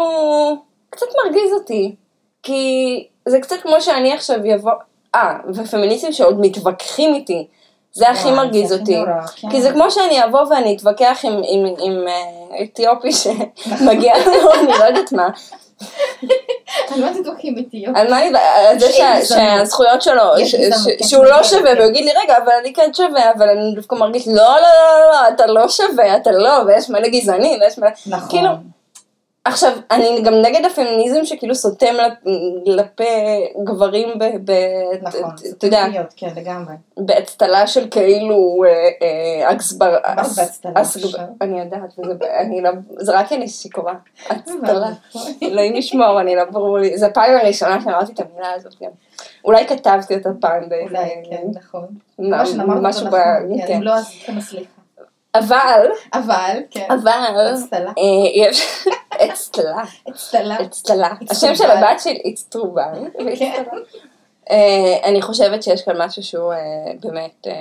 [SPEAKER 3] קצת מרגיז אותי. כי זה קצת כמו שאני עכשיו יבוא, אה, ופמיניסטים שעוד מתווכחים איתי. זה הכי
[SPEAKER 4] וואי, זה
[SPEAKER 3] מרגיז
[SPEAKER 4] הכי
[SPEAKER 3] אותי.
[SPEAKER 4] נורא, כן.
[SPEAKER 3] כי זה כמו שאני אבוא ואני אתווכח עם, עם, עם אה, אתיופי שמגיע לו, אני לא יודעת מה.
[SPEAKER 4] על מה תתווכחים איתי?
[SPEAKER 3] על מה אני, על זה
[SPEAKER 4] יש
[SPEAKER 3] שה-
[SPEAKER 4] גזענות.
[SPEAKER 3] שהזכויות שלו,
[SPEAKER 4] יש
[SPEAKER 3] ש-
[SPEAKER 4] גזענות,
[SPEAKER 3] ש-
[SPEAKER 4] כן,
[SPEAKER 3] שהוא לא
[SPEAKER 4] כן,
[SPEAKER 3] שווה,
[SPEAKER 4] כן.
[SPEAKER 3] והוא יגיד לי, רגע, אבל אני כן שווה, אבל אני דווקא מרגיש, לא, לא, לא, לא, לא, אתה לא שווה, אתה לא, ויש מלא גזענים, ויש מלא,
[SPEAKER 4] נכון.
[SPEAKER 3] כאילו, עכשיו, אני גם נגד הפמיניזם שכאילו סותם לפ- לפה גברים ב... ב-
[SPEAKER 4] נכון.
[SPEAKER 3] ת- אתה יודע,
[SPEAKER 4] פטריות, כן, לגמרי.
[SPEAKER 3] באצטלה של כאילו אה, אה, אקסבר...
[SPEAKER 4] מה זה באצטלה
[SPEAKER 3] אס-
[SPEAKER 4] עכשיו?
[SPEAKER 3] אני יודעת, וזה ב- אני לא... זה רק כי אני שיכורה.
[SPEAKER 4] אה,
[SPEAKER 3] אצטלה.
[SPEAKER 4] נכון.
[SPEAKER 3] אלוהים ישמור, אני לא ברור לי. זו הפעם הראשונה שאמרתי את המילה הזאת גם. אולי כתבתי אותה פעם באיזה...
[SPEAKER 4] אולי, כן, נכון.
[SPEAKER 3] מה-
[SPEAKER 4] מה שנאמרת
[SPEAKER 3] משהו
[SPEAKER 4] נכון.
[SPEAKER 3] ב...
[SPEAKER 4] כן,
[SPEAKER 3] כן.
[SPEAKER 4] אם לא, אז כמה סליחה.
[SPEAKER 3] אבל,
[SPEAKER 4] אבל, כן.
[SPEAKER 3] אבל,
[SPEAKER 4] אצטלה.
[SPEAKER 3] אה, יש... אצטלה.
[SPEAKER 4] אצטלה.
[SPEAKER 3] אצטלה.
[SPEAKER 4] אצטרובל.
[SPEAKER 3] השם של הבת שלי, אצטרובל.
[SPEAKER 4] כן.
[SPEAKER 3] אה, אני חושבת שיש כאן משהו שהוא אה, באמת אה,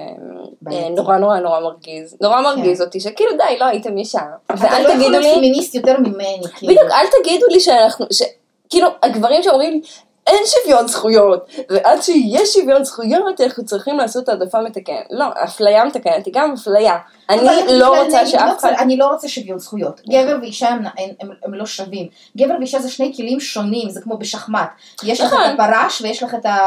[SPEAKER 4] בעייתי.
[SPEAKER 3] אה, נורא נורא נורא מרגיז. נורא מרגיז אותי, שכאילו די, לא הייתם ישר.
[SPEAKER 4] אתה
[SPEAKER 3] ואל
[SPEAKER 4] לא יכול
[SPEAKER 3] תגידו
[SPEAKER 4] להיות
[SPEAKER 3] לי,
[SPEAKER 4] פמיניסט יותר ממני. כאילו.
[SPEAKER 3] בדיוק, אל תגידו לי שאנחנו, ש- כאילו, הגברים שאומרים לי, אין שוויון זכויות, ועד שיהיה שוויון זכויות אנחנו צריכים לעשות העדפה מתקנת. לא, אפליה מתקנת היא גם אפליה. אני
[SPEAKER 4] אבל אני
[SPEAKER 3] לא
[SPEAKER 4] בכלל
[SPEAKER 3] רוצה
[SPEAKER 4] נגד, לא
[SPEAKER 3] שאף אחד... נכון.
[SPEAKER 4] צריך- אני לא רוצה שוויון זכויות. גבר ואישה הם, הם, הם, הם לא שווים. גבר ואישה זה שני כלים שונים, זה כמו בשחמט. יש לך
[SPEAKER 3] נכון.
[SPEAKER 4] את הפרש ויש לך את ה...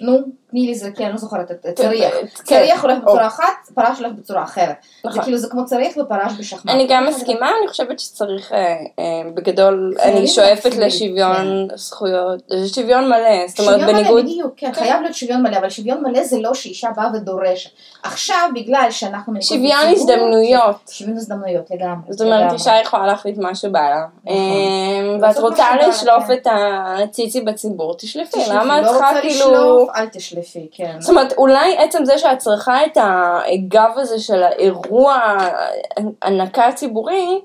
[SPEAKER 4] נו, תני לי זה, כן, אני לא זוכרת, את צריח.
[SPEAKER 3] כן.
[SPEAKER 4] צריח הולך
[SPEAKER 3] או-
[SPEAKER 4] בצורה אחת, פרש הולך בצורה אחרת. זה
[SPEAKER 3] נכון.
[SPEAKER 4] כאילו, זה כמו צריח ופרש בשחמט.
[SPEAKER 3] אני גם מסכימה, אני חושבת שצריך, אה, אה, בגדול,
[SPEAKER 4] חייבים
[SPEAKER 3] אני שואפת
[SPEAKER 4] להפריד,
[SPEAKER 3] לשוויון זכויות, אה, שוויון מלא, זאת
[SPEAKER 4] כן. שוויון
[SPEAKER 3] אומרת,
[SPEAKER 4] מלא,
[SPEAKER 3] בניגוד,
[SPEAKER 4] בדיוק, כן,
[SPEAKER 3] כן.
[SPEAKER 4] חייב להיות שוויון מלא, אבל שוויון מלא זה לא שאישה באה ודורשת. עכשיו, בגלל שאנחנו... מנהיגות
[SPEAKER 3] שוויון
[SPEAKER 4] בציבור,
[SPEAKER 3] הזדמנויות.
[SPEAKER 4] שוויון הזדמנויות, לגמרי.
[SPEAKER 3] זאת אומרת,
[SPEAKER 4] לגמרי.
[SPEAKER 3] אישה יכולה להחליט מה שבא לה,
[SPEAKER 4] נכון.
[SPEAKER 3] אה, ואת
[SPEAKER 4] לעשות מה
[SPEAKER 3] רוצה
[SPEAKER 4] שבא לה,
[SPEAKER 3] לשלוף
[SPEAKER 4] כן.
[SPEAKER 3] את הציצי בציבור, תשלפי,
[SPEAKER 4] תשלפי,
[SPEAKER 3] למה את
[SPEAKER 4] לא
[SPEAKER 3] צריכה
[SPEAKER 4] רוצה
[SPEAKER 3] כאילו...
[SPEAKER 4] לשלוף, אל תשלפי, כן.
[SPEAKER 3] זאת אומרת, אולי עצם זה שאת צריכה את הגב הזה של האירוע, הנקה הציבורי,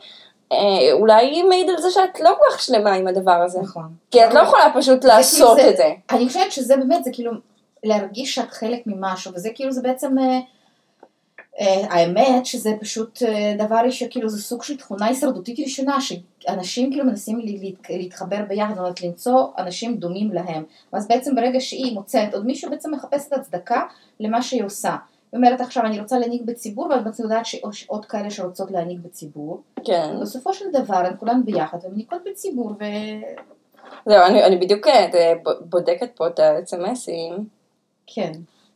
[SPEAKER 3] אה, אולי מעיד על זה שאת לא כל כך שלמה עם הדבר הזה.
[SPEAKER 4] נכון.
[SPEAKER 3] כי את לא יכולה פשוט לעשות
[SPEAKER 4] זה-
[SPEAKER 3] את זה.
[SPEAKER 4] אני חושבת שזה באמת, זה כאילו להרגיש שאת חלק ממשהו, וזה כאילו זה בעצם, אה, אה, האמת שזה פשוט אה, דבר ראשון, כאילו זה סוג של תכונה הישרדותית ראשונה, שאנשים כאילו מנסים לה- להת- להתחבר ביחד, זאת אומרת למצוא אנשים דומים להם. ואז בעצם ברגע שהיא מוצאת עוד מישהו, בעצם מחפשת הצדקה למה שהיא עושה. היא אומרת עכשיו אני רוצה להנהיג בציבור, ואת בעצם יודעת שיש עוד כאלה שרוצות להנהיג בציבור.
[SPEAKER 3] כן.
[SPEAKER 4] בסופו של דבר הן כולן ביחד, והן מנהיגות בציבור, וכן.
[SPEAKER 3] זהו, אני, אני בדיוק אה, ב- בודקת פה את ה-SMSים.
[SPEAKER 4] כן.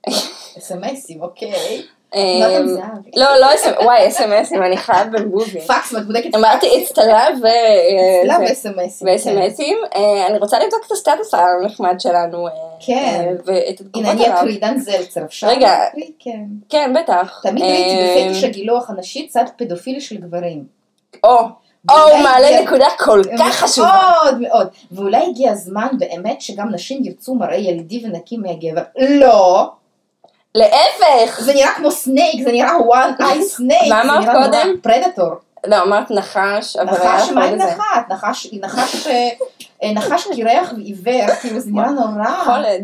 [SPEAKER 4] אס.אם.אסים, אוקיי. תמונת
[SPEAKER 3] אמ,
[SPEAKER 4] המזהב.
[SPEAKER 3] לא, לא אס.אם.אס, וואי, אס.אם.אסים, אני חייב בגוגל.
[SPEAKER 4] פקס, ואת בודקת
[SPEAKER 3] אמרתי אצטלה ו...
[SPEAKER 4] אצטלה
[SPEAKER 3] זה-
[SPEAKER 4] וסמסים.
[SPEAKER 3] וסמסים. אה, אני רוצה לבדוק את הסטטוס הנחמד שלנו. אה,
[SPEAKER 4] כן.
[SPEAKER 3] אה, ואת
[SPEAKER 4] הנה,
[SPEAKER 3] התגובות
[SPEAKER 4] אני
[SPEAKER 3] עליו.
[SPEAKER 4] אקריא, עידן זלצר, אפשר
[SPEAKER 3] רגע.
[SPEAKER 4] להקריא? כן.
[SPEAKER 3] כן, בטח.
[SPEAKER 4] תמיד
[SPEAKER 3] אה,
[SPEAKER 4] ראיתי בפטיש הגילוח הנשי צד פדופילי של גברים.
[SPEAKER 3] או, או, הוא
[SPEAKER 4] ואולי
[SPEAKER 3] מעלה
[SPEAKER 4] הגיע-
[SPEAKER 3] נקודה כל
[SPEAKER 4] אה,
[SPEAKER 3] כך
[SPEAKER 4] נכון.
[SPEAKER 3] חשובה.
[SPEAKER 4] מאוד מאוד. ואולי הגיע הזמן באמת שגם נשים ירצו מראה ילדי ונקי מהגבר. לא.
[SPEAKER 3] להפך!
[SPEAKER 4] זה נראה כמו סנייק, זה נראה one eye snake.
[SPEAKER 3] מה אמרת קודם?
[SPEAKER 4] פרדטור.
[SPEAKER 3] לא, אמרת נחש, אבל היה
[SPEAKER 4] נחש,
[SPEAKER 3] לך
[SPEAKER 4] מה
[SPEAKER 3] עוד
[SPEAKER 4] עם
[SPEAKER 3] איזה.
[SPEAKER 4] נחת? נחש, נחש, אה, נחש קירח ועיוור, כאילו זה נראה נורא.
[SPEAKER 3] חולד.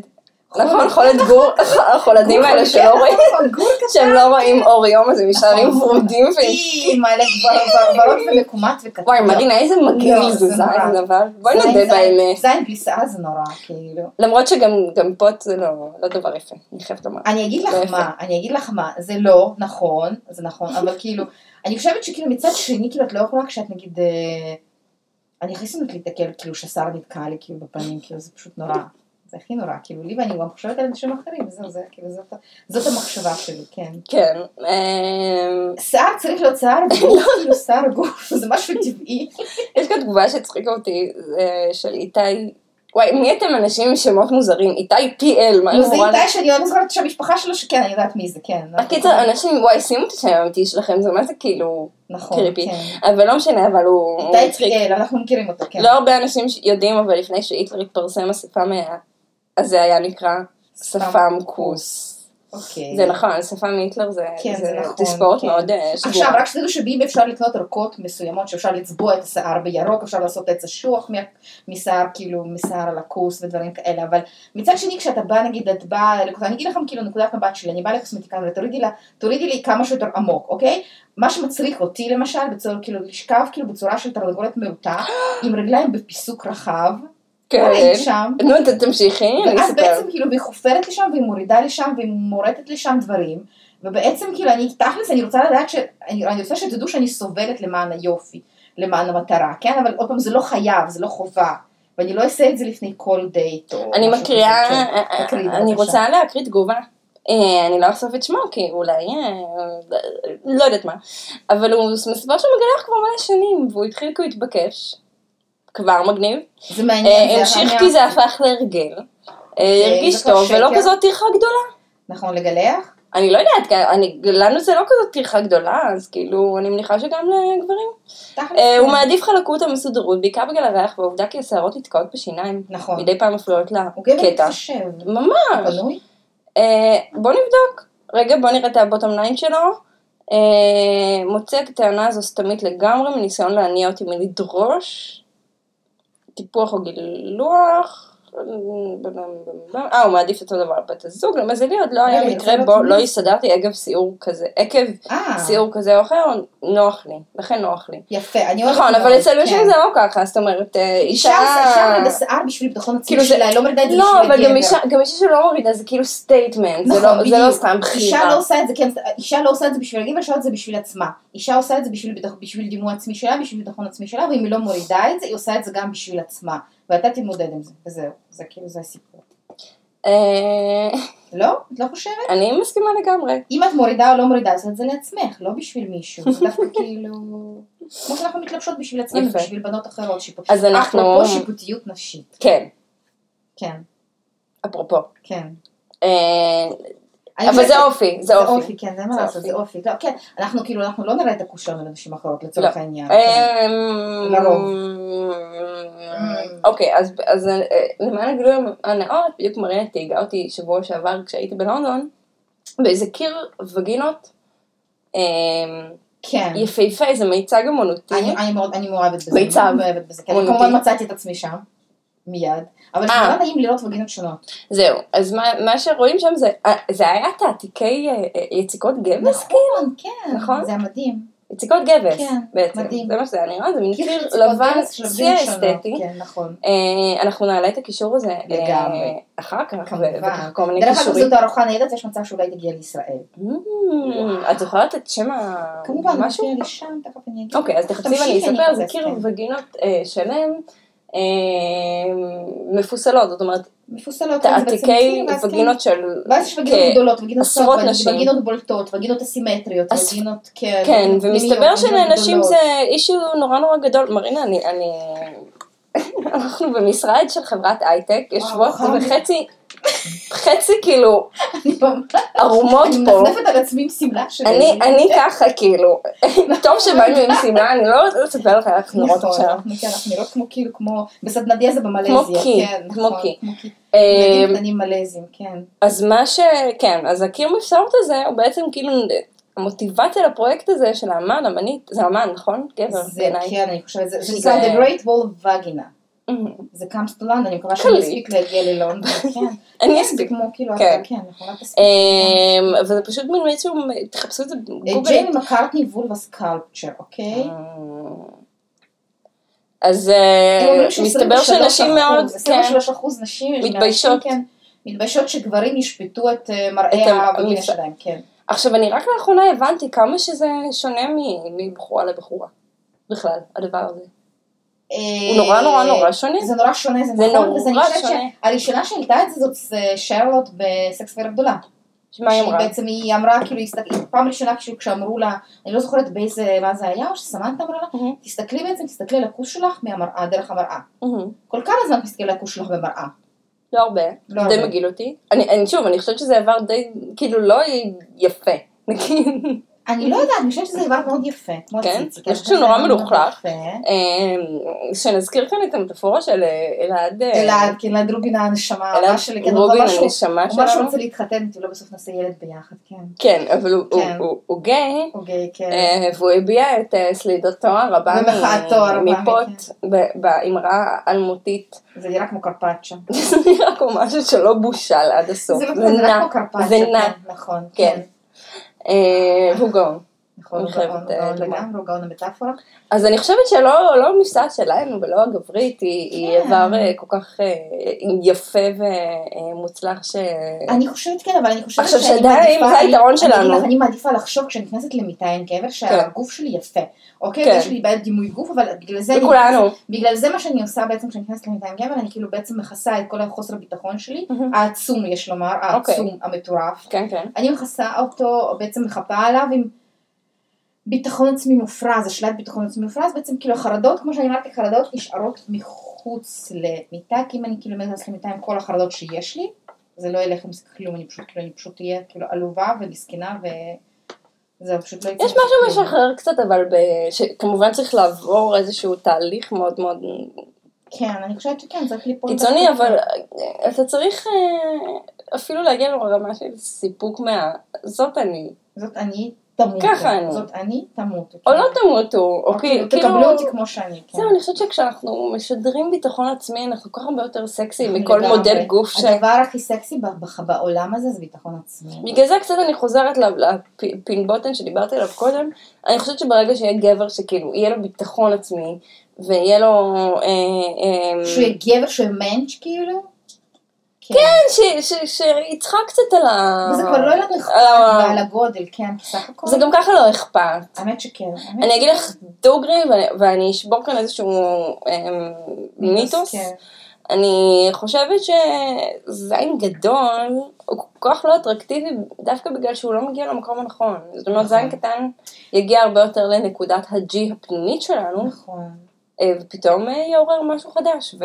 [SPEAKER 3] נכון, חולד גור, החולדים האלה שלא
[SPEAKER 4] כן,
[SPEAKER 3] רואים,
[SPEAKER 4] נכון, גור קטן.
[SPEAKER 3] שהם לא רואים אור יום, אז הם נשארים
[SPEAKER 4] נכון.
[SPEAKER 3] ורודים ועם
[SPEAKER 4] אי, מלא כבר- כבר- ורוד ומקומט וקטן.
[SPEAKER 3] וואי, מרינה, איזה
[SPEAKER 4] לא,
[SPEAKER 3] מגעיל זה
[SPEAKER 4] זה נורא.
[SPEAKER 3] זין אבל. בואי
[SPEAKER 4] זין,
[SPEAKER 3] נודה
[SPEAKER 4] זין,
[SPEAKER 3] באמת.
[SPEAKER 4] זין בלי שיער זה נורא, כאילו.
[SPEAKER 3] למרות שגם גם פוט זה לא לא דבר יפה, אני חייבת לומר.
[SPEAKER 4] אני אגיד
[SPEAKER 3] לא
[SPEAKER 4] לך
[SPEAKER 3] יפה.
[SPEAKER 4] מה, אני אגיד לך מה, זה לא נכון, זה נכון, אבל כאילו, אני חושבת שכאילו מצד שני, כאילו את לא יכולה כשאת נגיד, אה, אני הכי שונאת להתקל, כאילו ששר נתקע לי כאילו בפנים, כאילו זה פשוט נורא, זה הכי נורא, כאילו לי ואני גם חושבת על אנשים אחרים, זהו זה, כאילו זאת, זאת המחשבה שלי, כן.
[SPEAKER 3] כן. אמ,
[SPEAKER 4] שיער צריך להיות שיער גוף, כאילו שיער גוף, זה משהו טבעי.
[SPEAKER 3] יש כאן תגובה שהצחיקה אותי, אה, של איתי... וואי, מי אתם אנשים עם שמות מוזרים? איתי פי.אל, מה
[SPEAKER 4] נו, כאילו, זה
[SPEAKER 3] אמורה?
[SPEAKER 4] איתי שאני לא זוכרת שהמשפחה שלו, שכן, אני יודעת מי זה, כן.
[SPEAKER 3] הקיצר, אנשים, וואי, שימו את השם האמיתי שלכם, זה מה זה כאילו...
[SPEAKER 4] נכון,
[SPEAKER 3] קריפי.
[SPEAKER 4] כן.
[SPEAKER 3] אבל לא משנה, אבל הוא... הוא
[SPEAKER 4] איתי
[SPEAKER 3] מצחיק.
[SPEAKER 4] צחיאל, אנחנו מכירים אותו, כן.
[SPEAKER 3] לא הרבה אנשים ש- יודעים, אבל לפני שהיטלר התפרסם, השפם היה... אז זה היה נקרא שפם כוס.
[SPEAKER 4] אוקיי.
[SPEAKER 3] זה נכון, שפם היטלר זה,
[SPEAKER 4] כן, זה נכון,
[SPEAKER 3] תספורות
[SPEAKER 4] כן.
[SPEAKER 3] מאוד אה,
[SPEAKER 4] עכשיו,
[SPEAKER 3] שגויה.
[SPEAKER 4] רק שתדעו שביבי אפשר לקנות ערכות מסוימות שאפשר לצבוע את השיער בירוק, אפשר לעשות עץ אשוח מה- משיער, כאילו, משיער על הכוס ודברים כאלה, אבל מצד שני, כשאתה בא, נגיד, את באה, לקוס- אני אגיד לכם, כאילו, נקודת מבט שלי, אני באה לקוסמטיקאית, ותורידי לה, תורידי לי כמה שיותר עמוק, אוקיי? מה שמצריך אותי, למשל, בצורה, כאילו, לשכב, כאילו, בצורה של תרנגולת מעוטה, עם רגליים בפיסוק רחב,
[SPEAKER 3] כן.
[SPEAKER 4] ראית שם,
[SPEAKER 3] נו, ת- תמשיכי, אני
[SPEAKER 4] ואז
[SPEAKER 3] אספר.
[SPEAKER 4] בעצם כאילו והיא חופרת לשם והיא מורידה לשם והיא מורטת לשם דברים ובעצם כאילו אני תכלס אני רוצה לדעת ש... אני, אני רוצה שתדעו שאני סובלת למען היופי למען המטרה כן אבל עוד פעם זה לא חייב זה לא חובה ואני לא אעשה את זה לפני כל דייט או
[SPEAKER 3] אני
[SPEAKER 4] משהו
[SPEAKER 3] מקריאה, אה,
[SPEAKER 4] כזה, כן. תקריאי,
[SPEAKER 3] אני
[SPEAKER 4] בבקשה.
[SPEAKER 3] רוצה להקריא תגובה. אה, אני לא אחשוף את שמו, כי אולי, אה, לא יודעת מה. אבל הוא מספר שהוא מגלח כבר מלא שנים, והוא התחיל כי הוא התבקש. כבר מגניב.
[SPEAKER 4] זה מעניין
[SPEAKER 3] אה,
[SPEAKER 4] זה
[SPEAKER 3] המשיך
[SPEAKER 4] הרמה.
[SPEAKER 3] כי זה הפך להרגל. אה,
[SPEAKER 4] זה כן.
[SPEAKER 3] הרגיש
[SPEAKER 4] כבר
[SPEAKER 3] טוב, ולא
[SPEAKER 4] שקר.
[SPEAKER 3] כזאת טרחה גדולה.
[SPEAKER 4] נכון לגלח
[SPEAKER 3] אני לא יודעת, כי אני- לנו זה לא כזאת טרחה גדולה, אז כאילו, אני מניחה שגם לגברים.
[SPEAKER 4] תכלס,
[SPEAKER 3] אה, הוא
[SPEAKER 4] כן.
[SPEAKER 3] מעדיף חלקות המסודרות, בעיקר בגלל הריח והעובדה כי השערות נתקעות בשיניים.
[SPEAKER 4] נכון
[SPEAKER 3] מדי פעם מפריעות
[SPEAKER 4] הוא גבר
[SPEAKER 3] לקטע.
[SPEAKER 4] מתחשב
[SPEAKER 3] ממש.
[SPEAKER 4] פנוי
[SPEAKER 3] אה, בוא נבדוק. רגע, בוא נראה את הבוטום ליין שלו. אה, מוצא את הטענה הזו סתמית לגמרי, מניסיון להניע אותי מלדרוש. טיפוח או גילוח. אה, הוא מעדיף אותו דבר בת הזוג, למזלי עוד לא היה
[SPEAKER 4] יאללה,
[SPEAKER 3] מקרה
[SPEAKER 4] יאללה,
[SPEAKER 3] בו
[SPEAKER 4] תמיד.
[SPEAKER 3] לא הסתדרתי עקב סיור כזה, עקב
[SPEAKER 4] אה
[SPEAKER 3] סיור כזה או אחר, נוח לי, לכן נוח לי.
[SPEAKER 4] יפה אני אוהבת
[SPEAKER 3] נכון,
[SPEAKER 4] מאוד,
[SPEAKER 3] אבל אצל
[SPEAKER 4] כן.
[SPEAKER 3] נשים זה לא ככה, זאת אומרת, אה,
[SPEAKER 4] אישה
[SPEAKER 3] אישה...
[SPEAKER 4] אישה מורידה שיער בשביל ביטחון
[SPEAKER 3] כאילו
[SPEAKER 4] עצמי
[SPEAKER 3] זה-
[SPEAKER 4] שלה היא לא מורידה את זה בשביל
[SPEAKER 3] לא, אבל גם
[SPEAKER 4] הגבר.
[SPEAKER 3] אישה- גם אישה שלא מורידה זה כאילו סטייטמנט, זה
[SPEAKER 4] נכון,
[SPEAKER 3] לא- זה לא
[SPEAKER 4] בדיוק.
[SPEAKER 3] סתם
[SPEAKER 4] אישה
[SPEAKER 3] בחירה.
[SPEAKER 4] לא עושה את זה, כן, אישה לא עושה את זה בשביל הגבר, אישה עושה את זה בשביל עצמה. אישה עושה את זה בשביל, ביטח- בשביל דימוי עצמי שלה, בשביל ביטחון עצמי שלה, ואם היא לא מורידה את זה, היא עושה את זה גם בשביל עצמה. ואתה תתמודד עם זה, וזהו, זה כאילו, זה הסיפור.
[SPEAKER 3] אה,
[SPEAKER 4] לא? את לא חושבת?
[SPEAKER 3] אני מסכימה לגמרי.
[SPEAKER 4] אם את מורידה או לא מורידה, עושה את זה לעצמך, לא בשביל מישהו. זה דווקא כאילו... כמו שאנחנו מתלבשות בשביל עצמנו,
[SPEAKER 3] יפה.
[SPEAKER 4] בשביל בנות אחרות. שיפוט...
[SPEAKER 3] אז אנחנו-
[SPEAKER 4] אפרופו שיפוטיות נשית.
[SPEAKER 3] כן,
[SPEAKER 4] כן,
[SPEAKER 3] אפרופו.
[SPEAKER 4] כן.
[SPEAKER 3] אה,
[SPEAKER 4] אני
[SPEAKER 3] אבל זה
[SPEAKER 4] חושבת-
[SPEAKER 3] אופי, זה אופי.
[SPEAKER 4] כן, זה מה
[SPEAKER 3] זה
[SPEAKER 4] לעשות,
[SPEAKER 3] אופי.
[SPEAKER 4] זה אופי. לא, כן, אנחנו כאילו, אנחנו לא נראה את הקושיון לנשים אחרות, לצורך העניין. כן.
[SPEAKER 3] אה,
[SPEAKER 4] לרוב.
[SPEAKER 3] אוקיי, אז- אז אה, למען הגילוי הנאות, בדיוק מרינה תהיגה אותי שבוע שעבר כשהייתי בלונדון, באיזה קיר וגינות. אה,
[SPEAKER 4] כן.
[SPEAKER 3] יפהפה, איזה מיצג אמנותי.
[SPEAKER 4] אני, אני מאוד, אני מאוהבת בזה.
[SPEAKER 3] מיצב.
[SPEAKER 4] אני מאוהבת בזה. כן, אני
[SPEAKER 3] אומנותי.
[SPEAKER 4] כמובן מצאתי את עצמי שם, מיד. אבל זה
[SPEAKER 3] אה.
[SPEAKER 4] נורא נעים לראות וגינות שונות.
[SPEAKER 3] זהו, אז מה, מה שרואים שם זה, אה, זה היה תעתיקי אה, אה, יציקות גבס?
[SPEAKER 4] נכון, כן.
[SPEAKER 3] נכון?
[SPEAKER 4] זה היה מדהים.
[SPEAKER 3] יציקות גבס,
[SPEAKER 4] כן,
[SPEAKER 3] בעצם.
[SPEAKER 4] מדהים.
[SPEAKER 3] זה מה שזה היה נראה, זה מין
[SPEAKER 4] כאילו
[SPEAKER 3] קיר
[SPEAKER 4] רצפות
[SPEAKER 3] לבן
[SPEAKER 4] דלס של
[SPEAKER 3] שיא
[SPEAKER 4] וגינות שונות.
[SPEAKER 3] האסתטי.
[SPEAKER 4] כן, נכון.
[SPEAKER 3] אה, אנחנו נעלה את הקישור הזה אה,
[SPEAKER 4] לגמרי.
[SPEAKER 3] אחר כך, ו-
[SPEAKER 4] כמובן.
[SPEAKER 3] וככה כל מיני
[SPEAKER 4] דרך אגב,
[SPEAKER 3] קישורים.
[SPEAKER 4] זאת ארוחה נהדרת, יש מצב שאולי תגיע לישראל.
[SPEAKER 3] Mm, את זוכרת את שם ה...
[SPEAKER 4] כמובן,
[SPEAKER 3] אה, משהו?
[SPEAKER 4] משהו לי שם, תכף אני כן. אגיד.
[SPEAKER 3] אוקיי, אז תחפשי
[SPEAKER 4] תמשיכי,
[SPEAKER 3] ואני אספר, זה
[SPEAKER 4] אחפש,
[SPEAKER 3] קיר
[SPEAKER 4] כן.
[SPEAKER 3] וגינות אה, שלם, אה, מפוסלות, זאת אומרת,
[SPEAKER 4] אוקיי, מפוסלות, אז
[SPEAKER 3] תעתיקי
[SPEAKER 4] בצמצום, ואז
[SPEAKER 3] וגינות של...
[SPEAKER 4] כן, ואז יש וגינות
[SPEAKER 3] כ-
[SPEAKER 4] גדולות, וגינות
[SPEAKER 3] עשרות
[SPEAKER 4] סרבנים,
[SPEAKER 3] נשים.
[SPEAKER 4] וגינות בולטות, וגינות אסימטריות,
[SPEAKER 3] אז-
[SPEAKER 4] וגינות, כן,
[SPEAKER 3] כן,
[SPEAKER 4] וגינות
[SPEAKER 3] ומסתבר
[SPEAKER 4] פנימיות, וגינות
[SPEAKER 3] שלנשים
[SPEAKER 4] גדולות.
[SPEAKER 3] זה אישיו נורא נורא גדול. מרינה, אני... אני... אנחנו במשרד של חברת הייטק, יושבות
[SPEAKER 4] וואו.
[SPEAKER 3] וחצי, חצי כאילו
[SPEAKER 4] אני ממש-
[SPEAKER 3] ערומות
[SPEAKER 4] אני
[SPEAKER 3] פה.
[SPEAKER 4] מנפנפת על עצמי עם שמלה אה, שלי.
[SPEAKER 3] אני, אני ככה, כאילו, טוב שבאנו עם שמלה, אני לא לא אספר לך איך
[SPEAKER 4] נכון,
[SPEAKER 3] נראות עכשיו.
[SPEAKER 4] אנחנו- כן, אנחנו נראות כמו כאילו, כמו, בסדנדיה זה במלזיה,
[SPEAKER 3] כמו קי,
[SPEAKER 4] כן,
[SPEAKER 3] כמו
[SPEAKER 4] נכון,
[SPEAKER 3] קי.
[SPEAKER 4] כמו קי.
[SPEAKER 3] אה,
[SPEAKER 4] ילדים קטנים מלזים, כן.
[SPEAKER 3] אז מה ש... כן, אז הקיר מפסעות הזה, הוא בעצם כאילו, המוטיבציה לפרויקט הזה של האמן, אמנית, זה אמן, נכון? גבר,
[SPEAKER 4] זה,
[SPEAKER 3] בעיניי.
[SPEAKER 4] כן, אני חושבת, זה- זה
[SPEAKER 3] שזה-
[SPEAKER 4] נקרא The Great Wall of Vagina.
[SPEAKER 3] Mhm.
[SPEAKER 4] זה comes to London, אני מקווה
[SPEAKER 3] קליק.
[SPEAKER 4] שאני אספיק להגיע ללונדון, כן.
[SPEAKER 3] אני
[SPEAKER 4] כן,
[SPEAKER 3] אספיק.
[SPEAKER 4] זה כמו, כאילו,
[SPEAKER 3] כן.
[SPEAKER 4] אתה- כן, נכון, את תספיק.
[SPEAKER 3] אמ, אבל זה פשוט מין מישהו, תחפשו את זה בגוגל.
[SPEAKER 4] אה, ג'יימי מקארטני וולווה סקלפצ'ר, אוקיי?
[SPEAKER 3] אה. אז אה,
[SPEAKER 4] הם כאילו, אומרים ש-
[SPEAKER 3] מסתבר
[SPEAKER 4] 23%
[SPEAKER 3] שנשים מאוד, כן,
[SPEAKER 4] 23 אחוז נשים, יש
[SPEAKER 3] מתביישות.
[SPEAKER 4] מהנשים, כן, מתביישות שגברים ישפטו את אה,
[SPEAKER 3] את
[SPEAKER 4] מראה
[SPEAKER 3] ה-
[SPEAKER 4] הבגינה
[SPEAKER 3] המפ-
[SPEAKER 4] שלהם, כן.
[SPEAKER 3] עכשיו, אני רק לאחרונה הבנתי כמה שזה שונה מ- מבחורה לבחורה. בכלל, הדבר הזה. הוא נורא נורא נורא שונה.
[SPEAKER 4] אה, זה נורא שונה,
[SPEAKER 3] זה
[SPEAKER 4] זה נכון,
[SPEAKER 3] נורא
[SPEAKER 4] וזה אני חושבת
[SPEAKER 3] שונה.
[SPEAKER 4] שהראשונה שהעלתה את זה זאת אה, שרלוט בסקס ואיר הגדולה.
[SPEAKER 3] שמה היא אמרה?
[SPEAKER 4] שהיא בעצם היא אמרה, כאילו, היא הסתכלה- פעם ראשונה כאילו, כשאמרו לה, אני לא זוכרת באיזה, מה זה היה, או שסמנתה אמרה לה,
[SPEAKER 3] מהמם,
[SPEAKER 4] תסתכלי בעצם, תסתכלי על הכוס שלך מהמראה, דרך המראה.
[SPEAKER 3] מהמם.
[SPEAKER 4] כל כמה זמן תסתכלי על הכוס שלך במראה?
[SPEAKER 3] לא הרבה,
[SPEAKER 4] לא
[SPEAKER 3] די
[SPEAKER 4] הרבה.
[SPEAKER 3] מגעיל אותי. אני, אני שוב, אני חושבת שזה עבר די, כאילו לא יפה. נגיד.
[SPEAKER 4] אני לא יודעת, אני חושבת שזה דבר מאוד יפה, כמו
[SPEAKER 3] כן?
[SPEAKER 4] הציצי,
[SPEAKER 3] אני חושבת שזה נורא
[SPEAKER 4] מאוד
[SPEAKER 3] מלוכלך.
[SPEAKER 4] יפה.
[SPEAKER 3] אה, שנזכיר כאן את המטאפורה של אה, אלעד, אה,
[SPEAKER 4] אלעד, כן, אלעד רובין הנשמה,
[SPEAKER 3] אלעד
[SPEAKER 4] ממש שלי, כן, הוא
[SPEAKER 3] רובין,
[SPEAKER 4] אמר שהוא-
[SPEAKER 3] הנשמה
[SPEAKER 4] הוא אמר שהוא
[SPEAKER 3] שלנו.
[SPEAKER 4] רוצה להתחתן איתי, לא בסוף נעשה ילד ביחד, כן.
[SPEAKER 3] כן, אבל הוא- הוא-
[SPEAKER 4] כן.
[SPEAKER 3] הוא- הוא גיי,
[SPEAKER 4] הוא גיי, כן.
[SPEAKER 3] אה, והוא הביע את אה, סלידתו הרבה מ-
[SPEAKER 4] ומחאתו הרבה, כן.
[SPEAKER 3] מפות ב- באמרה האלמותית.
[SPEAKER 4] זה נראה כמו קרפצ'ה.
[SPEAKER 3] זה נראה כמו משהו שלא בושל עד הסוף.
[SPEAKER 4] זה בטח, זה נראה כמו קרפצ'ה,
[SPEAKER 3] זה נע.
[SPEAKER 4] כן, נכון.
[SPEAKER 3] כן. אה, והוא גאון.
[SPEAKER 4] נכון,
[SPEAKER 3] אני
[SPEAKER 4] הוא גאון,
[SPEAKER 3] חייבת,
[SPEAKER 4] הוא גאון
[SPEAKER 3] אה, לומר. כן.
[SPEAKER 4] לגמרי, הוא גאון המטאפורה.
[SPEAKER 3] אז אני חושבת שלא לא המבצע שלנו ולא הגברית, היא, היא
[SPEAKER 4] כן.
[SPEAKER 3] איבר אה, כל כך אה, יפה ומוצלח ש...
[SPEAKER 4] אני חושבת כן, אבל אני חושבת
[SPEAKER 3] עכשיו,
[SPEAKER 4] שאני
[SPEAKER 3] שעדיין
[SPEAKER 4] מעדיפה-
[SPEAKER 3] זה היתרון
[SPEAKER 4] אני- אני אגיד
[SPEAKER 3] שלנו.
[SPEAKER 4] לך, אני מעדיפה לחשוב כשאני נכנסת למיטה עם גבר שהגוף שלי יפה. אוקיי?
[SPEAKER 3] כן.
[SPEAKER 4] יש לי בעיית דימוי גוף, אבל בגלל זה... אני-
[SPEAKER 3] לכולנו.
[SPEAKER 4] בגלל זה מה שאני עושה בעצם כשאני נכנסת למיטה עם גבר, אני כאילו בעצם מכסה את כל החוסר הביטחון שלי,
[SPEAKER 3] מהמם. אוקיי.
[SPEAKER 4] העצום יש לומר, העצום, המטורף.
[SPEAKER 3] כן, כן.
[SPEAKER 4] אני מכסה אותו, בעצם מחפה עליו עם ביטחון עצמי מופרז, אשלת ביטחון עצמי מופרז, בעצם כאילו החרדות, כמו שאני אמרתי, חרדות נשארות מחוץ למיטה, כי אם אני כאילו נכנסת למיטה עם כל החרדות שיש לי, זה לא ילך עם זה כלום, אני פשוט כאילו, אני פשוט אהיה כאילו עלובה ומסכנה ו... זהו, פשוט לא יצא
[SPEAKER 3] יש
[SPEAKER 4] מזה
[SPEAKER 3] משהו
[SPEAKER 4] כלום.
[SPEAKER 3] משחרר קצת, אבל ב... שכמובן צריך לעבור איזשהו תהליך מאוד מאוד
[SPEAKER 4] כן, אני חושבת שכן, צריך ליפול.
[SPEAKER 3] קיצוני,
[SPEAKER 4] בסוף.
[SPEAKER 3] אבל אה, אתה צריך אה, אפילו להגיע לרמה של סיפוק מה... זאת אני.
[SPEAKER 4] זאת אני תמותו.
[SPEAKER 3] ככה אני.
[SPEAKER 4] זאת אני תמותו.
[SPEAKER 3] או
[SPEAKER 4] כן.
[SPEAKER 3] לא תמותו, או
[SPEAKER 4] או
[SPEAKER 3] כאילו...
[SPEAKER 4] כאילו, תקבלו אותי כמו שאני. כן.
[SPEAKER 3] זהו, אני חושבת שכשאנחנו משדרים ביטחון עצמי, אנחנו כל כך הרבה יותר סקסיים מכל
[SPEAKER 4] נכון, לגמרי.
[SPEAKER 3] מודל גוף ש...
[SPEAKER 4] הדבר הכי סקסי ב- ב- בעולם הזה זה ביטחון עצמי.
[SPEAKER 3] בגלל זה קצת אני חוזרת לפינבוטן שדיברתי עליו קודם, אני חושבת שברגע שיהיה גבר שכאילו יהיה לו ביטחון עצמי, ויהיה לו... אה, אה,
[SPEAKER 4] שהוא יהיה גבר שהוא יהיה מענץ' כאילו? כן.
[SPEAKER 3] ש- ש- שיצחק קצת על ה...
[SPEAKER 4] וזה כבר לא יהיה לנו אכפת
[SPEAKER 3] אה.
[SPEAKER 4] ועל הגודל, כן, כי סך הכל.
[SPEAKER 3] זה גם ככה לא אכפת.
[SPEAKER 4] האמת שכן. האמת
[SPEAKER 3] אני אגיד לך דוגרי, ואני- ואני אשבור כאן איזשהו אה, מיתוס.
[SPEAKER 4] כן.
[SPEAKER 3] אני חושבת שזין גדול הוא כל כך לא אטרקטיבי דווקא בגלל שהוא לא מגיע למקום הנכון. זאת אומרת,
[SPEAKER 4] נכון.
[SPEAKER 3] זין קטן יגיע הרבה יותר לנקודת הג'י הפנימית שלנו,
[SPEAKER 4] נכון.
[SPEAKER 3] אה, ופתאום אה, יעורר משהו חדש.
[SPEAKER 4] אמת.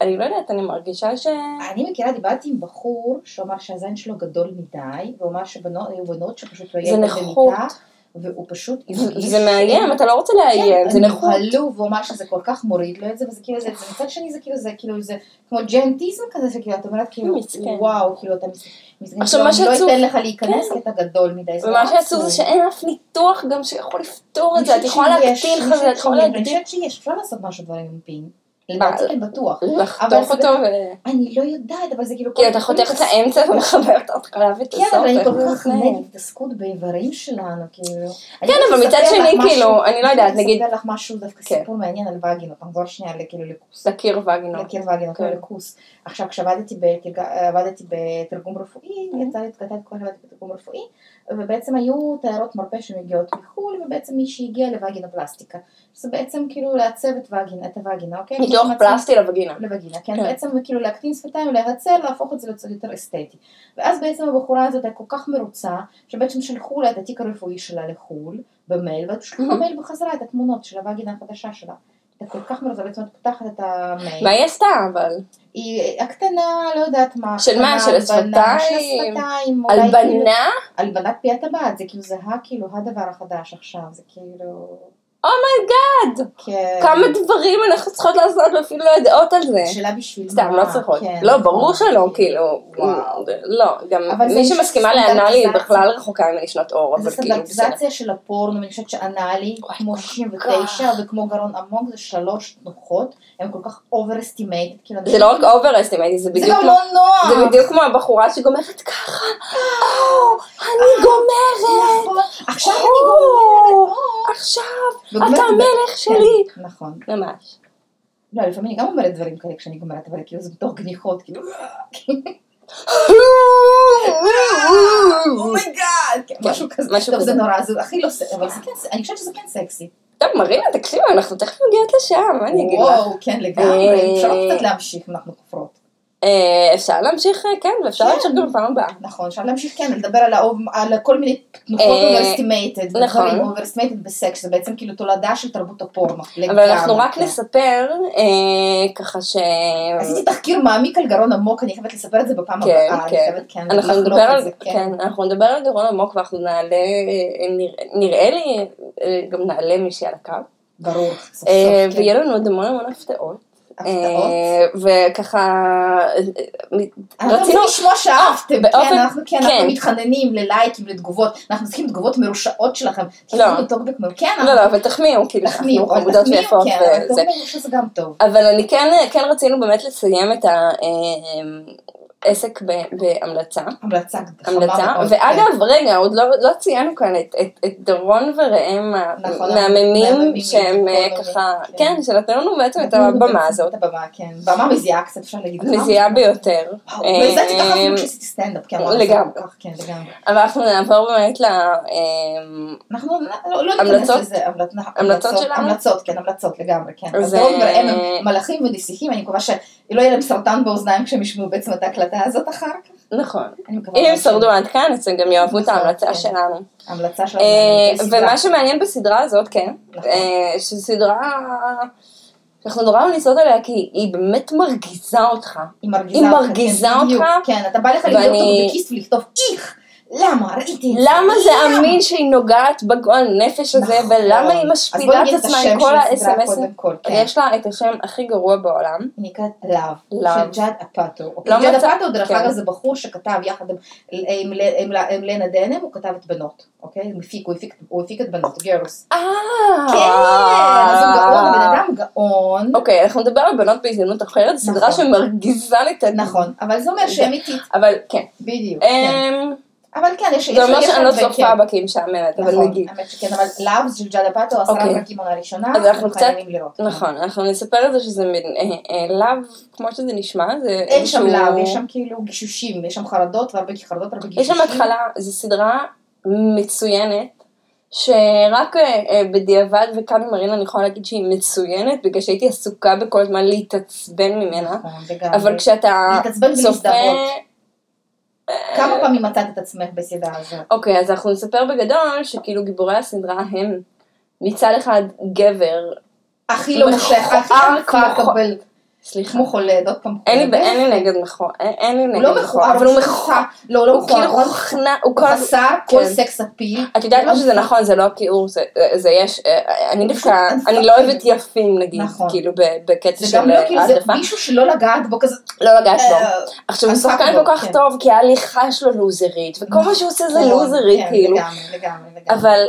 [SPEAKER 3] ואני לא יודעת, אני מרגישה ש...
[SPEAKER 4] אני מכירה, דיברתי עם בחור שאמר שהזין שלו גדול מדי, והוא אמר שהיו בנות שפשוט לא
[SPEAKER 3] זה
[SPEAKER 4] יהיה איתו
[SPEAKER 3] נכות.
[SPEAKER 4] במיטה, והוא פשוט הרגיש
[SPEAKER 3] זה מאיים,
[SPEAKER 4] שאין-
[SPEAKER 3] אתה לא רוצה לאיים, זה נכון.
[SPEAKER 4] כן, אני הוא אמר שזה כל כך מוריד לו את זה, וזה כאילו זה, זה מצד שני זה כאילו זה, כאילו זה כמו ג'נטיזם כזה, שכאילו את אומרת כאילו,
[SPEAKER 3] מסכן.
[SPEAKER 4] וואו, כאילו אתה מס- מסכן,
[SPEAKER 3] עכשיו,
[SPEAKER 4] כאילו,
[SPEAKER 3] מה
[SPEAKER 4] אני
[SPEAKER 3] שעצוב- כן.
[SPEAKER 4] לא אתן לך להיכנס, כי אתה גדול מדי, זה
[SPEAKER 3] ומה
[SPEAKER 4] לא
[SPEAKER 3] שעצוב זה
[SPEAKER 4] עצוב.
[SPEAKER 3] שאין אף ניתוח גם שיכול לפתור
[SPEAKER 4] אני
[SPEAKER 3] את זה, את
[SPEAKER 4] חושבת
[SPEAKER 3] יכולה
[SPEAKER 4] שיש,
[SPEAKER 3] להקטין
[SPEAKER 4] אני
[SPEAKER 3] לך,
[SPEAKER 4] חושבת
[SPEAKER 3] את יכולה
[SPEAKER 4] שיש, אני
[SPEAKER 3] להגדיל.
[SPEAKER 4] חושבת שיש, אפשר לעשות משהו דברים עם פין. לדעתי כן בטוח.
[SPEAKER 3] לחתוך
[SPEAKER 4] אבל
[SPEAKER 3] אותו
[SPEAKER 4] זה-
[SPEAKER 3] ו...
[SPEAKER 4] אני לא יודעת, אבל זה כאילו...
[SPEAKER 3] כי
[SPEAKER 4] כל-
[SPEAKER 3] אתה
[SPEAKER 4] כל
[SPEAKER 3] חותך את
[SPEAKER 4] התעס-
[SPEAKER 3] האמצע ומחבר את ההתחלה ואת הסוף.
[SPEAKER 4] כן, אבל אני
[SPEAKER 3] איך
[SPEAKER 4] כל
[SPEAKER 3] זה
[SPEAKER 4] כך
[SPEAKER 3] מתנהל.
[SPEAKER 4] נגד התעסקות באיברים שלנו, כאילו.
[SPEAKER 3] כן,
[SPEAKER 4] אני
[SPEAKER 3] אבל מצד
[SPEAKER 4] אספר
[SPEAKER 3] שני,
[SPEAKER 4] לך משהו-
[SPEAKER 3] כאילו, אני לא יודעת, נגיד-
[SPEAKER 4] אני אספר לך משהו, דווקא
[SPEAKER 3] כן.
[SPEAKER 4] סיפור מעניין על כאילו, וגינות, נחזור שנייה לכאילו לכוס.
[SPEAKER 3] לקיר וגנון.
[SPEAKER 4] לקיר וגינות, לא
[SPEAKER 3] כן.
[SPEAKER 4] לכוס. עכשיו, כשעבדתי בתרג- עבדתי בתרגום רפואי,
[SPEAKER 3] כן.
[SPEAKER 4] יצא לי התקדמת כבר עבדתי בתרגום רפואי, ובעצם היו תיירות מרפא שמגיעות מחו"ל, ובעצם מי שהגיע לווגינופלסטיקה. זה בעצם כאילו לעצב את וגינה, את הווגינה, אוקיי?
[SPEAKER 3] מתוך
[SPEAKER 4] בעצם-
[SPEAKER 3] פלסטי לבגינה.
[SPEAKER 4] לווגינה, כן?
[SPEAKER 3] כן.
[SPEAKER 4] בעצם כאילו להקטין שפתיים, להרצל, להפוך את זה לצד יותר אסתטי. ואז בעצם הבחורה הזאת הייתה כל כך מרוצה, שבעצם שלחו לה את התיק הרפואי שלה לחו"ל, במייל, ואז שלחו במייל בחזרה את התמונות של הווגינה החדשה שלה. הייתה כל כך מרוצה, בעצם את פותחת את המייל.
[SPEAKER 3] מה היא עשתה אבל?
[SPEAKER 4] היא הקטנה, לא יודעת מה.
[SPEAKER 3] של מה?
[SPEAKER 4] הקטנה,
[SPEAKER 3] של
[SPEAKER 4] הלבנה, של
[SPEAKER 3] השפתיים?
[SPEAKER 4] השפתיים. אולי כאילו-
[SPEAKER 3] הלבנה?
[SPEAKER 4] הלבנת פי הטבעת, זה כאילו זה ה- כאילו הדבר החדש עכשיו, זה כאילו...
[SPEAKER 3] אומייגאד!
[SPEAKER 4] כן.
[SPEAKER 3] Oh כמה דברים אנחנו צריכות לעשות ואפילו לא יודעות על זה.
[SPEAKER 4] שאלה בשביל מה.
[SPEAKER 3] סתם, לא צריכות.
[SPEAKER 4] כן,
[SPEAKER 3] לא,
[SPEAKER 4] נכון.
[SPEAKER 3] ברור שלא, כאילו.
[SPEAKER 4] וואו.
[SPEAKER 3] לא, גם
[SPEAKER 4] אבל זה
[SPEAKER 3] מי שמסכימה לאנאלי היא
[SPEAKER 4] סטנדרטיזציה.
[SPEAKER 3] בכלל רחוקה ממני שנות אור,
[SPEAKER 4] זה
[SPEAKER 3] אבל כאילו בסדר.
[SPEAKER 4] סטנדרטיזציה של הפורנו, אני חושבת שאנאלי,
[SPEAKER 3] וואי,
[SPEAKER 4] כמו
[SPEAKER 3] כל
[SPEAKER 4] 69
[SPEAKER 3] כך.
[SPEAKER 4] וכמו גרון עמוק, זה שלוש תנוחות, הם כל כך overestimated, כאילו,
[SPEAKER 3] זה לא רק overestimated, זה
[SPEAKER 4] זה
[SPEAKER 3] בדיוק
[SPEAKER 4] גם
[SPEAKER 3] כמו...
[SPEAKER 4] לא
[SPEAKER 3] זה
[SPEAKER 4] נוח.
[SPEAKER 3] בדיוק כמו הבחורה שגומרת ככה, או, אני גומרת,
[SPEAKER 4] אה, נכון. עכשיו אני
[SPEAKER 3] או,
[SPEAKER 4] גומרת,
[SPEAKER 3] עכשיו,
[SPEAKER 4] או.
[SPEAKER 3] אתה
[SPEAKER 4] וגומרת-
[SPEAKER 3] המלך
[SPEAKER 4] כן,
[SPEAKER 3] שלי.
[SPEAKER 4] נכון.
[SPEAKER 3] ממש.
[SPEAKER 4] לא, לפעמים אני גם אומרת דברים כאלה כשאני גומרת, אבל כאילו זה בתוך גניחות, כאילו, אה, אומייגאד, כן,
[SPEAKER 3] כן,
[SPEAKER 4] משהו כזה.
[SPEAKER 3] משהו
[SPEAKER 4] טוב, זה
[SPEAKER 3] כזה.
[SPEAKER 4] נורא, זה הכי לא סקסי, אבל זה כן, אני חושבת שזה כן סקסי.
[SPEAKER 3] טוב, מרינה, תקשיבו, אנחנו תכף מגיעות לשם, מה אני אגיד לך?
[SPEAKER 4] וואו, כן לגמרי,
[SPEAKER 3] אה.
[SPEAKER 4] אפשר עוד קצת להמשיך אם אנחנו כופרות.
[SPEAKER 3] אה, אפשר להמשיך, אה, כן, ואפשר
[SPEAKER 4] כן.
[SPEAKER 3] להמשיך גם בפעם הבאה.
[SPEAKER 4] נכון, אפשר להמשיך כן, לדבר על, האוב- על כל מיני תנוחות
[SPEAKER 3] אה,
[SPEAKER 4] אוברסטימטד,
[SPEAKER 3] נכון.
[SPEAKER 4] נכון, אוברסטימטד בסקס, זה בעצם כאילו תולדה של תרבות הפורמה.
[SPEAKER 3] אבל אנחנו רק
[SPEAKER 4] כן.
[SPEAKER 3] נספר, אה, ככה ש...
[SPEAKER 4] עשיתי תחקיר מעמיק על גרון עמוק, אני חייבת לספר את זה בפעם
[SPEAKER 3] כן,
[SPEAKER 4] הבאה, אני
[SPEAKER 3] כן.
[SPEAKER 4] חייבת כן,
[SPEAKER 3] אנחנו
[SPEAKER 4] לחלוק
[SPEAKER 3] נדבר
[SPEAKER 4] את
[SPEAKER 3] על,
[SPEAKER 4] זה, כן.
[SPEAKER 3] כן, אנחנו נדבר על גרון עמוק ואנחנו נעלה, אה, נראה- נראה לי, אה, גם נעלה מישהי על הקו.
[SPEAKER 4] ברור, סוף סוף,
[SPEAKER 3] אה,
[SPEAKER 4] כן.
[SPEAKER 3] ויהיה לנו עוד המון המון הפתעות.
[SPEAKER 4] הפתעות.
[SPEAKER 3] אה, וככה, אה, רצינו...
[SPEAKER 4] אנחנו רוצים לשמוע שאהבתם,
[SPEAKER 3] באופן-
[SPEAKER 4] כן, אנחנו כן, אנחנו
[SPEAKER 3] לא. כן.
[SPEAKER 4] מתחננים ללייקים, לתגובות, אנחנו צריכים תגובות מרושעות שלכם,
[SPEAKER 3] לא.
[SPEAKER 4] תחזרו לטוקבק, מ- כן,
[SPEAKER 3] לא, לא,
[SPEAKER 4] אנחנו
[SPEAKER 3] אבל תחמיאו, כאילו,
[SPEAKER 4] תחמיאו,
[SPEAKER 3] אנחנו
[SPEAKER 4] אבל
[SPEAKER 3] חמודות
[SPEAKER 4] תחמיאו,
[SPEAKER 3] ויפות
[SPEAKER 4] כן, אבל
[SPEAKER 3] וזה.
[SPEAKER 4] תחמיאו שזה גם טוב.
[SPEAKER 3] אבל אני כן, כן רצינו באמת לסיים את העסק ב- בהמלצה.
[SPEAKER 4] המלצה חמה
[SPEAKER 3] המלצה,
[SPEAKER 4] מאוד, כן.
[SPEAKER 3] ואגב, רגע, עוד לא, לא ציינו כאן את, את, את דורון וראם
[SPEAKER 4] נכון,
[SPEAKER 3] המהממים,
[SPEAKER 4] המהממים,
[SPEAKER 3] שהם אה,
[SPEAKER 4] נכון,
[SPEAKER 3] ככה,
[SPEAKER 4] כן.
[SPEAKER 3] כן, שנתנו לנו בעצם את
[SPEAKER 4] נתנו לנו
[SPEAKER 3] הבמה
[SPEAKER 4] בעצם
[SPEAKER 3] הזאת,
[SPEAKER 4] את הבמה, כן. במה מזיעה קצת, אפשר להגיד.
[SPEAKER 3] מזיעה ביותר.
[SPEAKER 4] וואו, לא הזעתי ככה
[SPEAKER 3] אה,
[SPEAKER 4] אפילו כשעשיתי סטנדאפ, כן, וואו,
[SPEAKER 3] לגמרי.
[SPEAKER 4] זה כל כך, כן, לגמרי.
[SPEAKER 3] אבל אנחנו נעבור באמת אה, אמ, להמלצות
[SPEAKER 4] אנחנו לא- לא ניכנס
[SPEAKER 3] המלצות?
[SPEAKER 4] לזה, המלצ-
[SPEAKER 3] שלנו?
[SPEAKER 4] המלצות, כן, המלצות לגמרי, כן.
[SPEAKER 3] אז,
[SPEAKER 4] אז דרום
[SPEAKER 3] אה,
[SPEAKER 4] וראם הם מלאכים ונסיכים, אני מקווה שלא יהיה להם סרטן באוזניים כשהם ישמעו בעצם את ההקלטה הזאת אחר כך.
[SPEAKER 3] נכון.
[SPEAKER 4] אני מקווה
[SPEAKER 3] אם הם
[SPEAKER 4] מאוד
[SPEAKER 3] שרדו עד כאן, אז הם גם יאהבו את
[SPEAKER 4] נכון,
[SPEAKER 3] ההמלצה
[SPEAKER 4] כן.
[SPEAKER 3] שלנו.
[SPEAKER 4] שההמלצה שלנו.
[SPEAKER 3] אה,
[SPEAKER 4] היא סדרה.
[SPEAKER 3] ומה שמעניין בסדרה הזאת, כן,
[SPEAKER 4] נכון.
[SPEAKER 3] אה, שסדרה שאנחנו נורא ממליצות עליה, כי היא באמת מרגיזה אותך.
[SPEAKER 4] היא מרגיזה
[SPEAKER 3] היא
[SPEAKER 4] אותך, כן,
[SPEAKER 3] מרגיזה
[SPEAKER 4] בדיוק,
[SPEAKER 3] אותך,
[SPEAKER 4] כן, אתה בא לך להיות
[SPEAKER 3] ואני-
[SPEAKER 4] טוקבקיסט ולכתוב איך, למה, ראיתי את זה.
[SPEAKER 3] למה זה
[SPEAKER 4] למה?"
[SPEAKER 3] אמין שהיא נוגעת בגועל נפש הזה,
[SPEAKER 4] נכון.
[SPEAKER 3] ולמה היא
[SPEAKER 4] אז בואי
[SPEAKER 3] משפילה את
[SPEAKER 4] נגיד
[SPEAKER 3] עצמה
[SPEAKER 4] השם
[SPEAKER 3] עם כל
[SPEAKER 4] של הסדרה
[SPEAKER 3] האס.אם.אסים?
[SPEAKER 4] קודם כל, כן.
[SPEAKER 3] יש לה את השם הכי גרוע בעולם.
[SPEAKER 4] היא נקראת
[SPEAKER 3] Love.
[SPEAKER 4] Love, של ג'אד אפאטו.
[SPEAKER 3] לא
[SPEAKER 4] אוקיי, ג'אד
[SPEAKER 3] מצא-
[SPEAKER 4] אפאטו, דרך
[SPEAKER 3] כן.
[SPEAKER 4] אגב, זה בחור שכתב יחד עם- עם ל- עם ל- עם לנה דנם, הוא כתב את בנות, אוקיי? הוא הפיק, הוא הפיק- הוא הפיק את בנות, גרוס.
[SPEAKER 3] אה...
[SPEAKER 4] כן, אז הוא גאון, הבן אדם גאון.
[SPEAKER 3] אוקיי, אנחנו נדבר על בנות בהזדמנות אחרת, סדרה
[SPEAKER 4] נכון.
[SPEAKER 3] שמרגיזה לי את הדין.
[SPEAKER 4] נכון, אבל זה אומר שהיא אמיתית,
[SPEAKER 3] אבל כן.
[SPEAKER 4] בדיוק. כן.
[SPEAKER 3] אמ,
[SPEAKER 4] אבל כן, יש...
[SPEAKER 3] זה
[SPEAKER 4] יש-
[SPEAKER 3] אומר
[SPEAKER 4] יש
[SPEAKER 3] שאני לא
[SPEAKER 4] הרבה,
[SPEAKER 3] צופה
[SPEAKER 4] כן.
[SPEAKER 3] בה כי היא משעממת, אבל
[SPEAKER 4] נכון,
[SPEAKER 3] נגיד.
[SPEAKER 4] האמת שכן, אבל Love של ג'אד אפאטו, עשרה
[SPEAKER 3] אוקיי.
[SPEAKER 4] פרקים עונה ראשונה,
[SPEAKER 3] אז אנחנו קצת-
[SPEAKER 4] חייבים לראות.
[SPEAKER 3] נכון, אנחנו נספר את זה שזה מין אה, אה, לאו, כמו שזה נשמע, זה
[SPEAKER 4] אין שם
[SPEAKER 3] איזשהו-
[SPEAKER 4] Love, יש שם כאילו גישושים, יש שם חרדות, והרבה חרדות, הרבה
[SPEAKER 3] יש
[SPEAKER 4] גישושים.
[SPEAKER 3] שם התחלה, זו סדרה מצוינת, שרק אה, אה, בדיעבד וכאן עם מרינה אני יכולה להגיד שהיא מצוינת, בגלל שהייתי עסוקה בכל הזמן להתעצבן ממנה,
[SPEAKER 4] נכון, לגמרי.
[SPEAKER 3] אבל כשאתה
[SPEAKER 4] להתעצבן
[SPEAKER 3] צופה...
[SPEAKER 4] ולהזדהות. כמה פעמים מצאת את עצמך בסדרה הזאת?
[SPEAKER 3] אוקיי, אז אנחנו נספר בגדול שכאילו גיבורי הסדרה הם מצד אחד גבר,
[SPEAKER 4] הכי לא מושך, הכי
[SPEAKER 3] מכוער
[SPEAKER 4] כבר
[SPEAKER 3] כמו-
[SPEAKER 4] קבל,
[SPEAKER 3] סליחה,
[SPEAKER 4] כמו חולד, עוד פעם.
[SPEAKER 3] אין לי, ב-
[SPEAKER 4] חולד.
[SPEAKER 3] אין לי נגד מכוער, אין- אין לי
[SPEAKER 4] הוא
[SPEAKER 3] נגד
[SPEAKER 4] לא מכוער,
[SPEAKER 3] אבל הוא
[SPEAKER 4] פשוט
[SPEAKER 3] מכוער,
[SPEAKER 4] חסר- לא, הוא לא
[SPEAKER 3] הוא
[SPEAKER 4] מכוער,
[SPEAKER 3] כאילו
[SPEAKER 4] הוא
[SPEAKER 3] חכנה, הוא כל
[SPEAKER 4] הוא חסר כל
[SPEAKER 3] כן.
[SPEAKER 4] סקס אפיל.
[SPEAKER 3] את יודעת מה שזה נכון, זה לא הכיעור, זה, זה יש, אה, אני דווקא, אני לא אוהבת יפים נגיד,
[SPEAKER 4] נכון.
[SPEAKER 3] כאילו ב- בקטע
[SPEAKER 4] זה
[SPEAKER 3] של אה,
[SPEAKER 4] גם לא כאילו, זה
[SPEAKER 3] העדפה,
[SPEAKER 4] מישהו שלא לגעת בו כזה.
[SPEAKER 3] לא לגעת בו.
[SPEAKER 4] אה,
[SPEAKER 3] עכשיו הוא
[SPEAKER 4] אז
[SPEAKER 3] שחקן
[SPEAKER 4] רק
[SPEAKER 3] כל כך
[SPEAKER 4] כן.
[SPEAKER 3] טוב, כי ההליכה שלו לוזרית, וכל מה שהוא עושה זה
[SPEAKER 4] נכון,
[SPEAKER 3] לוזרי,
[SPEAKER 4] כן,
[SPEAKER 3] כאילו,
[SPEAKER 4] לגמרי, לגמרי, לגמרי.
[SPEAKER 3] אבל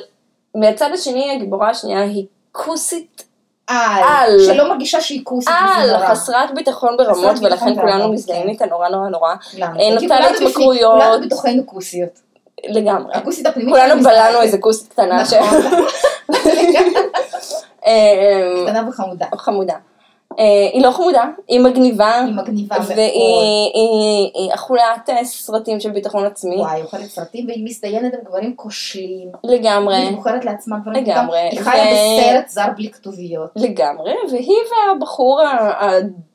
[SPEAKER 3] מהצד השני, הגיבורה השנייה היא כוסית
[SPEAKER 4] על,
[SPEAKER 3] על.
[SPEAKER 4] שלא מרגישה שהיא כוסית וזה
[SPEAKER 3] על,
[SPEAKER 4] נורא.
[SPEAKER 3] חסרת ביטחון ברמות,
[SPEAKER 4] חסרת ביטחון
[SPEAKER 3] ולכן כולנו
[SPEAKER 4] ברמות,
[SPEAKER 3] מזדהים
[SPEAKER 4] כן.
[SPEAKER 3] איתה נורא נורא נורא, אה,
[SPEAKER 4] למה? כי
[SPEAKER 3] נוטה
[SPEAKER 4] כולנו בפנים,
[SPEAKER 3] להתמכרויות.
[SPEAKER 4] כולנו בתוכנו כוסיות.
[SPEAKER 3] לגמרי.
[SPEAKER 4] הכוסית הפנימית.
[SPEAKER 3] אה, כולנו
[SPEAKER 4] שלנו
[SPEAKER 3] בלענו
[SPEAKER 4] מסתכלת.
[SPEAKER 3] איזה כוסית קטנה ש...
[SPEAKER 4] נכון.
[SPEAKER 3] אה,
[SPEAKER 4] קטנה וחמודה.
[SPEAKER 3] חמודה. אה, היא לא חמודה, היא מגניבה,
[SPEAKER 4] היא מגניבה מאוד.
[SPEAKER 3] והיא היא- היא אכולת אה, סרטים של ביטחון עצמי,
[SPEAKER 4] וואי, אוכלת סרטים, והיא מזדיינת עם גברים כושלים.
[SPEAKER 3] לגמרי,
[SPEAKER 4] היא בוחרת לעצמה דברים.
[SPEAKER 3] לגמרי.
[SPEAKER 4] גם- היא חיה
[SPEAKER 3] ו-
[SPEAKER 4] בסרט זר בלי כתוביות.
[SPEAKER 3] לגמרי, והיא והבחור ה-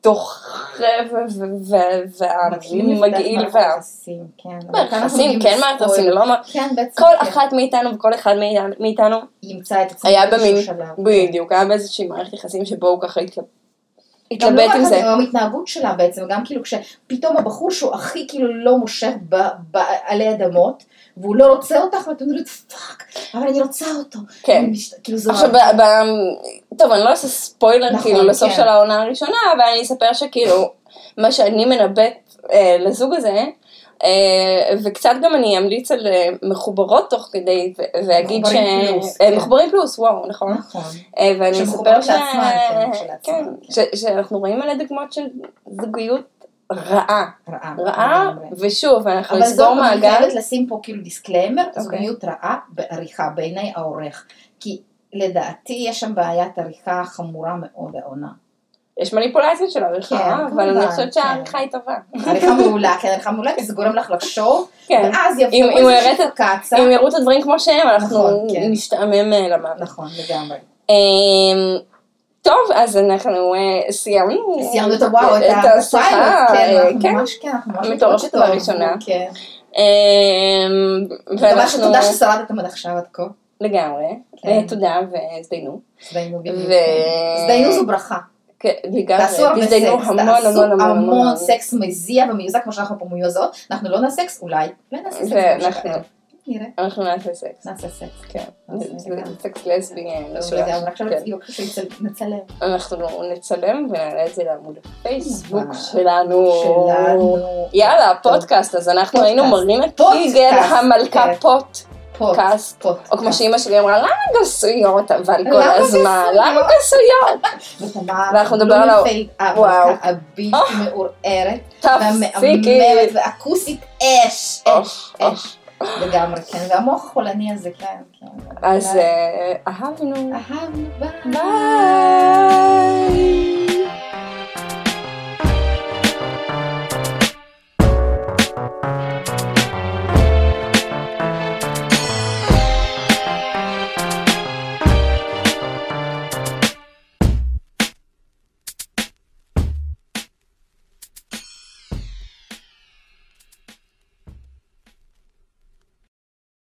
[SPEAKER 3] הדוחה ו- ו- ו- והמגעיל, וה-
[SPEAKER 4] והמכעסים, כן. אבל כאן אנחנו
[SPEAKER 3] מהרכסים,
[SPEAKER 4] מגיעים
[SPEAKER 3] כן
[SPEAKER 4] לספוילר.
[SPEAKER 3] מהרכסים, לא מה...
[SPEAKER 4] כן, בעצם.
[SPEAKER 3] כל
[SPEAKER 4] כן.
[SPEAKER 3] אחת מאיתנו וכל אחד מאיתנו- מאיתנו
[SPEAKER 4] ימצא את עצמו
[SPEAKER 3] היה
[SPEAKER 4] באיזשהו
[SPEAKER 3] במין,
[SPEAKER 4] שלב.
[SPEAKER 3] בדיוק, היה באיזושהי מערכת יחסים שבו הוא ככה התלב-
[SPEAKER 4] גם לא
[SPEAKER 3] התלבט
[SPEAKER 4] רק
[SPEAKER 3] עם זה.
[SPEAKER 4] גם ההתנהגות שלה בעצם, גם כאילו כשפתאום הבחור שהוא הכי כאילו לא מושך ב- בעלי אדמות, והוא לא רוצה אותך, ואת אומרת פאק, אבל אני רוצה אותו.
[SPEAKER 3] כן.
[SPEAKER 4] אני מש- כאילו זה...
[SPEAKER 3] עכשיו, ב- ב- טוב, אני לא אעשה ספוילר
[SPEAKER 4] נכון,
[SPEAKER 3] כאילו לסוף
[SPEAKER 4] כן.
[SPEAKER 3] של העונה הראשונה, אבל אני אספר שכאילו, מה שאני מנבאת אה, לזוג הזה, אה, וקצת גם אני אמליץ על אה, מחוברות תוך כדי, ו- ואגיד ש...
[SPEAKER 4] מחוברים פלוס,
[SPEAKER 3] אה,
[SPEAKER 4] כן.
[SPEAKER 3] מחוברים פלוס, וואו, נכון.
[SPEAKER 4] נכון.
[SPEAKER 3] אה, ואני אספר
[SPEAKER 4] שמחוברות
[SPEAKER 3] ש...
[SPEAKER 4] לעצמן, כן, של
[SPEAKER 3] כן,
[SPEAKER 4] עצמן, כן.
[SPEAKER 3] ש- שאנחנו רואים מלא דוגמאות של זוגיות רעה.
[SPEAKER 4] רעה.
[SPEAKER 3] רעה,
[SPEAKER 4] לגמרי.
[SPEAKER 3] ושוב, אנחנו
[SPEAKER 4] אבל
[SPEAKER 3] נסגור
[SPEAKER 4] זאת, אני
[SPEAKER 3] מעגל.
[SPEAKER 4] חייבת לשים פה כאילו דיסקליימר,
[SPEAKER 3] אוקיי.
[SPEAKER 4] זוגיות רעה בעריכה בעיני העורך. כי לדעתי יש שם בעיית עריכה חמורה מאוד העונה.
[SPEAKER 3] יש מניפולציות של עריכה,
[SPEAKER 4] כן,
[SPEAKER 3] אבל אני
[SPEAKER 4] כמובן,
[SPEAKER 3] חושבת
[SPEAKER 4] כן.
[SPEAKER 3] שהעריכה היא טובה.
[SPEAKER 4] עריכה מעולה, כן, עריכה מעולה, כי זה גורם לך לחשוב,
[SPEAKER 3] כן.
[SPEAKER 4] ואז
[SPEAKER 3] אם- אם
[SPEAKER 4] יבואו
[SPEAKER 3] הוא
[SPEAKER 4] איזה
[SPEAKER 3] יראה את-
[SPEAKER 4] פרוקציה.
[SPEAKER 3] אם יראו את הדברים כמו שהם, אנחנו
[SPEAKER 4] נכון, כן.
[SPEAKER 3] נשתעמם אה, למוות.
[SPEAKER 4] נכון, לגמרי.
[SPEAKER 3] אמ, טוב, אז אנחנו אה, סיימנו.
[SPEAKER 4] סיימנו את הוואו, את
[SPEAKER 3] השיחה.
[SPEAKER 4] הפיילוט,
[SPEAKER 3] אה,
[SPEAKER 4] כן, אנחנו
[SPEAKER 3] כן.
[SPEAKER 4] ממש, כן, אנחנו ממש
[SPEAKER 3] המטורפת
[SPEAKER 4] מתרגשות שתאהבו,
[SPEAKER 3] הראשונה.
[SPEAKER 4] כן.
[SPEAKER 3] אמ,
[SPEAKER 4] ממש
[SPEAKER 3] ואנחנו...
[SPEAKER 4] תודה ששרדתם עד עכשיו עד כה.
[SPEAKER 3] לגמרי.
[SPEAKER 4] כן.
[SPEAKER 3] אה, תודה והזדיינו.
[SPEAKER 4] הזדיינו בדיוק.
[SPEAKER 3] ו-
[SPEAKER 4] הזדיינו זו ברכה.
[SPEAKER 3] כן, לגמרי.
[SPEAKER 4] תעשו הרבה סקס,
[SPEAKER 3] הזדיינו המון
[SPEAKER 4] תעשו
[SPEAKER 3] המון המון המון.
[SPEAKER 4] המון סקס מזיע ומיוזע כמו שאנחנו פה מיוזעות, אנחנו לא נעשה סקס אולי, אולי נעשה סקס,
[SPEAKER 3] ואנחנו-
[SPEAKER 4] בהמשך. נראה,
[SPEAKER 3] אנחנו נעשה סקס.
[SPEAKER 4] נעשה נכון, סקס,
[SPEAKER 3] נכון. כן.
[SPEAKER 4] נעשה
[SPEAKER 3] זה-
[SPEAKER 4] לגמרי.
[SPEAKER 3] זה סקס לסבי. אה,
[SPEAKER 4] לא
[SPEAKER 3] משולש.
[SPEAKER 4] לגמרי, עכשיו
[SPEAKER 3] כן.
[SPEAKER 4] בדיוק, שנצלם,
[SPEAKER 3] אנחנו נצלם ונעלה את זה לעמוד הפייסבוק
[SPEAKER 4] וואו.
[SPEAKER 3] שלנו.
[SPEAKER 4] שלנו,
[SPEAKER 3] יאללה, פודקאסט, אז אנחנו
[SPEAKER 4] פודקאסט.
[SPEAKER 3] היינו מרינה
[SPEAKER 4] פודקאסט,
[SPEAKER 3] קיגל המלכה
[SPEAKER 4] כן.
[SPEAKER 3] פודקאסט,
[SPEAKER 4] פוד, פוד,
[SPEAKER 3] או כמו שאימא שלי אמרה, למה גסויות אבל כל
[SPEAKER 4] למה
[SPEAKER 3] הזמן,
[SPEAKER 4] גסויות?"
[SPEAKER 3] למה גסויות?
[SPEAKER 4] ותמר, לא
[SPEAKER 3] ואנחנו נדבר על ה-
[SPEAKER 4] בלומנפלד,
[SPEAKER 3] וואו. אה.
[SPEAKER 4] המלכה הבלתי מעורערת,
[SPEAKER 3] תפסיקי.
[SPEAKER 4] והמהממת והכוסית אש, אש,
[SPEAKER 3] אוח,
[SPEAKER 4] אש, לגמרי, כן, והמוח החולני הזה, כן, כן,
[SPEAKER 3] אז
[SPEAKER 4] אולי.
[SPEAKER 3] אה, אהבנו.
[SPEAKER 4] אהבנו, ביי.
[SPEAKER 3] ביי.